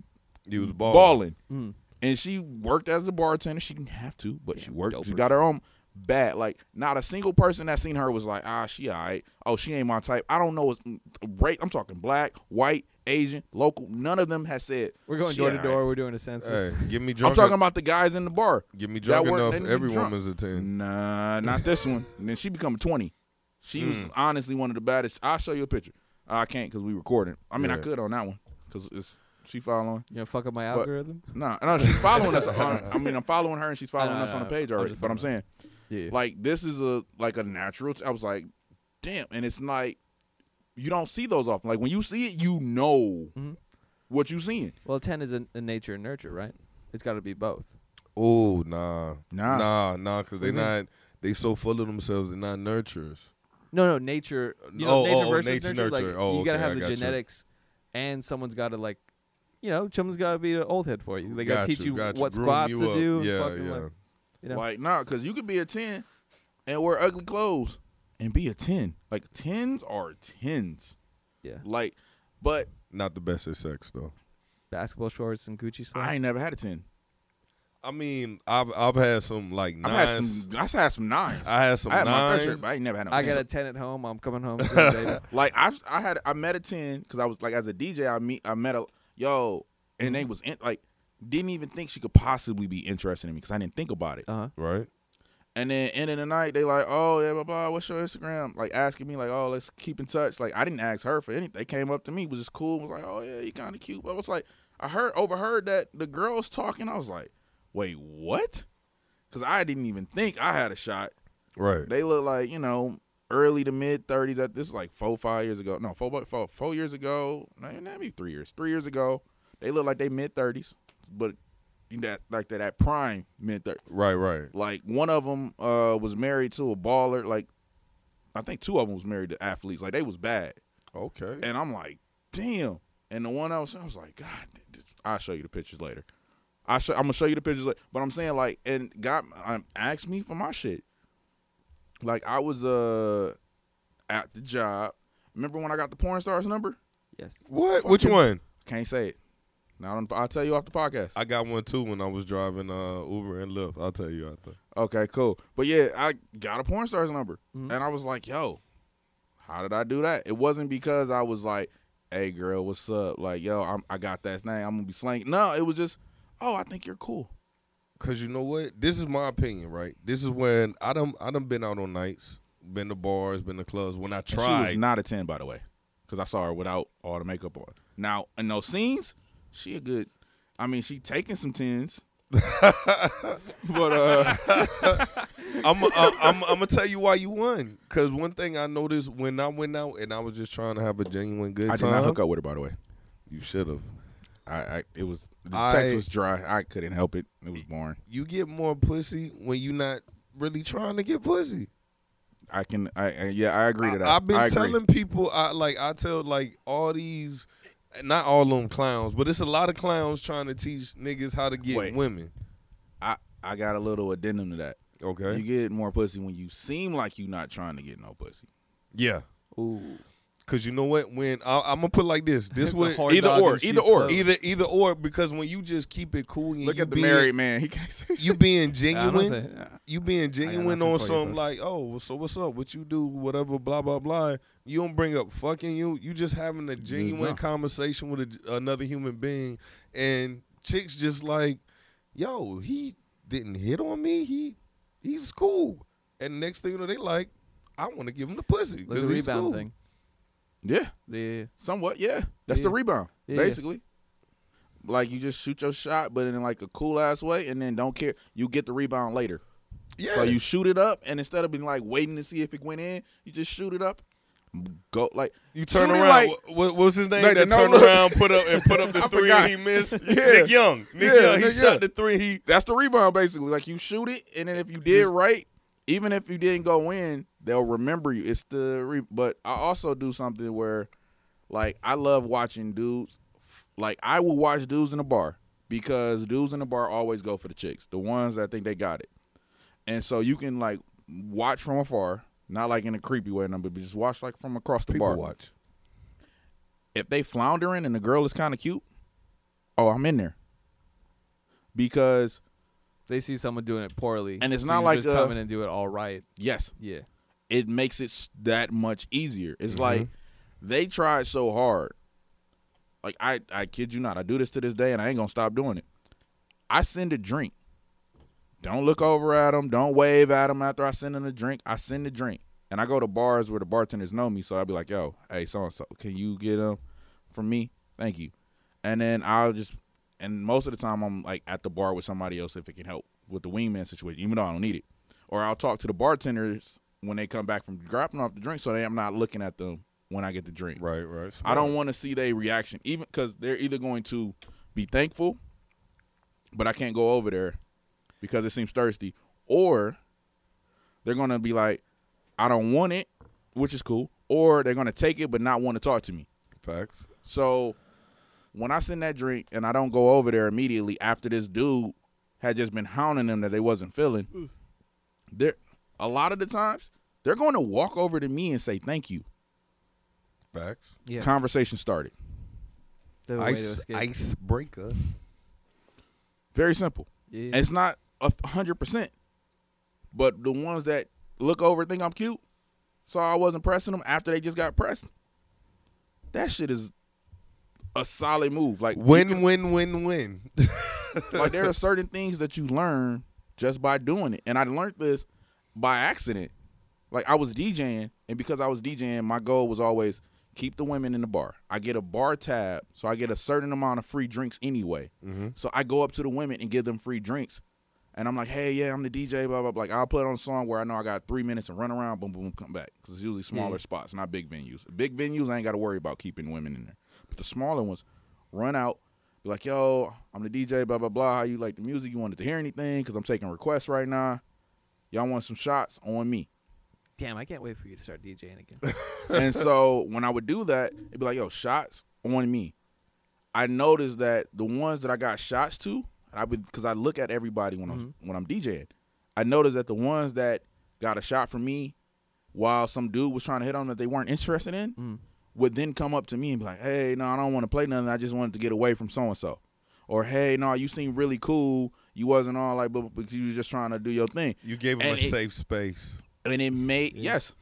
He was balling. balling, Mm. and she worked as a bartender. She didn't have to, but she worked. She doper. got her own bag. Like not a single person that seen her was like, ah, she alright. Oh, she ain't my type. I don't know. It's race. I'm talking black, white, Asian, local. None of them has said We're going "She door to alright." door. We're doing a Hey, census. give me I'm drunk. talking about the guys in the bar. Give me that drunk weren't- enough. they didn't Every drunk. woman's a ten. Nah, not this one. And then she become a twenty. She Mm. was honestly one of the baddest. I'll show you a picture. I can't because we recording. I mean, I Yeah. could on that one because it's she following. You gonna fuck up my What? algorithm? No, no, she's following us. On, I mean, I'm following her and she's following I know, us on I the know. page I'm already. just But I'm saying, Yeah. like, this is a like a natural. T- I was like, damn, and it's like you don't see those often. Like when you see it, you know Mhm. what you seeing. well, ten is a, a nature and nurture, right? It's got to be both. Oh nah, Nah. nah, nah, because they What do you not they so full of themselves. They're not nurturers. No, no, nature. You know, Oh, nature oh, oh, versus nature, nurture. Like, nurture. Oh, you gotta okay, I have the got you. genetics, and someone's gotta like, you know, someone's gotta be an old head for you. They gotta Got teach you, got what groom squats you to up. do. and Yeah, fucking, yeah. like, you know. Like, nah, because you could be a ten and wear ugly clothes and be a ten. Like tens are tens. Yeah. Like, but not the best at sex though. basketball shorts and Gucci stuff. I ain't never had a ten. I mean, I've I've had some like I've nines. had some. I've had some nines. I had some I had my fair share, nines. but I ain't never had no. I ten. got a ten at home. I'm coming home soon, baby. Like I, I had, I met a ten because I was like, as a DJ, I meet, I met a yo, and they was in, like, didn't even think she could possibly be interested in me because I didn't think about it. Uh huh. right? And then end of the night, they like, oh yeah, blah blah. What's your Instagram? Like asking me, like, oh, let's keep in touch. Like I didn't ask her for anything. They came up to me, was just cool. Was like, oh yeah, you kind of cute. But I was like, I heard overheard that the girls talking. I was like, wait, what? Because I didn't even think I had a shot. Right. They look like you know early to mid thirties. At this is like four five years ago. No, four bu- four, four years ago. No, maybe three years. Three years ago, they look like they mid thirties, but you that like that that prime mid thirties. Right, right. Like one of them uh, was married to a baller. Like I think two of them was married to athletes. Like they was bad. Okay. And I'm like, damn. And the one I was, I was like, God, this- I'll show you the pictures later. I show, I'm gonna show you the pictures, later. but I'm saying like, and God um, asked me for my shit. Like I was uh at the job. Remember when I got the porn stars number? Yes. What? Which Fucking- one? Can't say it. Now I'm- I'll tell you off the podcast. I got one too when I was driving uh, Uber and Lyft. I'll tell you after. Okay, cool. But yeah, I got a porn star's number. Mm-hmm. Mhm. And I was like, yo, how did I do that? It wasn't because I was like, hey, girl, what's up? Like, yo, I'm, I got that name. I'm going to be slanging. No, it was just, oh, I think you're cool. Cause you know what? This is my opinion, right? This is when I done I done been out on nights, been to bars, been to clubs. When I And tried, she was not a 10, by the way, because I saw her without all the makeup on. Now, in those scenes, she a good, I mean, she taking some 10s. but uh I'm uh, I'm I'm gonna tell you why you won. Cause one thing I noticed when I went out and I was just trying to have a genuine good I did time. not hook up with her, by the way. You should have. I, I it was the I- text was dry. I couldn't help it. It was boring. You get more pussy when you not really trying to get pussy. I can I, I yeah, I agree to that. I, have been I agree. telling people, I like I tell like all these, not all them clowns, but it's a lot of clowns trying to teach niggas how to get Wait. women. I I got a little addendum to that. Okay. You get more pussy when you seem like you not trying to get no pussy. yeah. Ooh. Cause you know what? When I, I'm gonna put like this, this It's a way, hard Either dog or, and either she's or, slow. either either or, because when you just keep it cool, and Look you at the being- married man. He can't say shit. you Nah, being I'm not genuine, saying- nah. you being genuine nothing on for you, some bro. like, oh, so what's up? What you do? Whatever, blah blah blah. You don't bring up fucking you. You just having a genuine not. conversation with a, another human being, and chicks just like, yo, he didn't hit on me. He he's cool. And next thing you know, they like, I want to give him the pussy Look at because the he's rebound cool. thing. Yeah, Yeah. somewhat. Yeah, that's the Yeah. rebound Yeah. basically. Like you just shoot your shot, but in like a cool ass way, and then don't care. You get the rebound later. Yeah, So you shoot it up, and instead of being like waiting to see if it went in, you just shoot it up. go like You turn Shooting around. like- what, what's his name? Like that the no turned look. around, put up and put up the I three forgot. and he missed. Yeah. Nick Young. Nick Yeah, Young. He Nick shot Young. the three. He that's the rebound basically. Like you shoot it, and then if you did right, even if you didn't go in, they'll remember you. It's the re- but I also do something where, like I love watching dudes. Like I will watch dudes in the bar because dudes in the bar always go for the chicks, the ones that think they got it, and so you can like watch from afar, not like in a creepy way, no, but just watch like from across the bar. watch. if they floundering and the girl is kind of cute, oh, I'm in there. Because They see someone doing it poorly, And it's so not you like, just uh, coming and do it all right. yes, Yeah, it makes it s- that much easier. It's like they tried so hard. Like I, I kid you not, I do this to this day, and I ain't gonna stop doing it. I send a drink. Don't look over at them. Don't wave at them after I send them a drink. I send a drink, and I go to bars where the bartenders know me, so I'll be like, "Yo, hey, so and so, can you get them from me? Thank you." And then I'll just, and most of the time I'm like at the bar with somebody else if it can help with the wingman situation, even though I don't need it. Or I'll talk to the bartenders when they come back from dropping off the drink, so they, I'm not looking at them when I get the drink. Right, right. I don't want to see their reaction, even because they're either going to be thankful, but I can't go over there because it seems thirsty, or they're gonna be like, "I don't want it," which is cool, or they're gonna take it but not want to talk to me. facts. So when I send that drink and I don't go over there immediately after this dude had just been hounding them that they wasn't feeling, there a lot of the times they're going to walk over to me and say thank you. Facts. yeah. Conversation started. The way to Ice escape. icebreaker. Very simple. Yeah. And it's not a hundred percent, but the ones that look over think I'm cute, so I wasn't pressing them after they just got pressed. That shit is a solid move. Like you Win, can- win, win, win. like there are certain things that you learn just by doing it, and I learned this by accident. Like I was DJing, and because I was DJing, my goal was always keep the women in the bar. I get a bar tab, so I get a certain amount of free drinks anyway. So I go up to the women and give them free drinks. And I'm like, hey, yeah, I'm the DJ, blah, blah, blah. Like, I'll put on a song where I know I got three minutes and run around, boom, boom, boom, come back. Because it's usually smaller Yeah. spots, not big venues. Big venues, I ain't got to worry about keeping women in there. But the smaller ones, run out, be like, yo, I'm the DJ, blah, blah, blah. How you like the music? You wanted to hear anything? Because I'm taking requests right now. Y'all want some shots on me. Damn, I can't wait for you to start DJing again. and so when I would do that, it'd be like, yo, shots on me. I noticed that the ones that I got shots to, I would because I look at everybody when I'm Mm-hmm. when I'm DJing. I noticed that the ones that got a shot from me while some dude was trying to hit on that they weren't interested in Mm. would then come up to me and be like, Hey, no, I don't want to play nothing. I just wanted to get away from so and so. Or hey, no, you seem really cool. You wasn't all like, but because you was just trying to do your thing, You gave him And a it- safe space. and it made Yeah. yes,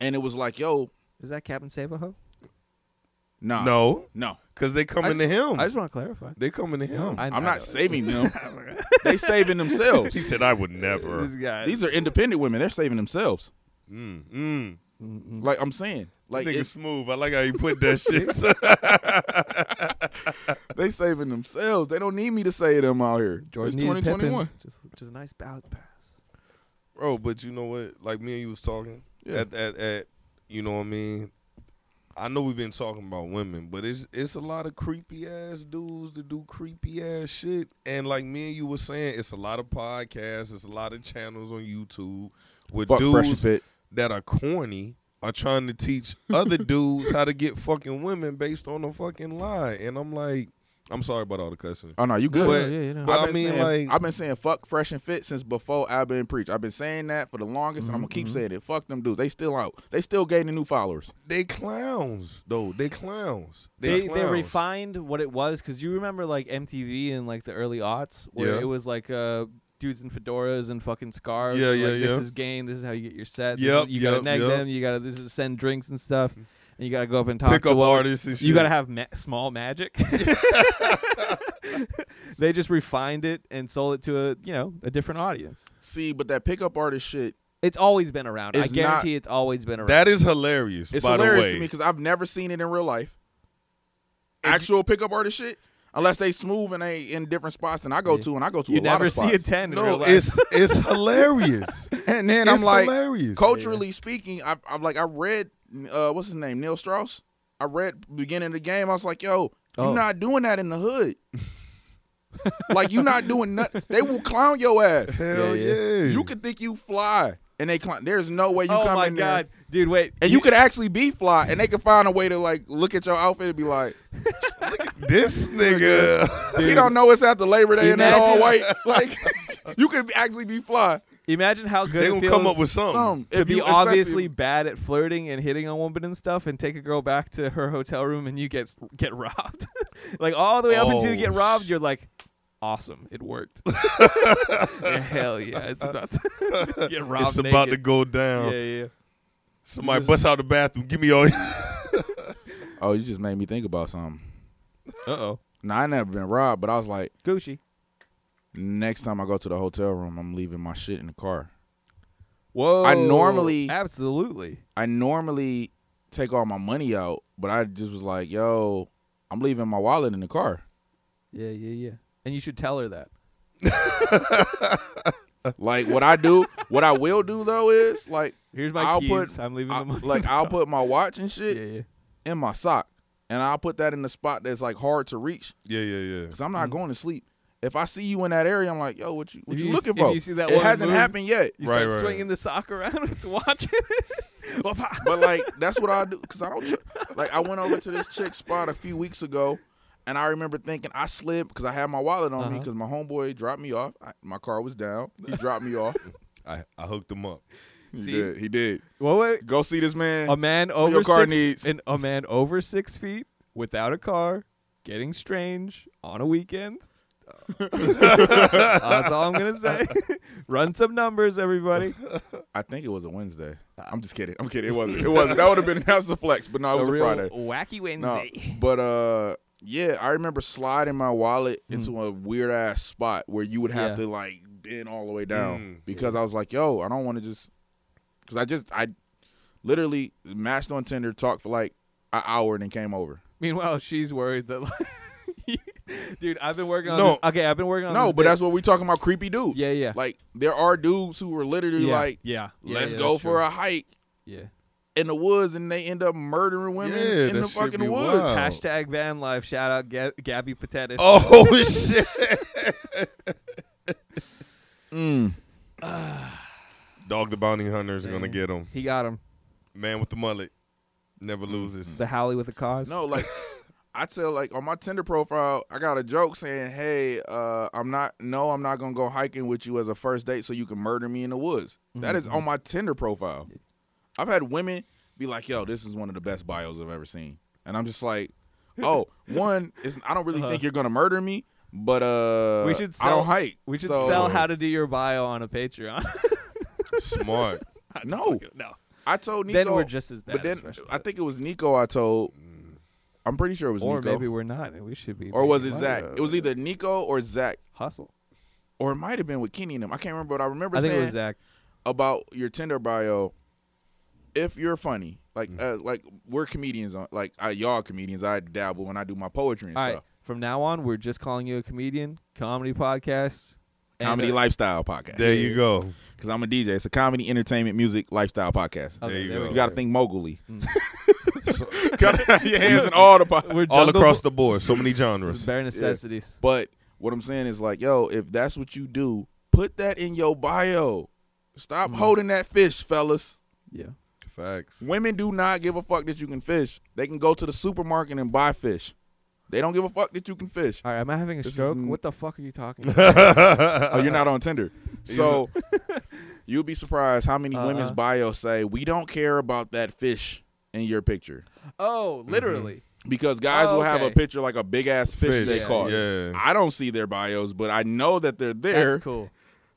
and it was like, yo, Is that Captain Sabaho? nah, No, no, because they I coming just- to him. I just want to clarify. they coming to him. I- I'm know. not saving them. they saving he themselves. said, "I would This never." guy. These are independent women. They're saving themselves. Mm, mm. Mm-mm. Like I'm saying, Like like nigga it's, smooth. I like how you put that shit. they saving themselves. They don't need me to save them out here. Jordan it's needed Pippen. 2021. Just, just a nice bounce pass. Bro, but you know what? Like me and you was talking Yeah. at, at at you know what I mean. I know we've been talking about women, but it's it's a lot of creepy ass dudes that do creepy ass shit. And like me and you were saying, it's a lot of podcasts, it's a lot of channels on YouTube with Fuck fresh and dudes fit. that are corny are trying to teach other dudes how to get fucking women based on a fucking lie. And I'm like, I'm sorry about all the cussing. Oh no, you good? But- yeah, yeah, you know. but I've I been mean, saying, like- I've been saying fuck fresh and fit since before I've been preached. I've been saying that for the longest, Mm-hmm, and I'm gonna keep saying it. Fuck them dudes. They still out. They still gaining new followers. They clowns though. They clowns. they they clowns. refined what it was because you remember like MTV in like the early aughts where Yeah. it was like uh dudes in fedoras and fucking scarves. Yeah, and, yeah, like, This yeah. is game. This is how you get your set. this Yep, is- you gotta yep, neg yep. them. You gotta this is send drinks and stuff. And you gotta go up and talk pick to up a woman. artists and shit. You gotta have ma- small magic. they just refined it and sold it to a you know a different audience. See, but that pickup artist shit, It's always been around. I It's not- guarantee it's always been around. That is hilarious. it's by hilarious the way. to me because I've never seen it in real life. Actual pickup artist shit, unless they smooth and they in different spots than I go Yeah. to, and I go to you a lot never of see a spots. ten. in real no, life. it's it's hilarious. And then it's I'm like, hilarious. culturally speaking, I, I'm like, I read uh, what's his name, Neil Strauss. I read beginning of the game. I was like, yo, Oh. you're not doing that in the hood. like you're not doing nothing. They will clown your ass. Hell Yeah, yeah. yeah. You could think you fly, and they clown. There's no way you oh come my in god, there. dude! Wait, And you could actually be fly, and they could find a way to like look at your outfit and be like, this nigga. "You don't know it's after Labor Day and they all white." Imagine- Like, you could actually be fly. imagine how good they it gonna feels come up with something. Some, to if be you- especially- obviously bad at flirting and hitting on women and stuff, and take a girl back to her hotel room and you get get robbed, like all the way up until you get Oh, robbed. You're like, awesome, it worked. Yeah, Hell yeah, it's about to get robbed. It's about to naked. go down. Yeah, yeah. Somebody bust out the bathroom. Give me all. Oh, you just made me think about something. Uh oh, Now I never been robbed, but I was like, Gucci. next time I go to the hotel room, I'm leaving my shit in the car. Whoa. normally- absolutely. I normally take all my money out, but I just was like, yo, I'm leaving my wallet in the car. Yeah, yeah, yeah. And you should tell her that. Like what I do, what I will do though is like Here's my I'll keys. put- I'm leaving I, the money. like I'll put my watch and yeah, shit yeah. in my sock, and I'll put that in the spot that's like hard to reach Yeah, yeah, yeah. because I'm not going to sleep. If I see you in that area, I'm like, yo, what you what Mm. If you, you s- looking if for? you see that it woman hasn't move- happened yet. You Right, start right, swinging right. the sock around with the watch. Wapa. But like that's what I do because I don't tr- like I went over to this chick spot a few weeks ago, and I remember thinking I slid because I had my wallet on me Uh-huh. because my homeboy dropped me off. I, my car was down. He dropped me off. I, I hooked them up. He See? did. He did. Whoa, wait. Go see this man. A man over your car six, needs. an- a man over six feet without a car, getting strange on a weekend. Uh, That's all I'm gonna say. Run some numbers, everybody. I think it was a Wednesday. Uh, I'm just kidding. I'm kidding. It wasn't. It wasn't. That would have been that was a flex, but no, it was a, real Friday. wacky No, Wednesday. but uh, yeah, I remember sliding my wallet into a weird ass spot where you would have Hmm. Yeah. to like bend all the way down Mm, because I was like, yo, I don't want to just because I just I literally matched on Tinder, talked for like an hour, and then came over. Meanwhile, she's worried that, like, dude, I've been working on. No. this- okay, I've been working on. No, this but bit- that's what we talking about. Creepy dudes. yeah, yeah, Like there are dudes who are literally yeah, like, yeah, yeah, let's yeah, go that's for true. a hike yeah. in the woods, and they end up murdering women Yeah, in that the shit fucking be woods. wild. Oh. Hashtag van life. Shout out Gab- Gabby Patatis. Oh shit! Mm. Dog the bounty hunter is gonna Damn. get him. He got him. Man with the mullet never loses. The Howley with a cause. No, like I tell like on my Tinder profile, I got a joke saying, "Hey, uh, I'm not no, I'm not gonna go hiking with you as a first date, so you can murder me in the woods." That is Mm-hmm. on my Tinder profile. I've had women be like, "Yo, this is one of the best bios I've ever seen," and I'm just like, "Oh, one is I don't really Uh-huh. think you're gonna murder me, but uh, We should I sell- don't hike. We should so- sell how to do your bio on a Patreon. Smart. I'm just No. fucking- no. I told Nico, Then we're just as bad. but as then Fresh I Prince. think it was Nico. I told, I'm pretty sure it was or Nico, maybe we're not, and we should be. or was it making Zach? money. It was either Nico or Zach. hustle. or it might have been with Kenny and him. I can't remember, but I remember I think saying it was Zach. about your Tinder bio. If you're funny, like Mm. uh, like we're comedians on, like I, y'all comedians, I dabble when I do my poetry and All right. stuff. From now on, we're just calling you a comedian, comedy podcast, and, Comedy uh, lifestyle podcast. There you go. Because I'm a DJ. It's a comedy, entertainment, music, lifestyle podcast. Okay, There you we go. you got to think mogully. So- Gotta have your hands in all the po- We're all jungle across the board, so many It's genres. bare necessities. But what I'm saying is like, yo, if that's what you do, put that in your bio. Mm. Stop holding that fish, fellas. Yeah. Facts. Women do not give a fuck that you can fish. They can go to the supermarket and buy fish. They don't give a fuck that you can fish. All right. Am I having a This stroke? isn't- What the fuck are you talking about? Oh, you're not on Tinder. So you'll be surprised how many women's Uh-uh. bios say, We don't care about that fish in your picture. oh, literally. Because guys Oh, will have a okay. picture like a big ass fish, they yeah, caught. Yeah. I don't see their bios, but I know that they're there That's cool. I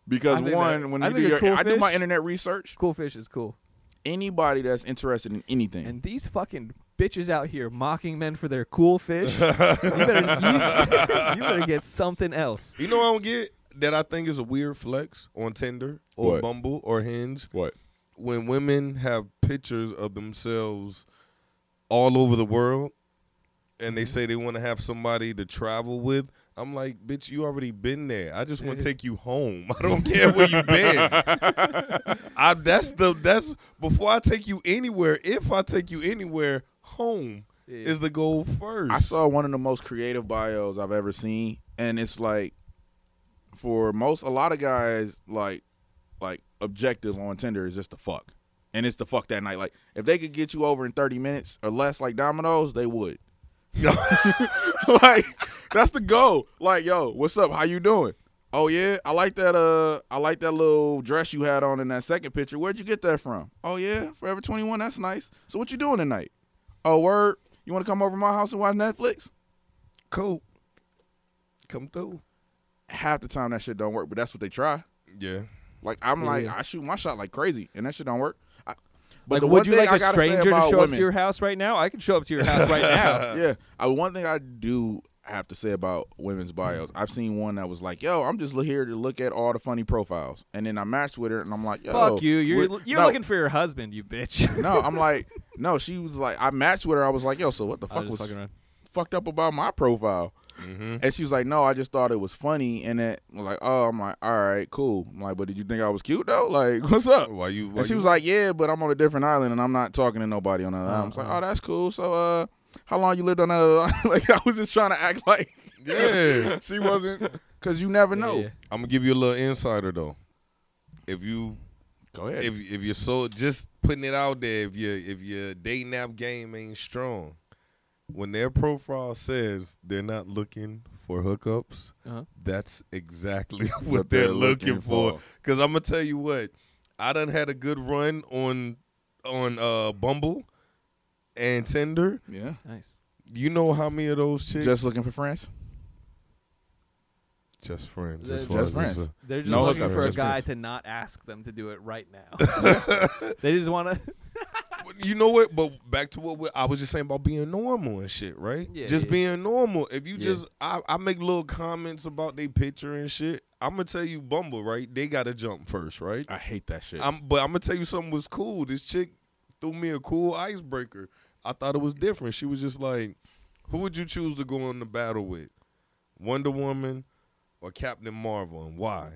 because think one, that- when I you do think a your, cool I do my fish- internet research. Cool fish is cool. Anybody that's interested in anything, and these fucking bitches out here mocking men for their cool fish. you, better, you, you better get something else. You know what I don't get that I think is a weird flex on Tinder or What? Bumble or Hinge what? when women have pictures of themselves all over the world and Mm-hmm. they say they want to have somebody to travel with. I'm like, bitch, you already been there. I just want Yeah. to take you home. I don't care where you been. I I that's the that's before I take you anywhere. If I take you anywhere, home Yeah. is the goal first. I saw one of the most creative bios I've ever seen, and it's like for most a lot of guys like like objective on Tinder is just to fuck, and it's to fuck that night. Like if they could get you over in thirty minutes or less, like Domino's, they would. like that's the goal. Like yo, what's up? How you doing? Oh yeah, I like that. Uh, I like that little dress you had on in that second picture. Where'd you get that from? Oh yeah, Forever Twenty One. That's nice. So what you doing tonight? Oh word, you want to come over to my house and watch Netflix? cool. Come through. half the time that shit don't work, but that's what they try. Yeah. Like I'm like Yeah. I shoot my shot like crazy, and that shit don't work. I, but Like, the would one you thing like I a gotta say stranger to about show up women, to your house right now? I can show up to your house right now. yeah, I, one thing I do have to say about women's bios, I've seen one that was like, "Yo, I'm just li- here to look at all the funny profiles," and then I matched with her, and I'm like, "Yo, Fuck you. You're we're- you're no, looking for your husband, you bitch. no." I'm like, no. She was like, I matched with her. I was like, "Yo, so what the I was fuck just was fucking around. fucked up about my profile?" Mm-hmm. And she was like, "No, I just thought it was funny." And that like, "Oh, I'm like, all right, cool." I'm like, "But did you think I was cute though? Like, what's up?" Why you? Why And she you- was like, "Yeah, but I'm on a different island and I'm not talking to nobody on that island." I was like, Uh-huh. Uh-uh. "Oh, that's cool. So, uh, how long you lived on that other island?" like, I was just trying to act like yeah. she wasn't, because you never know. Yeah. I'm gonna give you a little insider though. If you Go ahead. if if you're so just putting it out there, if your if your dating app game ain't strong, when their profile says they're not looking for hookups, Uh-huh. that's exactly what, they're, looking, for. Cause I'm gonna tell you what, I done had a good run on on uh Bumble and Tinder. Yeah, Nice. You know how many of those chicks just looking for friends. just friends, They're as far just as it's friends. a- They're just No looking hookup, for a just guy this. to not ask them to do it right now. they just want to. you know what? But back to what we, I was just saying about being normal and shit, right? Yeah, just yeah. being normal. If you Yeah. just, I, I make little comments about their picture and shit. I'm gonna tell you, Bumble, right? They got to jump first, right? I hate that shit. I'm, but I'm gonna tell you something was cool. This chick threw me a cool icebreaker. I thought it was different. She was just like, "Who would you choose to go in the battle with, Wonder Woman or Captain Marvel, and why?"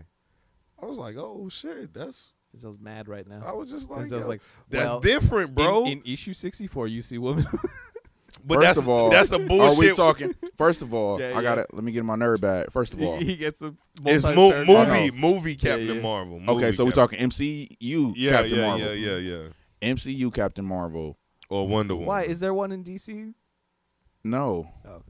I was like, "Oh shit, that's." Giselle's mad right now. I was just like, Giselle's "Yo, like, that's well, different, bro. In, in issue 64, you see women. But first that's of all, that's a bullshit. Are we talking? First of all, Yeah, I gotta let me get my nerd back. First of all, he, he gets a It's mo- multi-third movie, round. round. movie Captain yeah. Marvel. okay, movie so we're Cap- talking MCU Yeah, Captain yeah, Marvel, yeah, yeah, yeah. MCU Captain Marvel. Or Wonder Woman. Oh. Why is there one in DC? No, Oh, okay.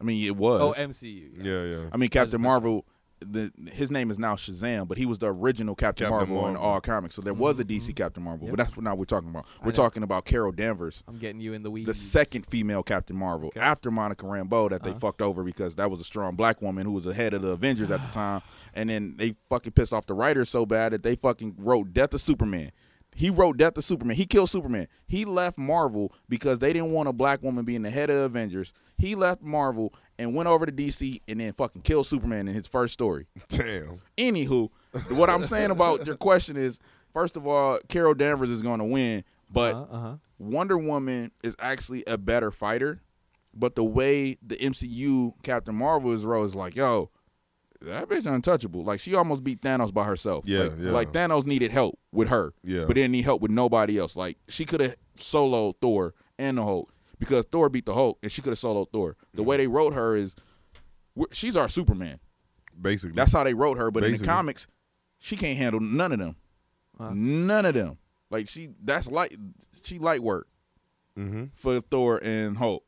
I mean it was. oh MCU. Yeah, yeah. I mean, Captain President. Marvel. The, his name is now Shazam, but he was the original Captain, Captain Marvel, in Marvel. all comics. So there was a DC Captain Marvel, Mm-hmm. Yep. but that's what not we're talking about. I We're know. talking about Carol Danvers, I'm getting you in the weeds. the second female Captain Marvel, Okay. after Monica Rambeau that they Uh-huh. fucked over because that was a strong black woman who was the head of the Avengers at the time, and then they fucking pissed off the writers so bad that they fucking wrote Death of Superman. He wrote Death of Superman. He killed Superman. He left Marvel because they didn't want a black woman being the head of Avengers. He left Marvel and went over to DC and then fucking killed Superman in his first story. Damn. Anywho, what I'm saying about your question is, first of all, Carol Danvers is going to win, but Uh huh. Wonder Woman is actually a better fighter. But the way the MCU Captain Marvel is wrote is like, yo, that bitch untouchable. Like she almost beat Thanos by herself. Yeah, like, yeah. like Thanos needed help with her, Yeah. but didn't need help with nobody else. Like she could have soloed Thor and the Hulk because Thor beat the Hulk, and she could have soloed Thor. The way they wrote her is, we're- she's our Superman. Basically. That's how they wrote her. But in Basically. the comics, she can't handle none of them. Wow. None of them. Like she, that's light. She light work mm-hmm. for Thor and Hulk.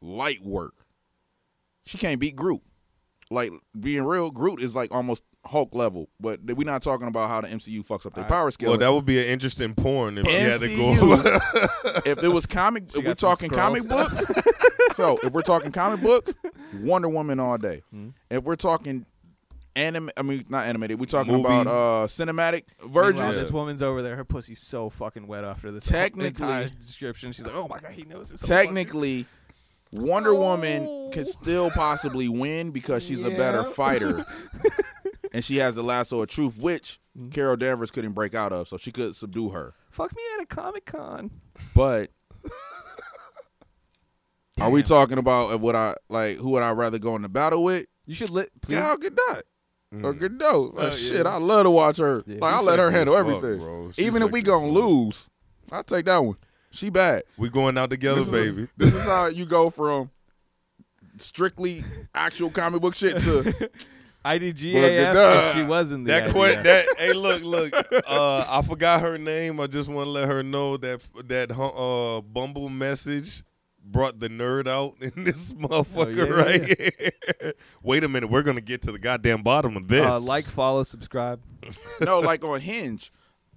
Light work. She can't beat Groot. Like being real, Groot is like almost Hulk level. But we're not talking about how the MCU fucks up their All right. power scale. Well, that would be an interesting porn if you had to go. MCU. if it was comic, if we're got some talking comic books. so if we're talking comic books, Wonder Woman all day. Mhm. If we're talking anime, I mean not animated. We're talking Movie. about uh cinematic Virgin. versions. This woman's over there. Her pussy's so fucking wet after this Technically- entire description. She's like, oh my god, he knows this. Technically, Wonder Woman can still possibly win because she's a better Yeah. fighter, and she has the lasso of truth, which Hmm. Carol Danvers couldn't break out of, so she could subdue her. Fuck me at a comic con. But are we Damn. talking about of what I like? Who would I rather go into battle with? You should lit. Please, Gal Gadot. Mm. or Godot. Like, Oh, yeah. shit, I love to watch her. Yeah, like I she's let her sexy handle as fuck, everything. bro. She's Even if we sexy as gonna fuck. lose, I take that one. She bad. We going out together, This is a- baby. this is how you go from strictly actual comic book shit to IDGAF. But, if she wasn't the that idea. quit that hey look look uh I forgot her name. I just want to let her know that that hu- uh Bumble message brought the nerd out in this motherfucker yeah, right here. Wait a minute, we're going to get to the goddamn bottom of this. Uh, like, follow, subscribe. no, like on Hinge.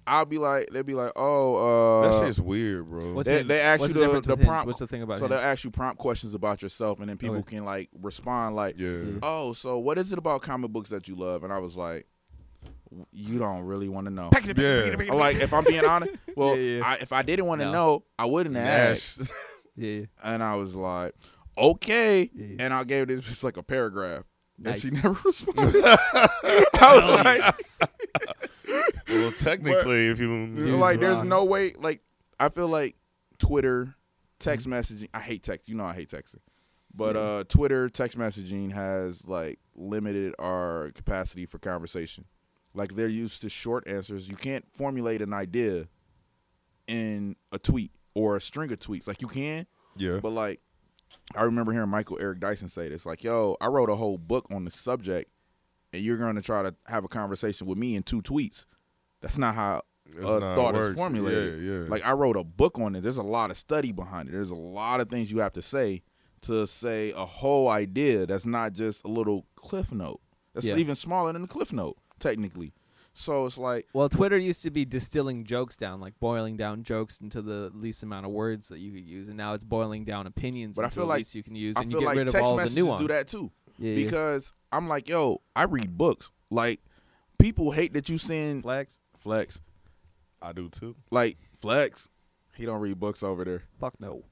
I'll be like, they'll be like, oh, uh, that shit's weird, bro. What's they, Hinge? they ask What's the you the, difference the, with Hinge? prompt. What's the thing about So Hinge? they'll ask you prompt questions about yourself, and then people Okay. can like respond like, yeah. "Oh, so what is it about comic books that you love?" And I was like, "You don't really want to know." Yeah. I'm like, if I'm being honest, well, Yeah, yeah. I, if I didn't want to No. know, I wouldn't have asked. Nash. Yeah. And I was like, "Okay," Yeah. and I gave this just like a paragraph. Nice. And she never responded. I was like, well, technically if you Dude, like there's rock. no way like i feel like twitter text messaging i hate text you know i hate texting but Mm-hmm. Yeah. uh twitter text messaging has like limited our capacity for conversation like they're used to short answers you can't formulate an idea in a tweet or a string of tweets like you can Yeah. but like i remember hearing michael eric dyson say this like yo i wrote a whole book on the subject and you're going to try to have a conversation with me in two tweets that's not how That's uh, not how it thought is works. formulated. Yeah, yeah. Like I wrote a book on it. There's a lot of study behind it. There's a lot of things you have to say to say a whole idea that's not just a little cliff note. That's Yeah. even smaller than a cliff note technically. So it's like Well, Twitter used to be distilling jokes down, like boiling down jokes into the least amount of words that you could use, and now it's boiling down opinions But I into feel the like- least you can use, I and you feel get like rid of text all the messages nuance. do that too. Yeah, yeah. Because I'm like, yo, I read books. Like people hate that you send Flex? flex. I do too. Like flex. He don't read books over there. Fuck no.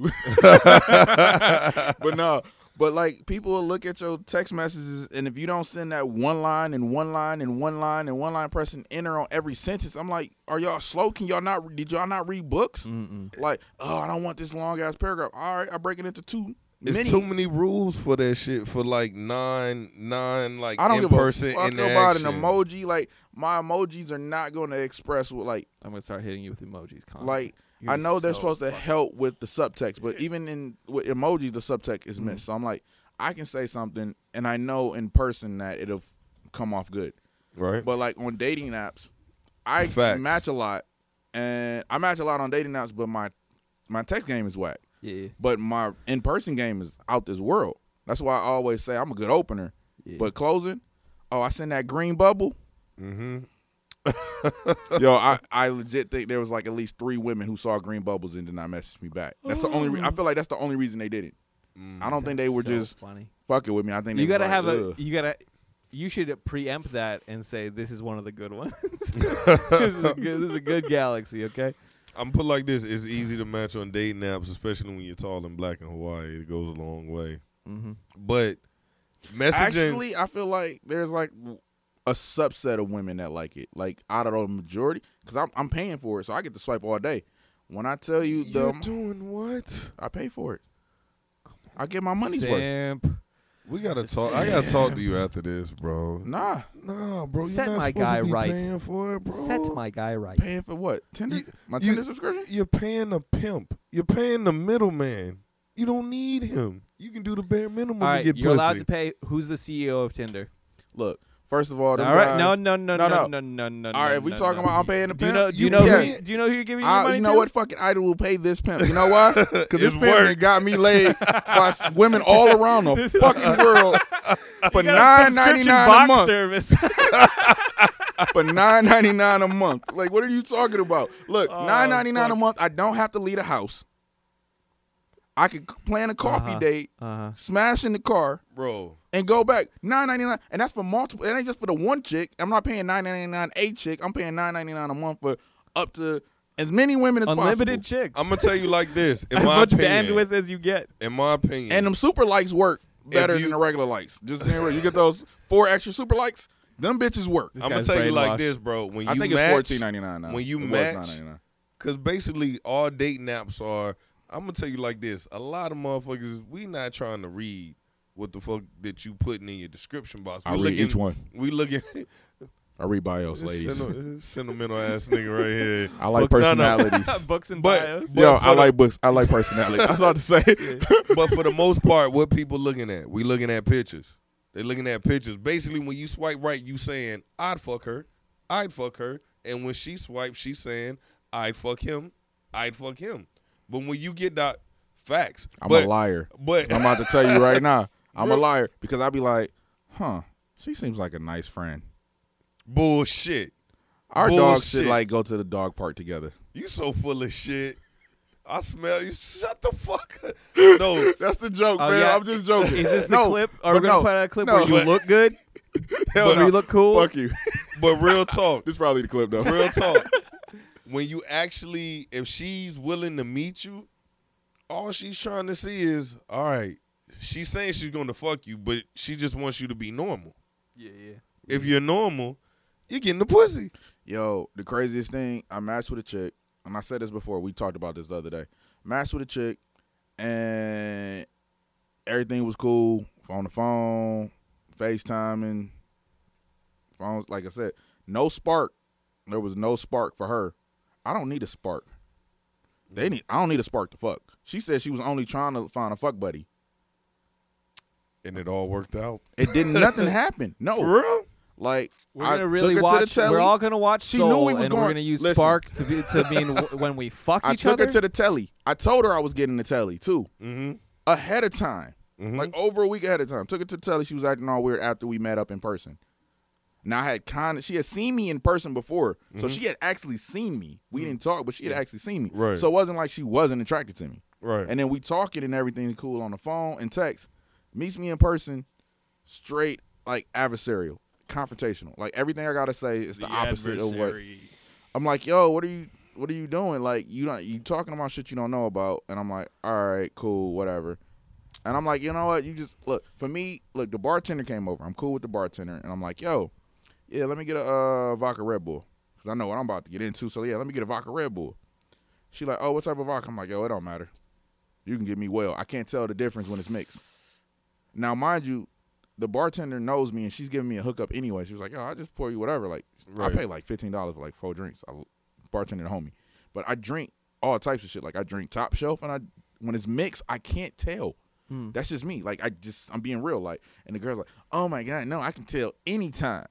but no, but like people will look at your text messages, and if you don't send that one line and one line and one line and one line, pressing enter on every sentence, I'm like, are y'all slow? Can y'all not? Did y'all not read books? Mm-mm. Like, oh, I don't want this long ass paragraph. All right, I break it into two. There's mini. too many rules for that shit for like non non like I don't in give a person fuck about an interaction. emoji. Like my emojis are not going to express what like I'm gonna start hitting you with emojis. Oh, Constantly. like. You're I know they're so supposed to help with the subtext, but even in with emojis, the subtext Mm-hmm. is missed. So I'm like, I can say something, and I know in person that it'll come off good. right? But like on dating apps, I Facts. match a lot, and I match a lot on dating apps. But my my text game is whack. Yeah. But my in person game is out this world. That's why I always say I'm a good opener. Yeah. But closing, oh, I send that green bubble. mm-hmm. Yo, I, I legit think there was like at least three women who saw green bubbles and did not message me back. That's the only. Re- I feel like that's the only reason they did it. I don't think they were so just funny. fucking with me. I think Mm, You they was gotta like, have "Ugh." a. You gotta. You should preempt that and say this is one of the good ones. this, is a good, this is a good galaxy, okay? I'm put like this: it's easy to match on dating apps, especially when you're tall and black in Hawaii. It goes a long way. Mm-hmm. But messaging, Actually, I feel like there's like a subset of women that like it. Like out of the majority, because I'm I'm paying for it, so I get to swipe all day. When I tell you the, you're doing what? I pay for it. I get my money's worth. Simp. We gotta talk. I gotta talk to you after this, bro. Nah, Nah, bro, Set you're not my supposed guy to be right. paying for it, bro. Set my guy right. paying for what? Tinder? You- my you- Tinder subscription? You're paying a pimp. You're paying the middleman. You don't need him. You can do the bare minimum All to right, get you're pussy. allowed to pay. Who's the CEO of Tinder? Look, first of all, them All right, guys- no, no, no, No, no, no. no, no, no, no. All right, no, we no, talking no. about I'm paying the Do you pimp. know? Do you You know? can't. Who, do you know who you're giving your I, money you know to? what? Fucking idol will pay this pimp. You know why? Because this It's pimp done work. got me laid by s- women all around the fucking world for You got nine a ninety subscription nine a box month. service. for nine ninety nine a month. Like, what are you talking about? Look, Oh, nine ninety nine a fuck. month. I don't have to leave the house. I could c- plan a coffee Uh-huh. date, uh-huh. smash in the car, bro. and go back. Nine ninety nine, and that's for multiple. It ain't just for the one chick. I'm not paying nine ninety nine a chick. I'm paying nine ninety nine a month for up to as many women as Unlimited possible. chicks. I'm gonna tell you like this. In as my much opinion, bandwidth as you get. in my opinion, And them super likes work better If you- than the regular likes. Just anyway, you get those four extra super likes. Them bitches work. This I'm gonna guy's tell you brainwashed. like this, bro. When you I think match, it's fourteen ninety nine now. when you It was match- $9.99. Cause basically all dating apps are. I'm gonna tell you like this. A lot of motherfuckers, we not trying to read what the fuck that you putting in your description box. I read each one. We looking I read bios, This ladies. sentimental- sentimental ass nigga right here. I like Book- no, no. personalities. Books and But- bios. Yo, But for I the- like books. I like personality. I was about to say. but for the most part, what people looking at? We looking at pictures. They looking at pictures. Basically, when you swipe right, you saying I'd fuck her, I'd fuck her, and when she swipes, she saying I'd fuck him, I'd fuck him. But when you get that facts, I'm but, a liar. But I'm about to tell you right now. I'm a Bro. liar because I'll be like, huh, she seems like a nice friend. bullshit. Our dogs should Bullshit. like go to the dog park together. You so full of shit. I smell you. Shut the fuck up. No, That's the joke, Oh, man. yeah. I'm just joking. Is this no, the clip? Are we but gonna no, put out a clip no, where you but- look good, Hell where no. you look cool? Fuck you. but real talk. this is probably the clip though. Real talk. when you actually, if she's willing to meet you, all she's trying to see is, all right, she's saying she's going to fuck you, but she just wants you to be normal. Yeah, yeah. If you're normal, you're getting the pussy. Yo, the craziest thing, I matched with a chick, and I said this before. We talked about this the other day. Matched with a chick, and everything was cool. On the phone, FaceTiming, phones. Like I said, no spark. There was no spark for her. I don't need a spark. They need. I don't need a spark to fuck. She said she was only trying to find a fuck buddy. And it all worked out. Oh. It didn't. nothing happened. No, For real? like We're I gonna took really her to watch. the telly. we're all gonna watch She knew Soul, we was and going- we're gonna use Listen. Spark to be, to mean w- when we fuck I each took other. her to the telly. I told her I was getting the telly too. Mm-hmm. ahead of time, Mhm. like over a week ahead of time. Took it to Telly. She was acting all weird after we met up in person. Now I had kind of she had seen me in person before, so she had actually seen me. We didn't talk, but she had actually seen me. Right. So it wasn't like she wasn't attracted to me. Right. And then we talking and everything cool on the phone and text. Meets me in person, straight like adversarial, confrontational. Like everything I gotta say is the, opposite of what I'm like, yo, what are you what are you doing? Like you don't you talking about shit you don't know about and I'm like, All right, cool, whatever. And I'm like, you know what, you just look, for me, look, the bartender came over. I'm cool with the bartender and I'm like, yo, yeah, let me get a uh, vodka Red Bull. Cause I know what I'm about to get into. So yeah, let me get a vodka Red Bull. She like, oh, what type of vodka? I'm like, yo, it don't matter. You can give me well. I can't tell the difference when it's mixed. Now, mind you, the bartender knows me and she's giving me a hookup anyway. She was like, yo, I just pour you whatever. Like, Right. I pay like fifteen dollars for like four drinks. I bartender the homie, but I drink all types of shit. Like I drink top shelf, and I when it's mixed, I can't tell. That's just me. Like I just I'm being real. Like, and the girl's like, oh my god, no, I can tell anytime.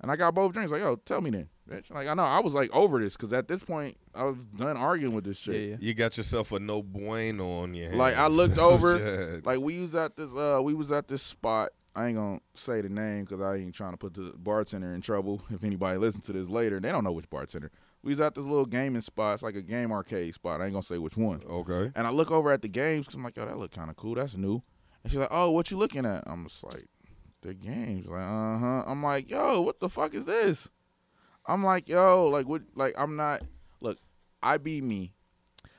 And I got both drinks. Like, yo, tell me then, bitch. Like I know I was like over this because at this point I was done arguing with this Yeah, shit. yeah. You got yourself a no bueno on your hands. Like I looked That's what you over, had. like we was at this, uh, we was at this spot. I ain't gonna say the name because I ain't trying to put the bartender in trouble. If anybody listens to this later, they don't know which bartender. We was at this little gaming spot. It's like a game arcade spot. I ain't gonna say which one. Okay. And I look over at the games because I'm like, yo, that look kind of cool. That's new. And she's like, oh, what you looking at? I'm just like, the games. Like, uh huh. I'm like, yo, what the fuck is this? I'm like, yo, like what? Like I'm not. Look, I be me.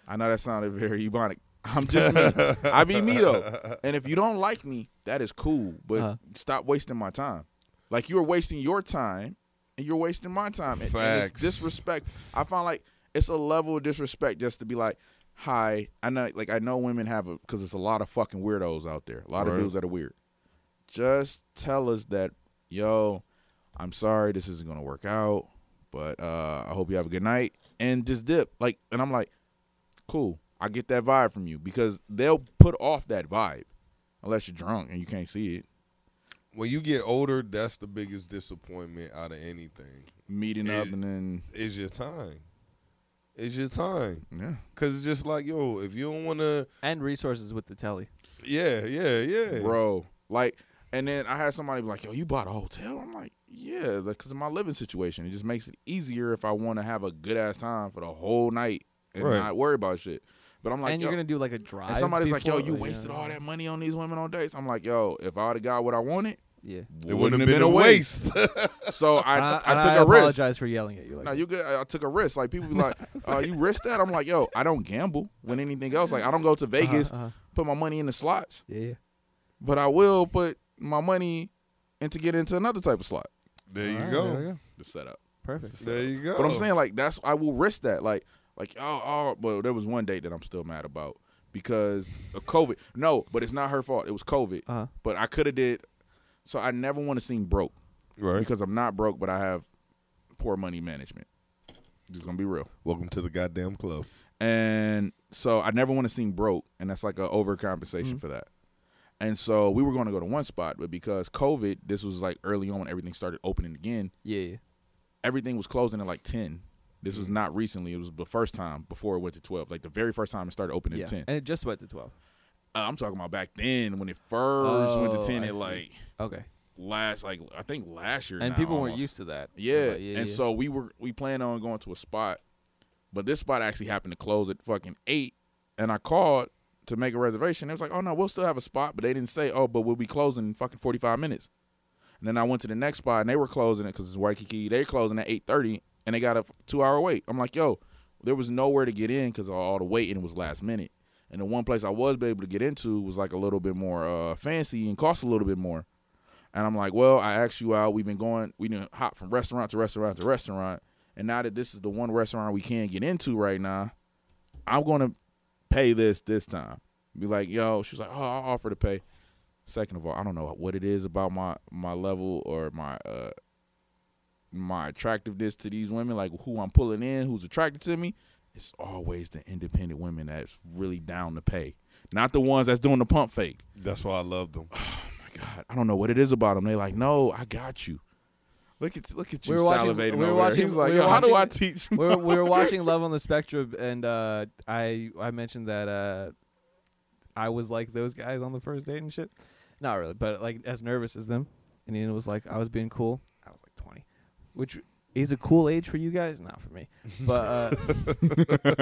I know that sounded very ebonic. I'm just me. I be me though. And if you don't like me, that is cool. But Uh-huh. stop wasting my time. Like you're wasting your time, and you're wasting my time. And, and it's Facts. disrespect. I find like it's a level of disrespect just to be like, hi. I know, like I know women have a because it's a lot of fucking weirdos out there. A lot of Right. dudes that are weird. Just tell us that, yo, I'm sorry, this isn't gonna work out, but uh, I hope you have a good night, and just dip. Like, and I'm like, cool. I get that vibe from you because they'll put off that vibe unless you're drunk and you can't see it. When you get older, that's the biggest disappointment out of anything. Meeting up It- and then Is your time. Is your time. yeah, Cause it's just like, yo, if you don't wanna And resources with the telly. Yeah, yeah, yeah. bro. Like, and then I had somebody be like, yo, you bought a hotel? I'm like, yeah, because of my living situation. It just makes it easier if I want to have a good ass time for the whole night and Right. not worry about shit. But I'm like, and yo, you're gonna do like a drive. And somebody's like, "Yo, before- you yeah. wasted all that money on these women on dates." I'm like, "Yo, if I would have got what I wanted, Yeah. It wouldn't have been a waste. So I, And I, and took I a risk. apologize for yelling at you. Like Now that. you good? I I took a risk. Like people be like, uh, "You risk that?" I'm like, "Yo, I don't gamble when anything else. Like I don't go to Uh-huh, Vegas, uh-huh. put my money in the slots, Yeah, yeah. but I will put my money into get into another type of slot. there you All right, go. There we go. The setup. Perfect. There you go. oh, But I'm saying like that's I will risk that. Like like oh oh. Well, there was one date that I'm still mad about because of COVID. No, but it's not her fault. It was COVID. Uh-huh. But I could have did. So I never want to seem broke Right. because I'm not broke, but I have poor money management. Just gonna be real. Welcome to the goddamn club. And so I never want to seem broke, and that's like a overcompensation Mm-hmm. for that. And so we were going to go to one spot, but because COVID, this was like early on when everything started opening again. Yeah, yeah. Everything was closing at like ten. This Mm-hmm. was not recently; it was the first time before it went to twelve. Like the very first time it started opening yeah. at ten. And it just went to 12. Uh, I'm talking about back then when it first went to Oh, ten. I It see. like Okay. last, like I think last year, And now people weren't almost. used to that. Yeah. Like, and yeah. so we were we planned on going to a spot, but this spot actually happened to close at fucking eight. And I called to make a reservation. It was like, oh no, we'll still have a spot, but they didn't say, oh, but we'll be closing in fucking forty five minutes. And then I went to the next spot and they were closing it because it's Waikiki. They're closing at eight thirty, and they got a two hour wait. I'm like, yo, there was nowhere to get in because all the waiting was last minute. And the one place I was able to get into was like a little bit more uh, fancy and cost a little bit more. And I'm like, well, I asked you out. We've been going, we didn't hop from restaurant to restaurant to restaurant. And now that this is the one restaurant we can't get into right now, I'm going to pay this this time. Be like, yo, she's like, oh, I'll offer to pay. Second of all, I don't know what it is about my my level or my uh my attractiveness to these women, like who I'm pulling in, who's attracted to me. It's always the independent women that's really down to pay, not the ones that's doing the pump fake That's why I love them. my god, I don't know what it is about him. They like, no, I got you. Look at look at you We were watching- salivating we were over watching- there. He's like, we were yo, how do I watching- teach? we were, we were watching Love on the Spectrum, and uh, I I mentioned that uh, I was like those guys on the first date and shit. Not really, but like as nervous as them. And Ian was like, I was being cool. I was like 20, which is a cool age for you guys, not for me. But uh,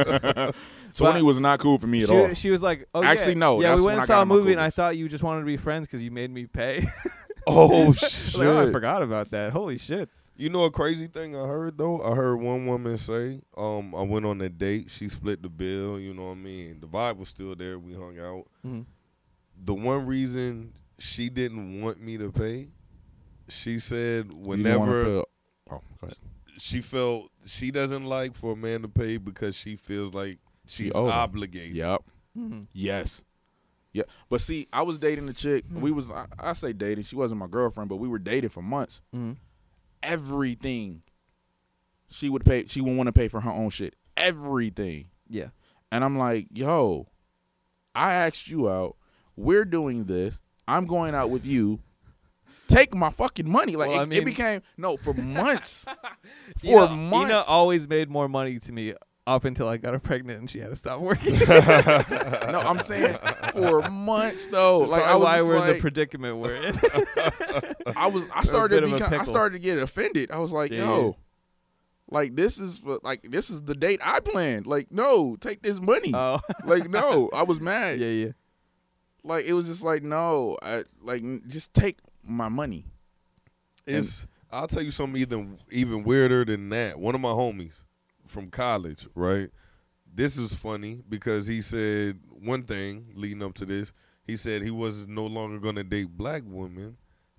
Twenty was not cool for me at all. she, she was like, oh, Actually, yeah. no, Yeah, that's we went when and I saw got a in my movie, and I coolest. thought you just wanted to be friends because you made me pay. Oh I was shit! like, oh, I forgot about that. Holy shit. You know a crazy thing I heard though? I heard one woman say, um, I went on a date, she split the bill, you know what I mean? The vibe was still there, we hung out. Mhm. The one reason she didn't want me to pay, she said You don't wanna whenever feel- Oh, go ahead. she felt she doesn't like for a man to pay because she feels like she's owed him. obligated. Yep. Mhm. Yes. Yeah. But see, I was dating a chick. We Mm-hmm. was I, I say dating. She wasn't my girlfriend, but we were dating for months. Mhm. Everything. She would pay. She would want to pay for her own shit. Everything. Yeah. And I'm like, yo, I asked you out. We're doing this. I'm going out with you. Take my fucking money. Like Well, it, I it mean- became no for months. for Ina- Ina months. always made more money to me up until I got her pregnant and she had to stop working. no, I'm saying for months though. Like I Probably was why just we're in the like- predicament we're in. I was I started bit of a become, I pickle. started to get offended. I was like, Yeah, yo, like this is for, like this is the date I planned. Like no, take this money. oh, like no, I was mad. yeah, yeah. Like it was just like no, I, like n- just take my money. It's I'll tell you something even even weirder than that. One of my homies from college, right? This is funny because he said one thing leading up to this. He said he was no longer gonna date black women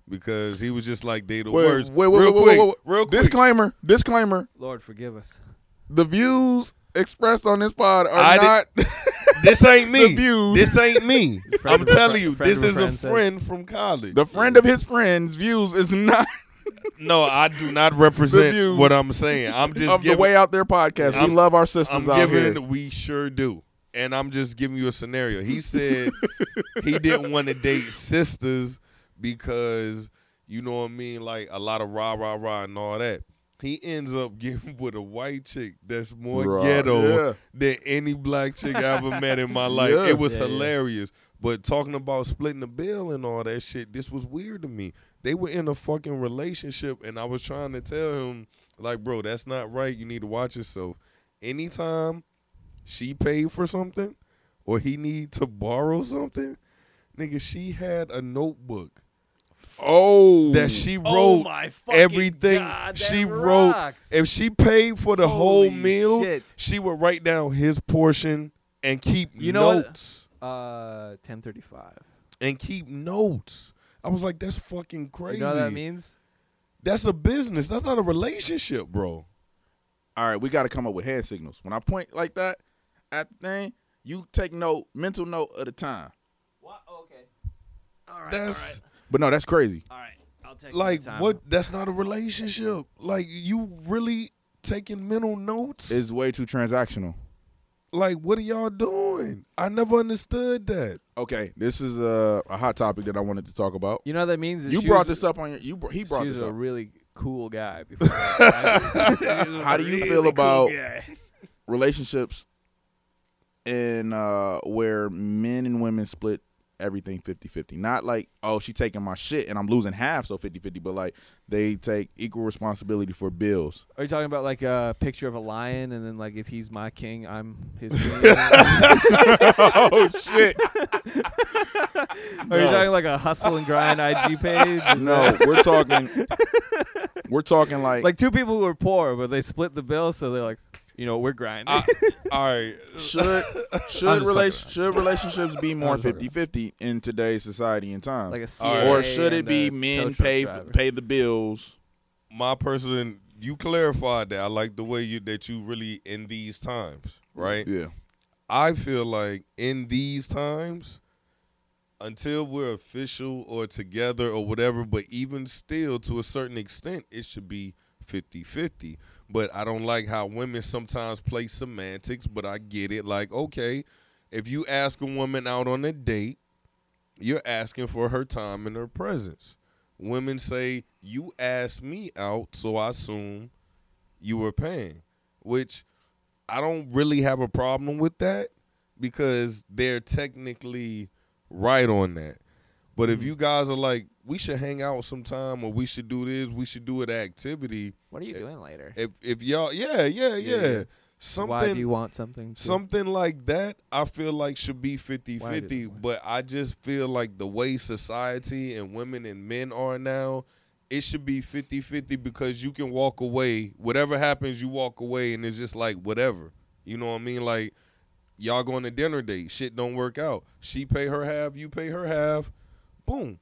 because he was just like they the worst. real quick, real quick. Disclaimer, disclaimer. Lord forgive us. The views expressed on this pod are I did- not. this ain't me. views. This ain't me. His friend I'm of a telling friend- you, friend this of a is a friend said- friend from college. the friend of his friend's views is not no, I do not The represent views. what I'm saying. I'm just of giving the way out there podcast. I'm- we love our sisters I'm out giving. here. We sure do. And I'm just giving you a scenario. He said he didn't want to date sisters because you know what I mean, like a lot of rah rah rah and all that. He ends up getting with a white chick that's more Right, ghetto yeah. than any black chick I ever met in my life. Yeah. It was Yeah, yeah. hilarious. But talking about splitting the bill and all that shit, this was weird to me. They were in a fucking relationship, and I was trying to tell him, like, bro, that's not right. You need to watch yourself. Anytime she paid for something or he need to borrow something, nigga, she had a notebook Oh, that she wrote my fucking everything God, that she rocks. wrote. If she paid for the whole Holy meal, shit. she would write down his portion and keep You know what? notes Uh, 10:35. and keep notes. I was like, that's fucking crazy. You know what that means? That's a business. That's not a relationship, bro. all right, we got to come up with hand signals. When I point like that at the thing, You take note, mental note of the time. What? Okay. All right. That's But no, that's crazy. all right. All right. I'll take like the time. what? That's not a relationship. Like you really taking mental notes? It's way too transactional. like what are y'all doing? I never understood that. Okay, this is a, a hot topic that I wanted to talk about. You know what that means? Is You she brought was- this up on your. You br- he brought she was this a up. really cool guy. Before that. How do you feel about relationships in uh, where men and women split everything 50-50? Not like oh she taking my shit and I'm losing half, so 50-50, But like they take equal responsibility for bills. Are you talking about like a picture of a lion, and then like if he's my king, I'm his queen? oh shit! Are you No. talking like a hustle and grind IG page? Is No, that- we're talking. We're talking like, like two people who are poor, but they split the bill, so they're like, you know, we're grinding. Uh, All right, should I'm should just fucking relation around. should relationships be more I'm just fucking 50-50 in today's society and time? like a All CIA right. or should it and be a tow men truck pay driver. pay the bills? my person, you clarified that. I like the way you that you really in these times, right? Yeah, I feel like in these times, until we're official or together or whatever, but even still, to a certain extent, it should be 50 50. But I don't like how women sometimes play semantics, but I get it. Like, okay, if you ask a woman out on a date, you're asking for her time and her presence. Women say, You asked me out, so I assume you were paying, which I don't really have a problem with that because they're technically right on that. But Mm-hmm. if you guys are like, we should hang out sometime or we should do this, we should do an activity. What are you doing later? If if y'all yeah, yeah, yeah. yeah. Something Why do you want something? too? something like that i feel like should be 50 Why did- 50 but i just feel like the way society and women and men are now it should be 50 50 because you can walk away whatever happens you walk away and it's just like whatever you know what i mean like y'all go on a dinner date shit don't work out she pay her half you pay her half boom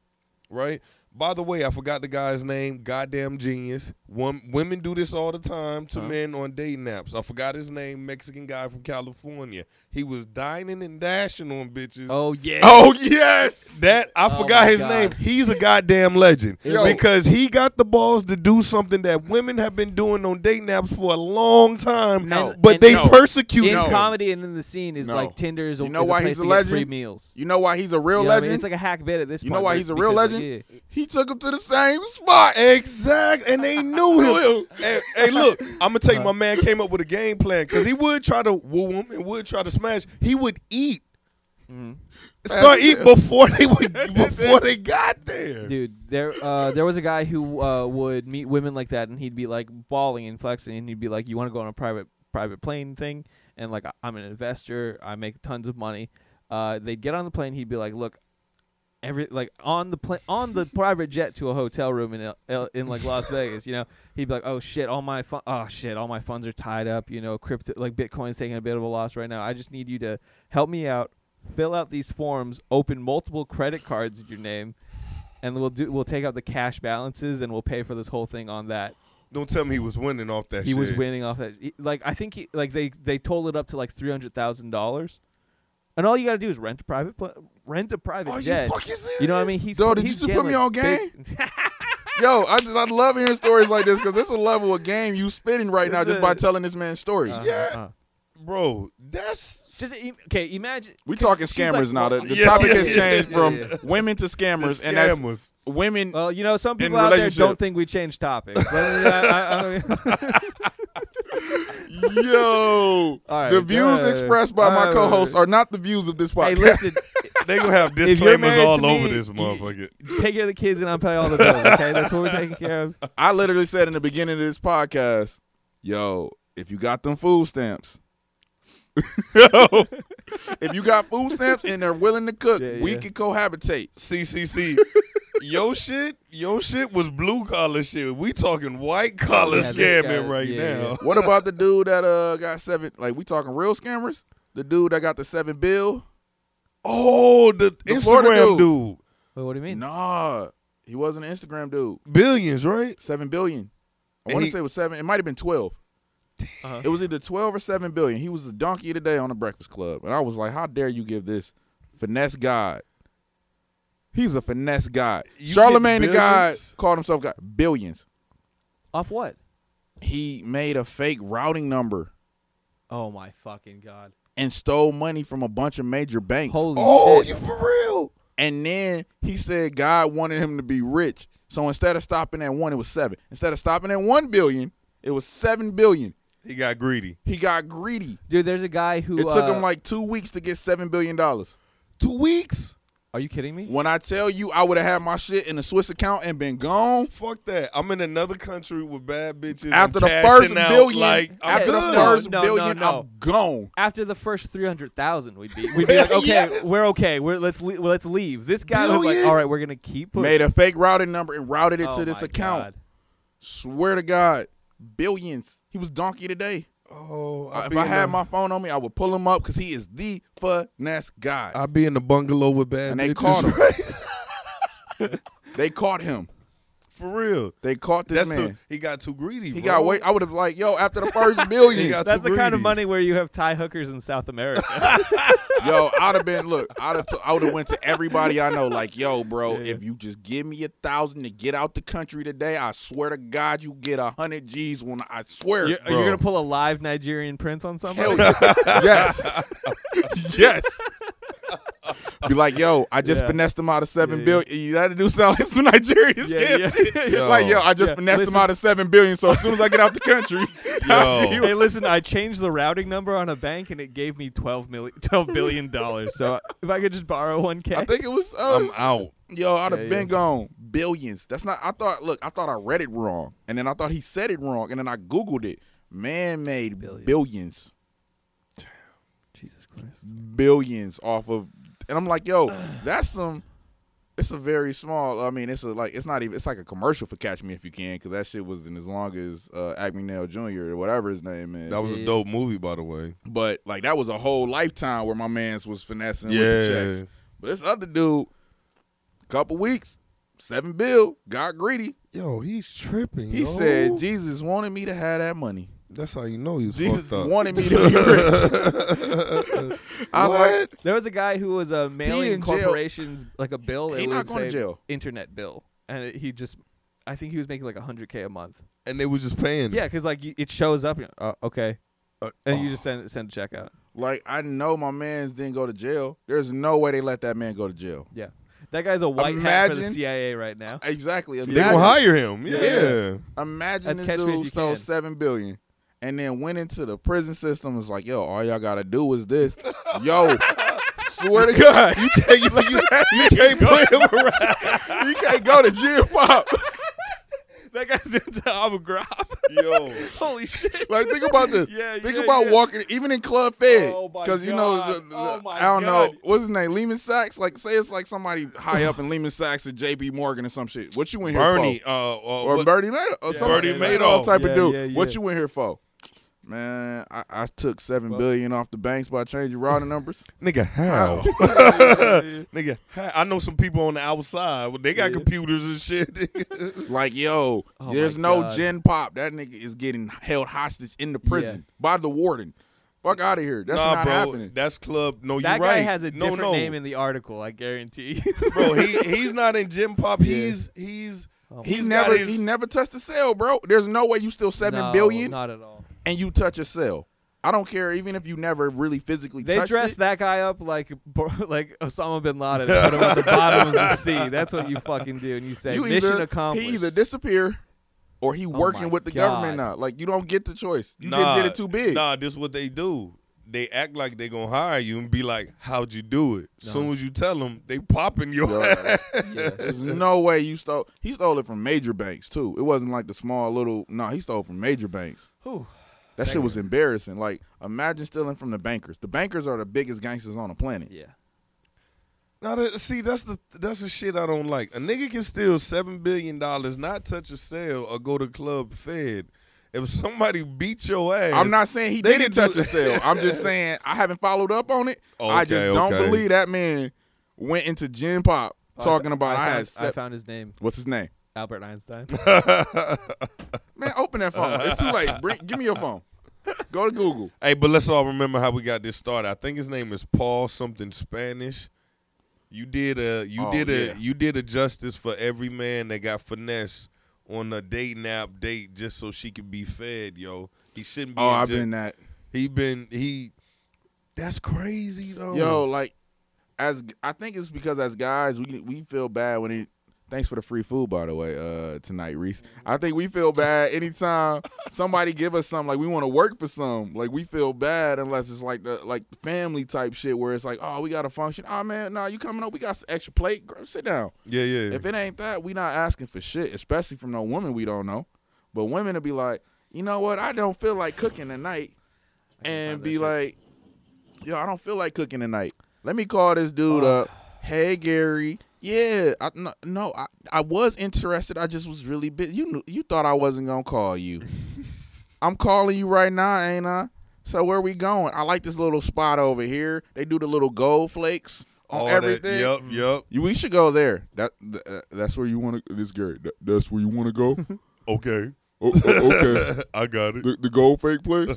right by the way, I forgot the guy's name. Goddamn genius. Wom- women do this all the time to Huh? men on dating apps. I forgot his name. Mexican guy from California. He was dining and dashing on bitches. Oh yeah. Oh yes. That I Oh forgot my his God. name. He's a goddamn legend Yo. because he got the balls to do something that women have been doing on dating apps for a long time, No. but And- they no. persecute in No. comedy and in the scene is No. like Tinder is a, You know is why a place he's a to get free legend? meals. You know why he's a real You know what I mean? legend? It's like a hack bit at this you point. know why like, he's a real because, legend? Like, yeah. He took him to the same spot. Exactly, and they knew him. hey, hey, look, I'm gonna tell you, my man came up with a game plan because he would try to woo him and would try to smash. He would eat, Mm-hmm. start eating before they would, before they got there. Dude, there uh, there was a guy who uh, would meet women like that, and he'd be like bawling and flexing, and he'd be like, "You want to go on a private private plane thing?" And like, "I- "I'm an investor, I make tons of money." Uh, they'd get on the plane, he'd be like, "Look, every like on the plane on the private jet to a hotel room in L- L- in like Las Vegas, you know, he'd be like, "Oh shit, all my fun- oh shit, all my funds are tied up, you know, crypto like Bitcoin's taking a bit of a loss right now. I just need you to help me out, fill out these forms, open multiple credit cards in your name, and we'll do we'll take out the cash balances and we'll pay for this whole thing on that." Don't tell me he was winning off that. he shit. was winning off that. he- like I think he, like they they told it up to like three hundred thousand dollars, and all you gotta do is rent a private pl- rent a private Are you jet. fucking serious? You know what I mean? He's Dog, did he's you just put me getting, like, on big- Yo, I just I love hearing stories like this because this is a level of game you spitting right now It's just a- by telling this Uh-huh. man's story. Yeah, uh. bro, that's Just im- okay. Imagine We talking she's scammers like, now. well, The, the yeah, topic yeah, has yeah, changed yeah, from yeah. women to scammers, scammers. and that's women. Well, you know, some In people out there relationship. don't think we change topics. But, uh, I- I- I- yo, All right, the views uh, expressed by all my right, co-hosts all are not the views of this podcast. hey, listen, they gonna have you're disclaimers married all to over me, this you- motherfucker. take care of the kids and I'll pay all the bills. Okay, that's what we're taking care of. I literally said in the beginning of this podcast, yo, if you got them food stamps, yo, if you got food stamps and they're willing to cook, Yeah, we yeah. can cohabitate. CCC. Yo shit, yo shit was blue collar shit. We talking white collar Yeah, this scamming guy- right yeah, now. yeah. What about the dude that uh got seven? Like we talking real scammers? The dude that got the seven bill? Oh, the, The Florida Instagram dude. Wait, what do you mean? Nah, he wasn't an Instagram dude. billions, right? Seven billion. I And want he- to say it was seven. It might have been twelve. Uh-huh. It was either twelve or seven billion. He was the donkey of the day on the Breakfast Club, and I was like, "How dare you give this finesse God? He's a finesse God. You Charlemagne the get God billions? called himself God. Billions. Off what? He made a fake routing number Oh my fucking god! and stole money from a bunch of major banks. Holy Oh, shit! you for real? And then he said God wanted him to be rich. So instead of stopping at one, it was seven. Instead of stopping at one billion, it was seven billion. He got greedy. He got greedy. Dude, there's a guy who It took uh, him like two weeks to get seven billion dollars. Two weeks? Are you kidding me? When I tell you I would have had my shit in a Swiss account and been gone Fuck that. I'm in another country with bad bitches. I'm after the cashing first out, billion, like, I'm after the good. No, first no, no, billion, no. I'm gone. After the first three hundred thousand, we'd be we'd be like, okay, Yes. we're okay. We're let's le- well, let's leave. This guy was like, Billion? all right, we're gonna keep pushing. Made a fake routing number and routed it Oh to this my account. God. Swear to God, billions. He was donkey today. Oh, Uh, I if be I in had the- my phone on me, I would pull him up because he is the finesse guy. I be in the bungalow with bad And bitches. they caught him. right? they caught him. For real. They caught this That's man. too, he got too greedy. he bro. got way. I would have like, yo, after the first billion, He got That's the too kind of greedy. money where you have Thai hookers in South America. yo, I'd have been look. I'd have. T- I would have went to everybody I know. Like, yo, bro, Yeah. if you just give me a thousand to get out the country today, I swear to God, you get a hundred G's when I swear. You're, it, you're bro. gonna pull a live Nigerian prince on Hell somebody. yeah. yes, yes. Be like, yo, I just Yeah. finessed him out of seven Yeah, billion. You had to do sound like some Nigerian scam yeah, shit. yeah. Yo. Like, yo, I just Yeah, finessed listen- him out of seven billion. So as soon as I get out the country, I'll give you hey, listen, I changed the routing number on a bank and it gave me 12 million, 12 billion dollars. So if I could just borrow 1k. I think it was. Uh, I'm out. yo, I'd have Yeah, been yeah. gone billions. That's not. I thought. Look, I thought I read it wrong, and then I thought he said it wrong, and then I googled it. Man made billions. Billions. billions, Jesus Christ. off of, and I'm like, yo, that's some. It's a very small. I mean, it's a like. It's not even. It's like a commercial for Catch Me If You Can, because that shit was in as long as uh, Acme Nail Jr. or whatever his name is. That was a Yeah. dope movie, by the way. but like that was a whole lifetime where my man's was finessing with the Yeah. checks. But this other dude, couple weeks, seven bill, got greedy. Yo, he's tripping. He yo. said Jesus wanted me to have that money. "That's how you know he's Jesus fucked up." wanted me to be rich. I was like, There was a guy who was uh, mailing in jail. corporations like a bill. that He would not going to say jail. Internet bill. And it, he just, I think he was making like 100k a month. and they was just Mm. paying. Yeah, because like you- it shows up. You're, oh, okay. Uh, And oh. you just send send a check out. like I know my man's didn't go to jail. There's no way they let that man go to jail. Yeah. That guy's a white hat for the Imagine- CIA right now. Exactly. They gonna hire him. Yeah. Yeah. Imagine That's this catch me if dude you stole can. seven billion and then went into the prison system. It's like, yo, all y'all gotta do is this. Yo, swear to God, you can't you, you, you can't put him around. You can't go to jail pop. That guy's into Abu Ghraib. Yo. Holy shit. Like think about this. Yeah, think yeah, about yeah. walking even in Club Fed. Oh, my you know God. the- the- Oh, my I don't God. know what's his name? Lehman Sachs? Like say it's like somebody high up in Lehman Sachs or JP Morgan or some shit. What you in here for? Bernie. Uh, uh, or what- Bernie Madoff or Yeah, somebody Bernie Madoff. Madoff type Yeah, of dude. yeah, yeah. What you in here for? Man, I, I took seven Well- billion off the banks by changing routing numbers. nigga, how? Yeah. nigga, how? I know some people on the outside. They got Yeah. computers and shit. Like, yo, Oh there's my no God. Gen Pop. That nigga is getting held hostage in the prison by the warden. Fuck out of here. That's nah, not bro. happening. That's club. No, you're That right. guy has a no, different no. name in the article, I guarantee. you. bro, he he's not in gym pop. He's he's Oh, he he's never got his- he never touched a cell, bro. There's no way you steal seven No, billion Not at all. and you touch a cell. I don't care, even if you never really physically They touched dressed it. that guy up like like Osama bin Laden and put him at the bottom of the sea. That's what you fucking do. And you say you mission either, accomplished. Oh He either disappear or he my working with the government God. now. Like you don't get the choice. You nah, didn't get it too big. Nah, this what they do. They act like they gonna hire you and be like, "How'd you do it?" Soon as you tell them, they popping your Yo, Yeah. there's no way you stole. He stole it from major banks too. It wasn't like the small little. No, he stole from major banks. Whew. That shit was embarrassing. Like imagine stealing from the bankers. The bankers are the biggest gangsters on the planet. Yeah. Now that, see, that's the that's the shit I don't like. A nigga can steal seven billion dollars, not touch a cell, or go to club fed. If somebody beat your ass, I'm not saying he They didn't didn't touch do- a cell. I'm just saying I haven't followed up on it. I just Okay, don't okay. believe that man went into Gen Pop talking about I, Oh, I had. found, se- I found his name, what's his name? Albert Einstein. Man, open that phone. It's too late. Bring, give me your phone. Go to Google. Hey, but let's all remember how we got this started. I think his name is Paul something Spanish. You did a you Oh, did a yeah. you did a justice for every man that got finesse on a dating app date just so she could be fed, yo. He shouldn't be. Oh, in I've jail. been that. He been he. That's crazy though. Yo, like, as I think it's because as guys, we we feel bad when it. Thanks for the free food, by the way, uh, tonight, Reese. I think we feel bad anytime somebody give us something. Like we want to work for some. Like we feel bad unless it's like the like family type shit where it's like, oh, we got a function. Oh man, nah, you coming up? We got some extra plate. Girl, sit down. Yeah, yeah. If it ain't that, we not asking for shit, especially from no woman we don't know. But women will be like, you know what? I don't feel like cooking tonight, and find that be shit. like, yo, I don't feel like cooking tonight. Let me call this dude up. Ah. Hey, Gary. Yeah, I, no, no I, I was interested. I just was really busy. You knew, you thought I wasn't gonna call you. I'm calling you right now, ain't I? So where we going? I like this little spot over here. They do the little gold flakes on All that- everything. Mm. Yup, yup. You- We should go there. That th- uh, that's where you want to. This Gary. That, that's where you want to go. Okay, O- o- okay. I got it. The, the gold fake place.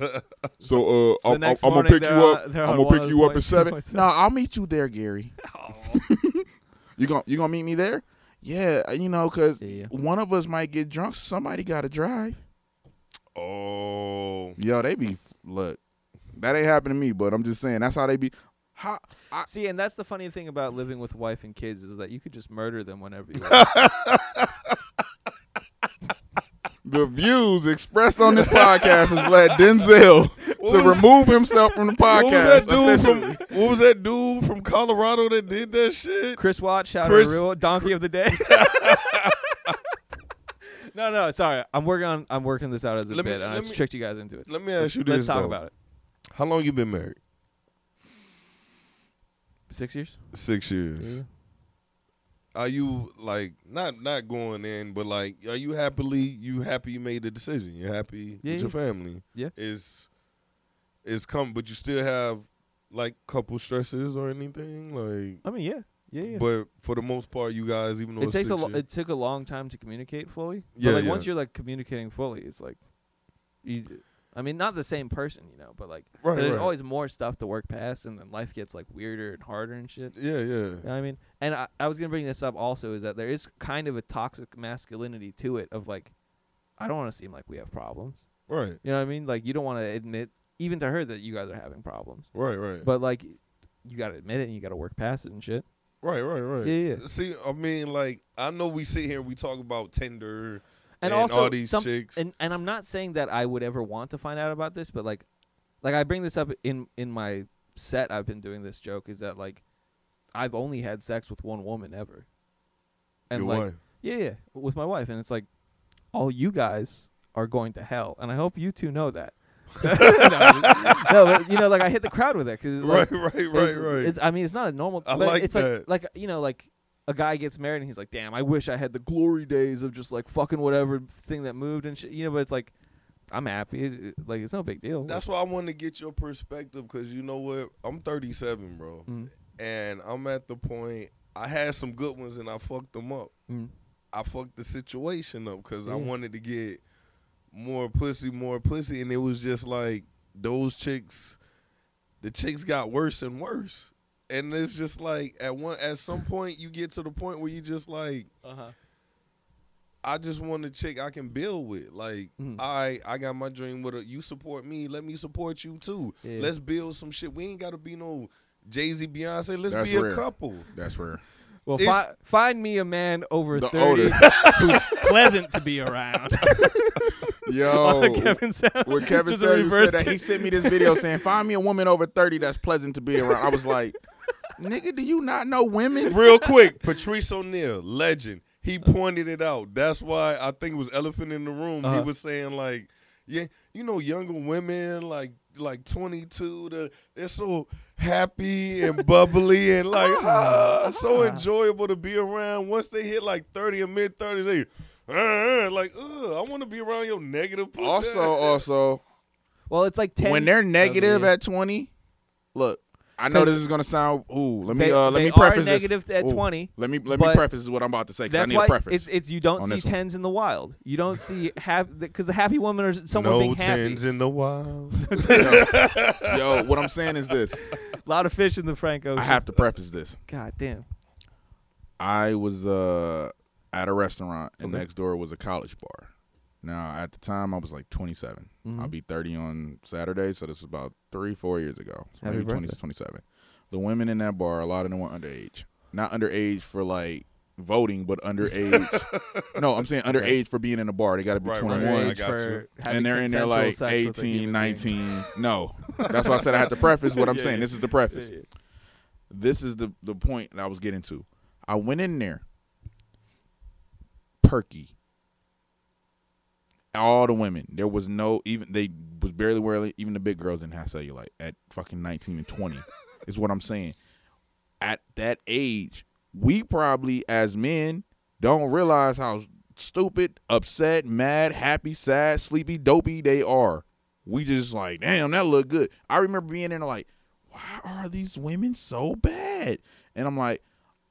So uh, I'm, I'm, next I'm gonna morning, pick you they're up. on- I'm they're on gonna one pick of you the Oh. up at points. seven. Points. No, I'll meet you there, Gary. you gonna you gonna meet me there? Yeah, uh, you know, cause Yeah, yeah. one of us might get drunk. So somebody gotta drive. Oh, Yo, they be look. That ain't happened to me, but I'm just saying that's how they be. How I, See, and that's the funny thing about living with wife and kids is that you could just murder them whenever you want. the views expressed on this podcast has led Denzel to was- remove himself from the podcast. what was that dude officially. from? What was that dude from Colorado that did that shit? Chris Watt, shout Chris- out to Real Donkey of the Day. no, no, sorry. I'm working on I'm working this out as a Let me- bit, and let it's me- tricked you guys into it. Let me ask you Let's this. talk though. about it. How long you been married? Six years. Six years. Yeah. Are you like not not going in, but like are you happily you happy you made the decision? You're happy Yeah, with your family. Yeah. Is is come but you still have like couple stresses or anything? Like I mean, yeah, yeah, yeah. but for the most part you guys even though it it's takes a six lo- years- it took a long time to communicate fully. Yeah, but like yeah. once you're like communicating fully, it's like you. I mean, not the same person, you know, but like Right, there's right. always more stuff to work past, and then life gets like weirder and harder and shit. Yeah, yeah. You know what I mean? And I, I was gonna bring this up also is that there is kind of a toxic masculinity to it of like, I don't want to seem like we have problems. Right. You know what I mean? Like you don't want to admit even to her that you guys are having problems, Right, right. but like you gotta admit it and you gotta work past it and shit. right, right, right. Yeah, yeah. See, I mean like I know we sit here and we talk about Tinder and, and also all these some, chicks. And and I'm not saying that I would ever want to find out about this, but like, like I bring this up in in my set. I've been doing this joke is that like, I've only had sex with one woman ever, and Your like, wife. yeah, yeah, with my wife, and it's like, all you guys are going to hell, and I hope you two know that. no, I'm- no, but you know, like I hit the crowd with it because it's like, right, right, it's- right, right. It's, I mean, it's not a normal. I but like it's that. like like you know like a guy gets married and he's like, damn, I wish I had the glory days of just like fucking whatever thing that moved and shit. You know, but it's like I'm happy. It- it- like it's no big deal. That's why I wanted to get your perspective because you know what? I'm 37, bro, Mhm. and I'm at the point. I had some good ones and I fucked them up. Mm. I fucked the situation up because Yeah. I wanted to get more pussy, more pussy, and it was just like those chicks. The chicks got worse and worse, and it's just like at one at some point you get to the point where you just like Uh-huh. I just want a chick I can build with. Like Mhm. I I got my dream with her. You support me, let me support you too. Yeah. Let's build some shit. We ain't gotta be no Jay Z Beyonce. Let's That's be rare. a couple. That's rare. Well, It's- fi- find me a man over The thirty. older. Who's pleasant to be around. Yo, Oh, Kevin Samuels. when Kevin Just a Samuels reverse said that, he kid. sent me this video saying, "Find me a woman over thirty that's pleasant to be around." I was like, "Nigga, do you not know women?" Real quick, Patrice O'Neal, legend. He pointed it out. That's why I think it was Elephant in the Room. Uh-huh. He was saying like, yeah, you know, younger women like like 22, they're, they're so happy and bubbly and like ah, so enjoyable to be around. Once they hit like 30 or mid 30s, they "Uh, uh," like, ugh, I want to be around your negative. Pussy. Also, also, Well, it's like ten. when they're negative yeah. at twenty, look, I know 'cause this is gonna sound. Ooh, let me They- uh, let they me are preface negative this. at Ooh, 20, Let me let me but preface what I'm about to say because I That's need why a preface. it's it's you don't on see this one. tens in the wild. You don't see have because the happy women are someone no being happy. tins in the wild. yo, yo, what I'm saying is this. A lot of fish in the Frank Ocean. I have to preface this. God damn. I was uh, at a restaurant, and next door was a college bar. Now, at the time, I was like 27. Mm-hmm. I'll be 30 on Saturday, so this was about three, four years ago. So Happy maybe 20 to birthday. 27. The women in that bar, a lot of them were underage. Not underage for like voting, but underage. no, I'm saying underage for being in a bar. They got to be Right, right, 21 right. Underage I got for having and they're in there consensual like sex with a 18, human being. 19. No, that's why I said I had to preface what I'm Yeah, saying. yeah. This is the preface. Yeah, yeah. This is the the point that I was getting to. I went in there, perky. All the women. There was no even they was barely wearing even the big girls didn't have cellulite at fucking 19 and 20. is what I'm saying. At that age, we probably as men don't realize how stupid, upset, mad, happy, sad, sleepy, dopey they are. We just like, damn, that look good. I remember being in there like, why are these women so bad? And I'm like,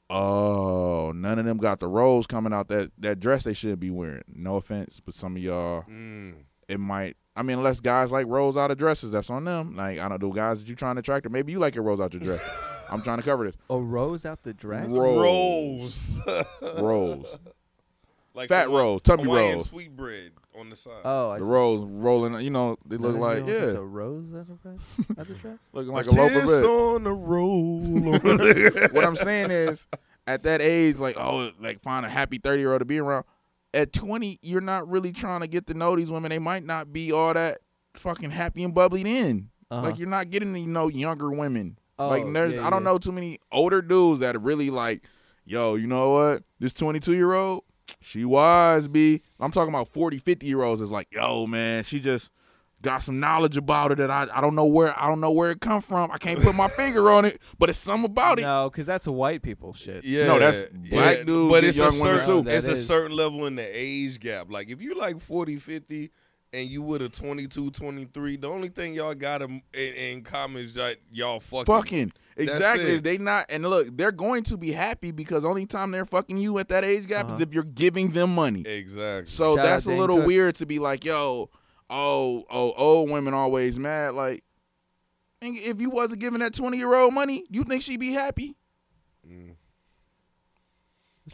oh, none of them got the rolls coming out that that dress they should be wearing. No offense, but some of y'all, Mm. it might. I mean, unless guys like rolls out of dresses, that's on them. Like I don't know, guys that you trying to attract, or maybe you like your rolls out your dress. I'm trying to cover this. A rose out the dress. Ro- Rolls. Rolls. Rolls, like fat Hawaii- rolls, tummy Hawaiian rolls, sweet bread on the side. oh, I the see. rolls rolling. You know, they look Nothing like wrong with yeah, The rose out the dress. Out the dress. looking like a loaf of bread. on the roll. what I'm saying is, at that age, like oh, like find a happy thirty year old to be around. At 20, you're not really trying to get to know these women. They might not be all that fucking happy and bubbly then. Uh-huh. Like you're not getting to know younger women. Oh, like there's, yeah, I don't yeah. know too many older dudes that are really like, yo, you know what? This 22 year old, she wise, b. I'm talking about 40, 50 year olds. Is like, yo, man, she just got some knowledge about it that I, I don't know where I don't know where it come from. I can't put my finger on it, but it's something about it. No, because that's a white people shit. yeah, No, that's black dudes But and it's young a women, certain, too. That It's a is. certain level in the age gap. Like if you like 40, 50, and you with a 22, 23, the only thing y'all got in, in, in common is that y'all fucking. fucking exactly it. they not and look they're going to be happy because only time they're fucking you at that age gap is Uh-huh. if you're giving them money Exactly. so Shout out that's a Dane little Cook. weird to be like yo oh oh old women always mad like think if you wasn't giving that 20 year old money you think she'd be happy Mm.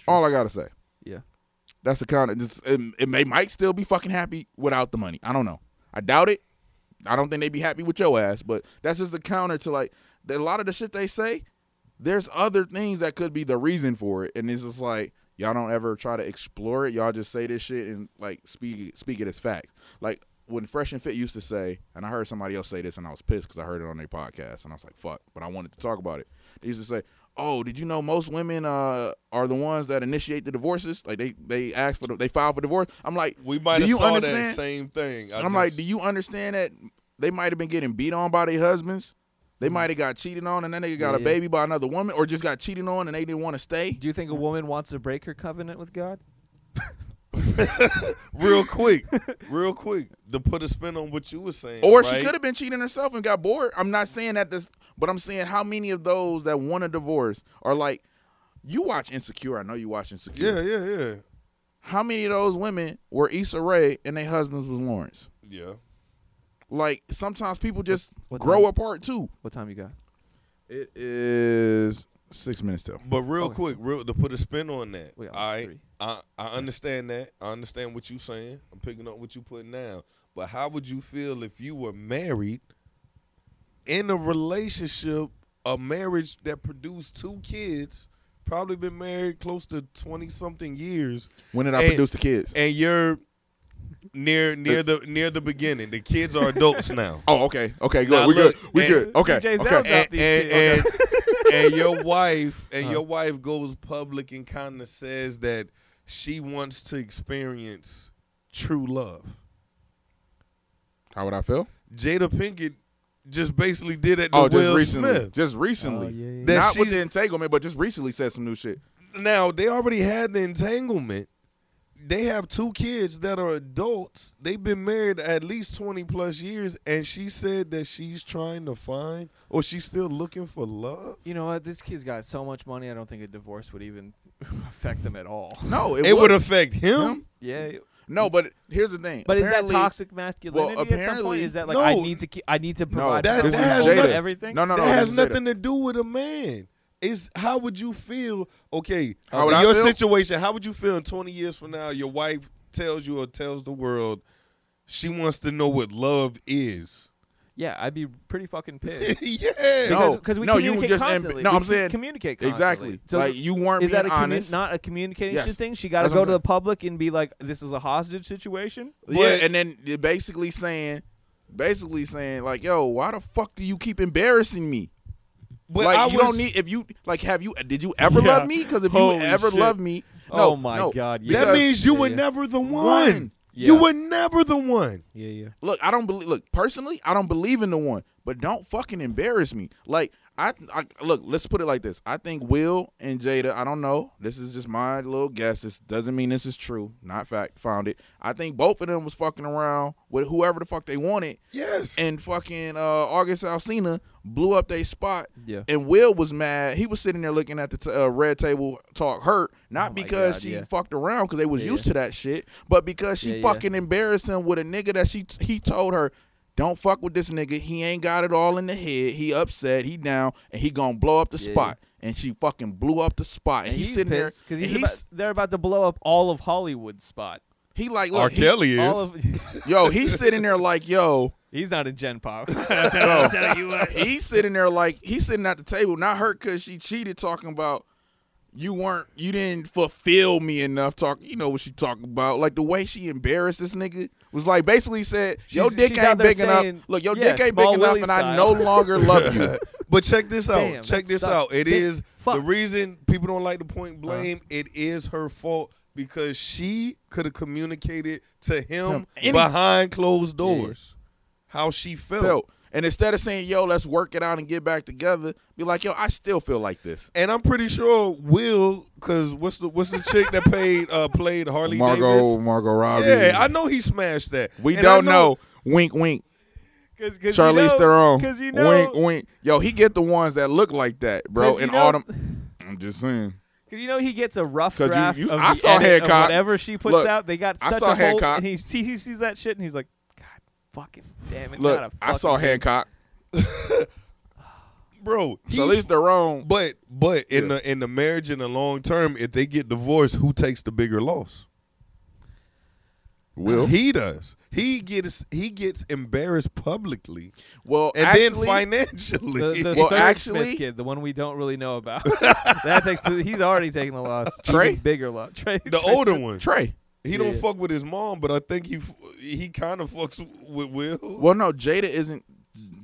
all i gotta say Yeah. that's the kind of just it, it may might still be fucking happy without the money i don't know i doubt it i don't think they'd be happy with your ass but that's just the counter to like a lot of the shit they say there's other things that could be the reason for it and it's just like y'all don't ever try to explore it y'all just say this shit and like speak speak it as facts like when fresh and fit used to say and i heard somebody else say this and i was pissed because i heard it on their podcast and i was like fuck but i wanted to talk about it they used to say oh did you know most women uh, are the ones that initiate the divorces like they they ask for the, they file for divorce i'm like we might do have you saw that understand? same thing. I and I'm like, just- do you understand that they might have been getting beat on by their husbands? They might have got cheated on, and then they got Yeah, a yeah. baby by another woman, or just got cheated on and they didn't want to stay. Do you think a woman wants to break her covenant with God? real quick, real quick, to put a spin on what you were saying, Or she right? could have been cheating herself and got bored. I'm not saying that this, but I'm saying how many of those that want a divorce are like, you watch Insecure. I know you watch Insecure. Yeah, yeah, yeah, How many of those women were Issa Rae and their husbands was Lawrence? yeah. Like sometimes people just what grow time? apart too. What time you got? It is six minutes till. But real Okay. quick, real to put a spin on that. Oh, We got like all right, three. I I understand that. I understand what you're saying. I'm picking up what you putting down. But how would you feel if you were married in a relationship, a marriage that produced two kids, probably been married close to twenty something years, When did I And- produce the kids? and you're near near the near the beginning. The kids are adults now. Oh, okay, okay, good. Now, we look, good. We and- good. Okay, DJ okay. Zell and, these and, kids. and- and your wife and Huh. your wife goes public and kind of says that she wants to experience true love. How would I feel? Jada Pinkett just basically did it to Oh, just Will recently. Smith. Just recently. Oh, yeah, yeah, yeah. Not That with she- the entanglement, but just recently said some new shit. Now they already had the entanglement. they have two kids that are adults. They've been married at least 20 plus years and she said that she's trying to find or she's still looking for love. You know what? This kid's got so much money. I don't think a divorce would even affect them at all. No, it, It would would affect him. Yeah. No, but here's the thing. But is that Apparently- toxic masculinity at some point? apparently- Is that like I No. need to keep, I need to No, provide that- for this my is has household and Jada. everything? No, no, no. that this has is Jada. nothing to do with a man. It's how would you feel? Okay, uh, How would in I your feel? situation, how would you feel in 20 years from now? Your wife tells you or tells the world she wants to know what love is. Yeah, I'd be pretty fucking pissed. yeah. Because No, because we Oh. no, you communicate just amb- constantly. no, We I'm saying- communicate constantly. Exactly. like you weren't is being that a commu- honest. not a communication Yes. thing? She got to That's what go I'm to the saying. public and be like, "This is a hostage situation." yeah, but- and then you're basically saying, basically saying like, yo, why the fuck do you keep embarrassing me? But like I you don't was- need if you like have you did you ever Yeah. love me? Because if Holy you ever shit. love me, no, Oh my no, God, yeah. because- that means you Yeah, were yeah. never the one. One. You Yeah. were never the one. Yeah, yeah. look, I don't believe. Look, personally, I don't believe in the one, but don't fucking embarrass me. Like I, I look. Let's put it like this. I think Will and Jada. I don't know. This is just my little guess. This doesn't mean this is true. Not fact found it. I think both of them was fucking around with whoever the fuck they wanted, Yes. and fucking uh, August Alsina blew up their spot. Yeah. And Will was mad. He was sitting there looking at the t- uh, red table talk hurt, not Oh my because God, she yeah. fucked around because they was Yeah, used yeah. to that shit, but because she Yeah, yeah. fucking embarrassed him with a nigga that she he told her. Don't fuck with this nigga. He ain't got it all in the head. He upset. He down, and he gonna blow up the Yeah, yeah. spot. And she fucking blew up the spot. And, he's, sitting pissed there because he's, and about, they're about to blow up all of Hollywood spot. he like R. look, he- Kelly is. All of yo. He's sitting there like yo. he's not in Gen Pop. I'm telling- I'm telling you what. he's Oh. sitting there like he's sitting at the table, not hurt because she cheated, talking about you weren't, you didn't fulfill me enough. Talk, you know what she talking about? Like the way she embarrassed this nigga was like basically said, "Your She's- dick she's out ain't there big saying, enough. Look, your yeah, dick ain't small big enough, Willie and I style." no longer love you." But check this out. Damn, check that this sucks. out. It That- is the fuck. reason people don't like to point blame. It is her fault because she could have communicated to him Him. Any- behind closed doors how she felt. Felt. And instead of saying, "Yo, let's work it out and get back together," be like, "Yo, I still feel like this." And I'm pretty sure Will, because what's the what's the chick that played uh, played Harley Davis? Margot Robbie. Yeah, I know he smashed that. we And I don't know. Wink, wink. Cause, cause you Charlize know, Theron. Because you know, wink, wink. Yo, he get the ones that look like that, bro. 'Cause you And know- all them. I'm just saying. Because you know he gets a rough 'Cause you- draft you- of I the saw edit of Hancock. whatever she puts Look, out. They got I such saw a hold, Hancock. and he, he he sees that shit, and he's like, "God, fucking damn it!" Look, not a I saw fucking thing." Hancock. Bro, he So at least they're wrong. But but in Yeah. the in the marriage in the long term, if they get divorced, who takes the bigger loss? Will. he does? He gets he gets embarrassed publicly Well, and actually, then financially. The, the Well, third actually- Smith kid, the one we don't really know about. that takes. the- He's already taken a loss. Trey? even bigger loss. Trey, the Trey older Smith. one, Trey. he don't Yeah. fuck with his mom, but I think he f- he kind of fucks with Will. Well, no, Jada isn't.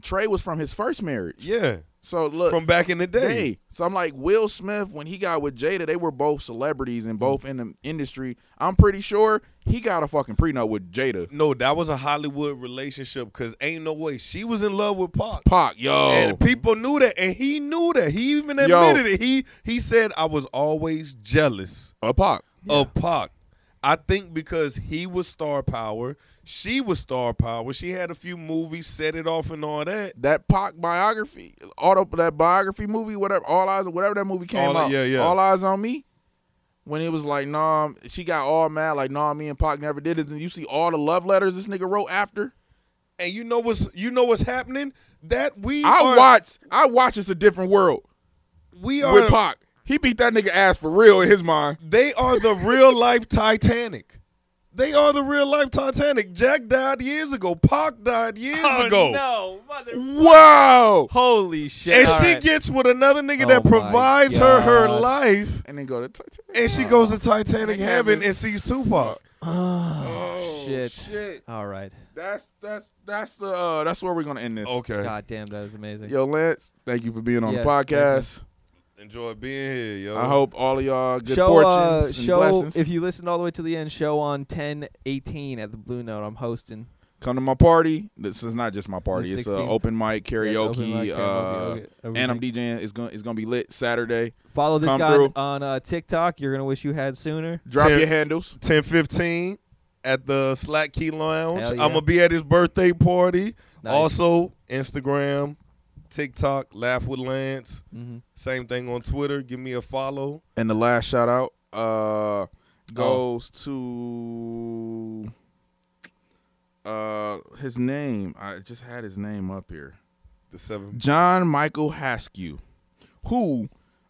Trey was from his first marriage. yeah, So look, from back in the day. uh, Hey, so I'm like Will Smith when he got with Jada, they were both celebrities Mm. and both in the industry. I'm pretty sure he got a fucking prenup with Jada. No, that was a Hollywood relationship because ain't no way she was in love with Pac. Pac, yo, And people knew that, and he knew that. He even Oh. Yo. admitted it. He he said, "I was always jealous a Pac. of Pac." I think because he was star power, she was star power. She had a few movies, set it off, and all that. that Pac biography, auto that biography movie, whatever, all eyes, whatever that movie came All- out, yeah, yeah. all eyes on me. When it was like, nah, she got all mad, like, nah, me and Pac never did it. And you see all the love letters this nigga wrote after. And you know what's you know what's happening? That we I are, watched, I watched It's a Different World we with are Pac. He beat that nigga ass for real in his mind. they are the real life Titanic. They are the real life Titanic. Jack died years ago. Pac died years Oh, ago. No, mother. Wow. Holy shit! And All she right. gets with another nigga Oh that my provides her her God. life. And then go to Titanic. And she goes to Titanic Thank Heaven heaven. and sees Tupac. Oh, shit. shit. All right. That's that's that's the uh, that's where we're gonna end this. Okay. God damn, that was amazing. Yo, Lance, thank you for being on Yeah, the thanks, podcast. Enjoy being here, yo. I hope all of y'all good show, fortunes uh, and show blessings. if you listened all the way to the end. Show on ten eighteen at the Blue Note. I'm hosting. Come to my party. This is not just my party. It's an 16th. open mic Yeah, open karaoke. mic, uh, karaoke, everything. and I'm DJing. It's gonna it's gonna be lit Saturday. Follow this Come guy through. on uh, TikTok. You're gonna wish you had sooner. Drop Tim- your handles. 1015 at the Slack Key Lounge. Hell yeah. I'm gonna be at his birthday party. Nice. Also, Instagram, TikTok, Laugh with Lance. Mhm. Same thing on Twitter. Give me a follow. And the last shout out Oh. uh, goes to uh, his name. I just had his name up here. The seven. John Michael Haskew, who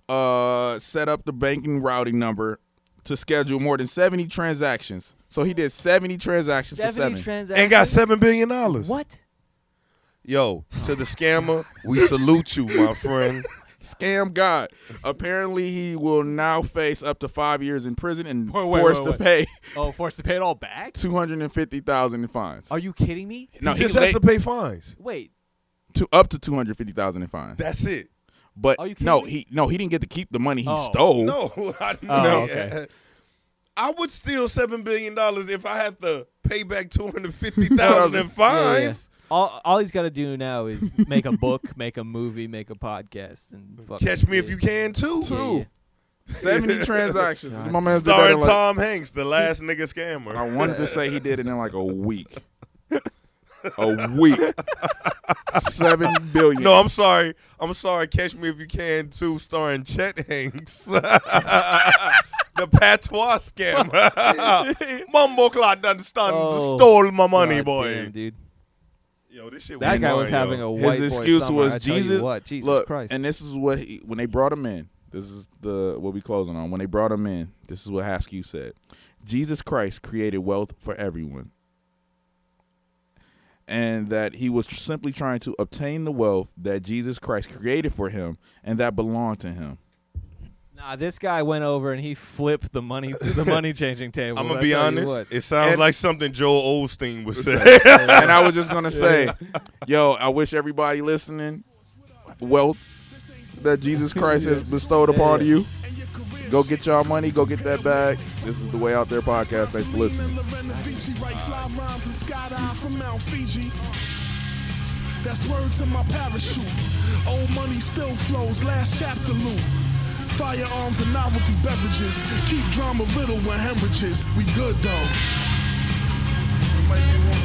uh, set up the banking routing number to schedule more than 70 transactions. So he did 70 transactions for Seventy seven. transactions. And got seven billion dollars. What? Yo, to the scammer, we salute you, my friend. Scam God. Apparently, he will now face up to five years in prison and Wait, wait, forced wait, wait. to pay Oh, forced to pay it all back? 250000 in fines. Are you kidding me? no, he he just has late to pay fines. Wait. to up to 250000 in fines. That's it. But Are you kidding no, me? he no, he didn't get to keep the money he Oh. stole. No, I, Oh, no. okay. I would steal seven billion dollars if I had to pay back two hundred fifty thousand in Yeah, yeah. fines. All, all he's got to do now is make a book, make a movie, make a podcast, and fucking Catch me yeah. if you can too. Yeah, yeah. Seventy transactions. God. My man Starring Tom Hanks, the last nigga scammer. I wanted to say he did it in like a week. A week. Seven billion. No, I'm sorry. I'm sorry. Catch me if you can too. Starring Chet Hanks, the patois scammer. Mumbo Clot done stun, Oh, stole my money, God boy. damn, dude. Yo, this shit. That guy was having a white his excuse boy summer, was I tell you Jesus. What? Jesus look, Christ. and this is what he, when they brought him in. This is the what we closing on. When they brought him in, this is what Haskew said. Jesus Christ created wealth for everyone, and that he was simply trying to obtain the wealth that Jesus Christ created for him and that belonged to him. nah, this guy went over and he flipped the money, the money changing table. I'm I gonna be tell you honest. what. It sounds And- like something Joel Osteen would say. and I was just gonna say, yo, I wish everybody listening, wealth that Jesus Christ has bestowed upon you, go get y'all money, go get that bag. This is the Way Out There podcast. Thanks for listening. Lorena Vici write fly rhymes and skydive from Mount Fiji. That's words in my parachute. Old money still flows, last chapter loop. Firearms and novelty beverages. Keep drama riddled with hemorrhages. We good though.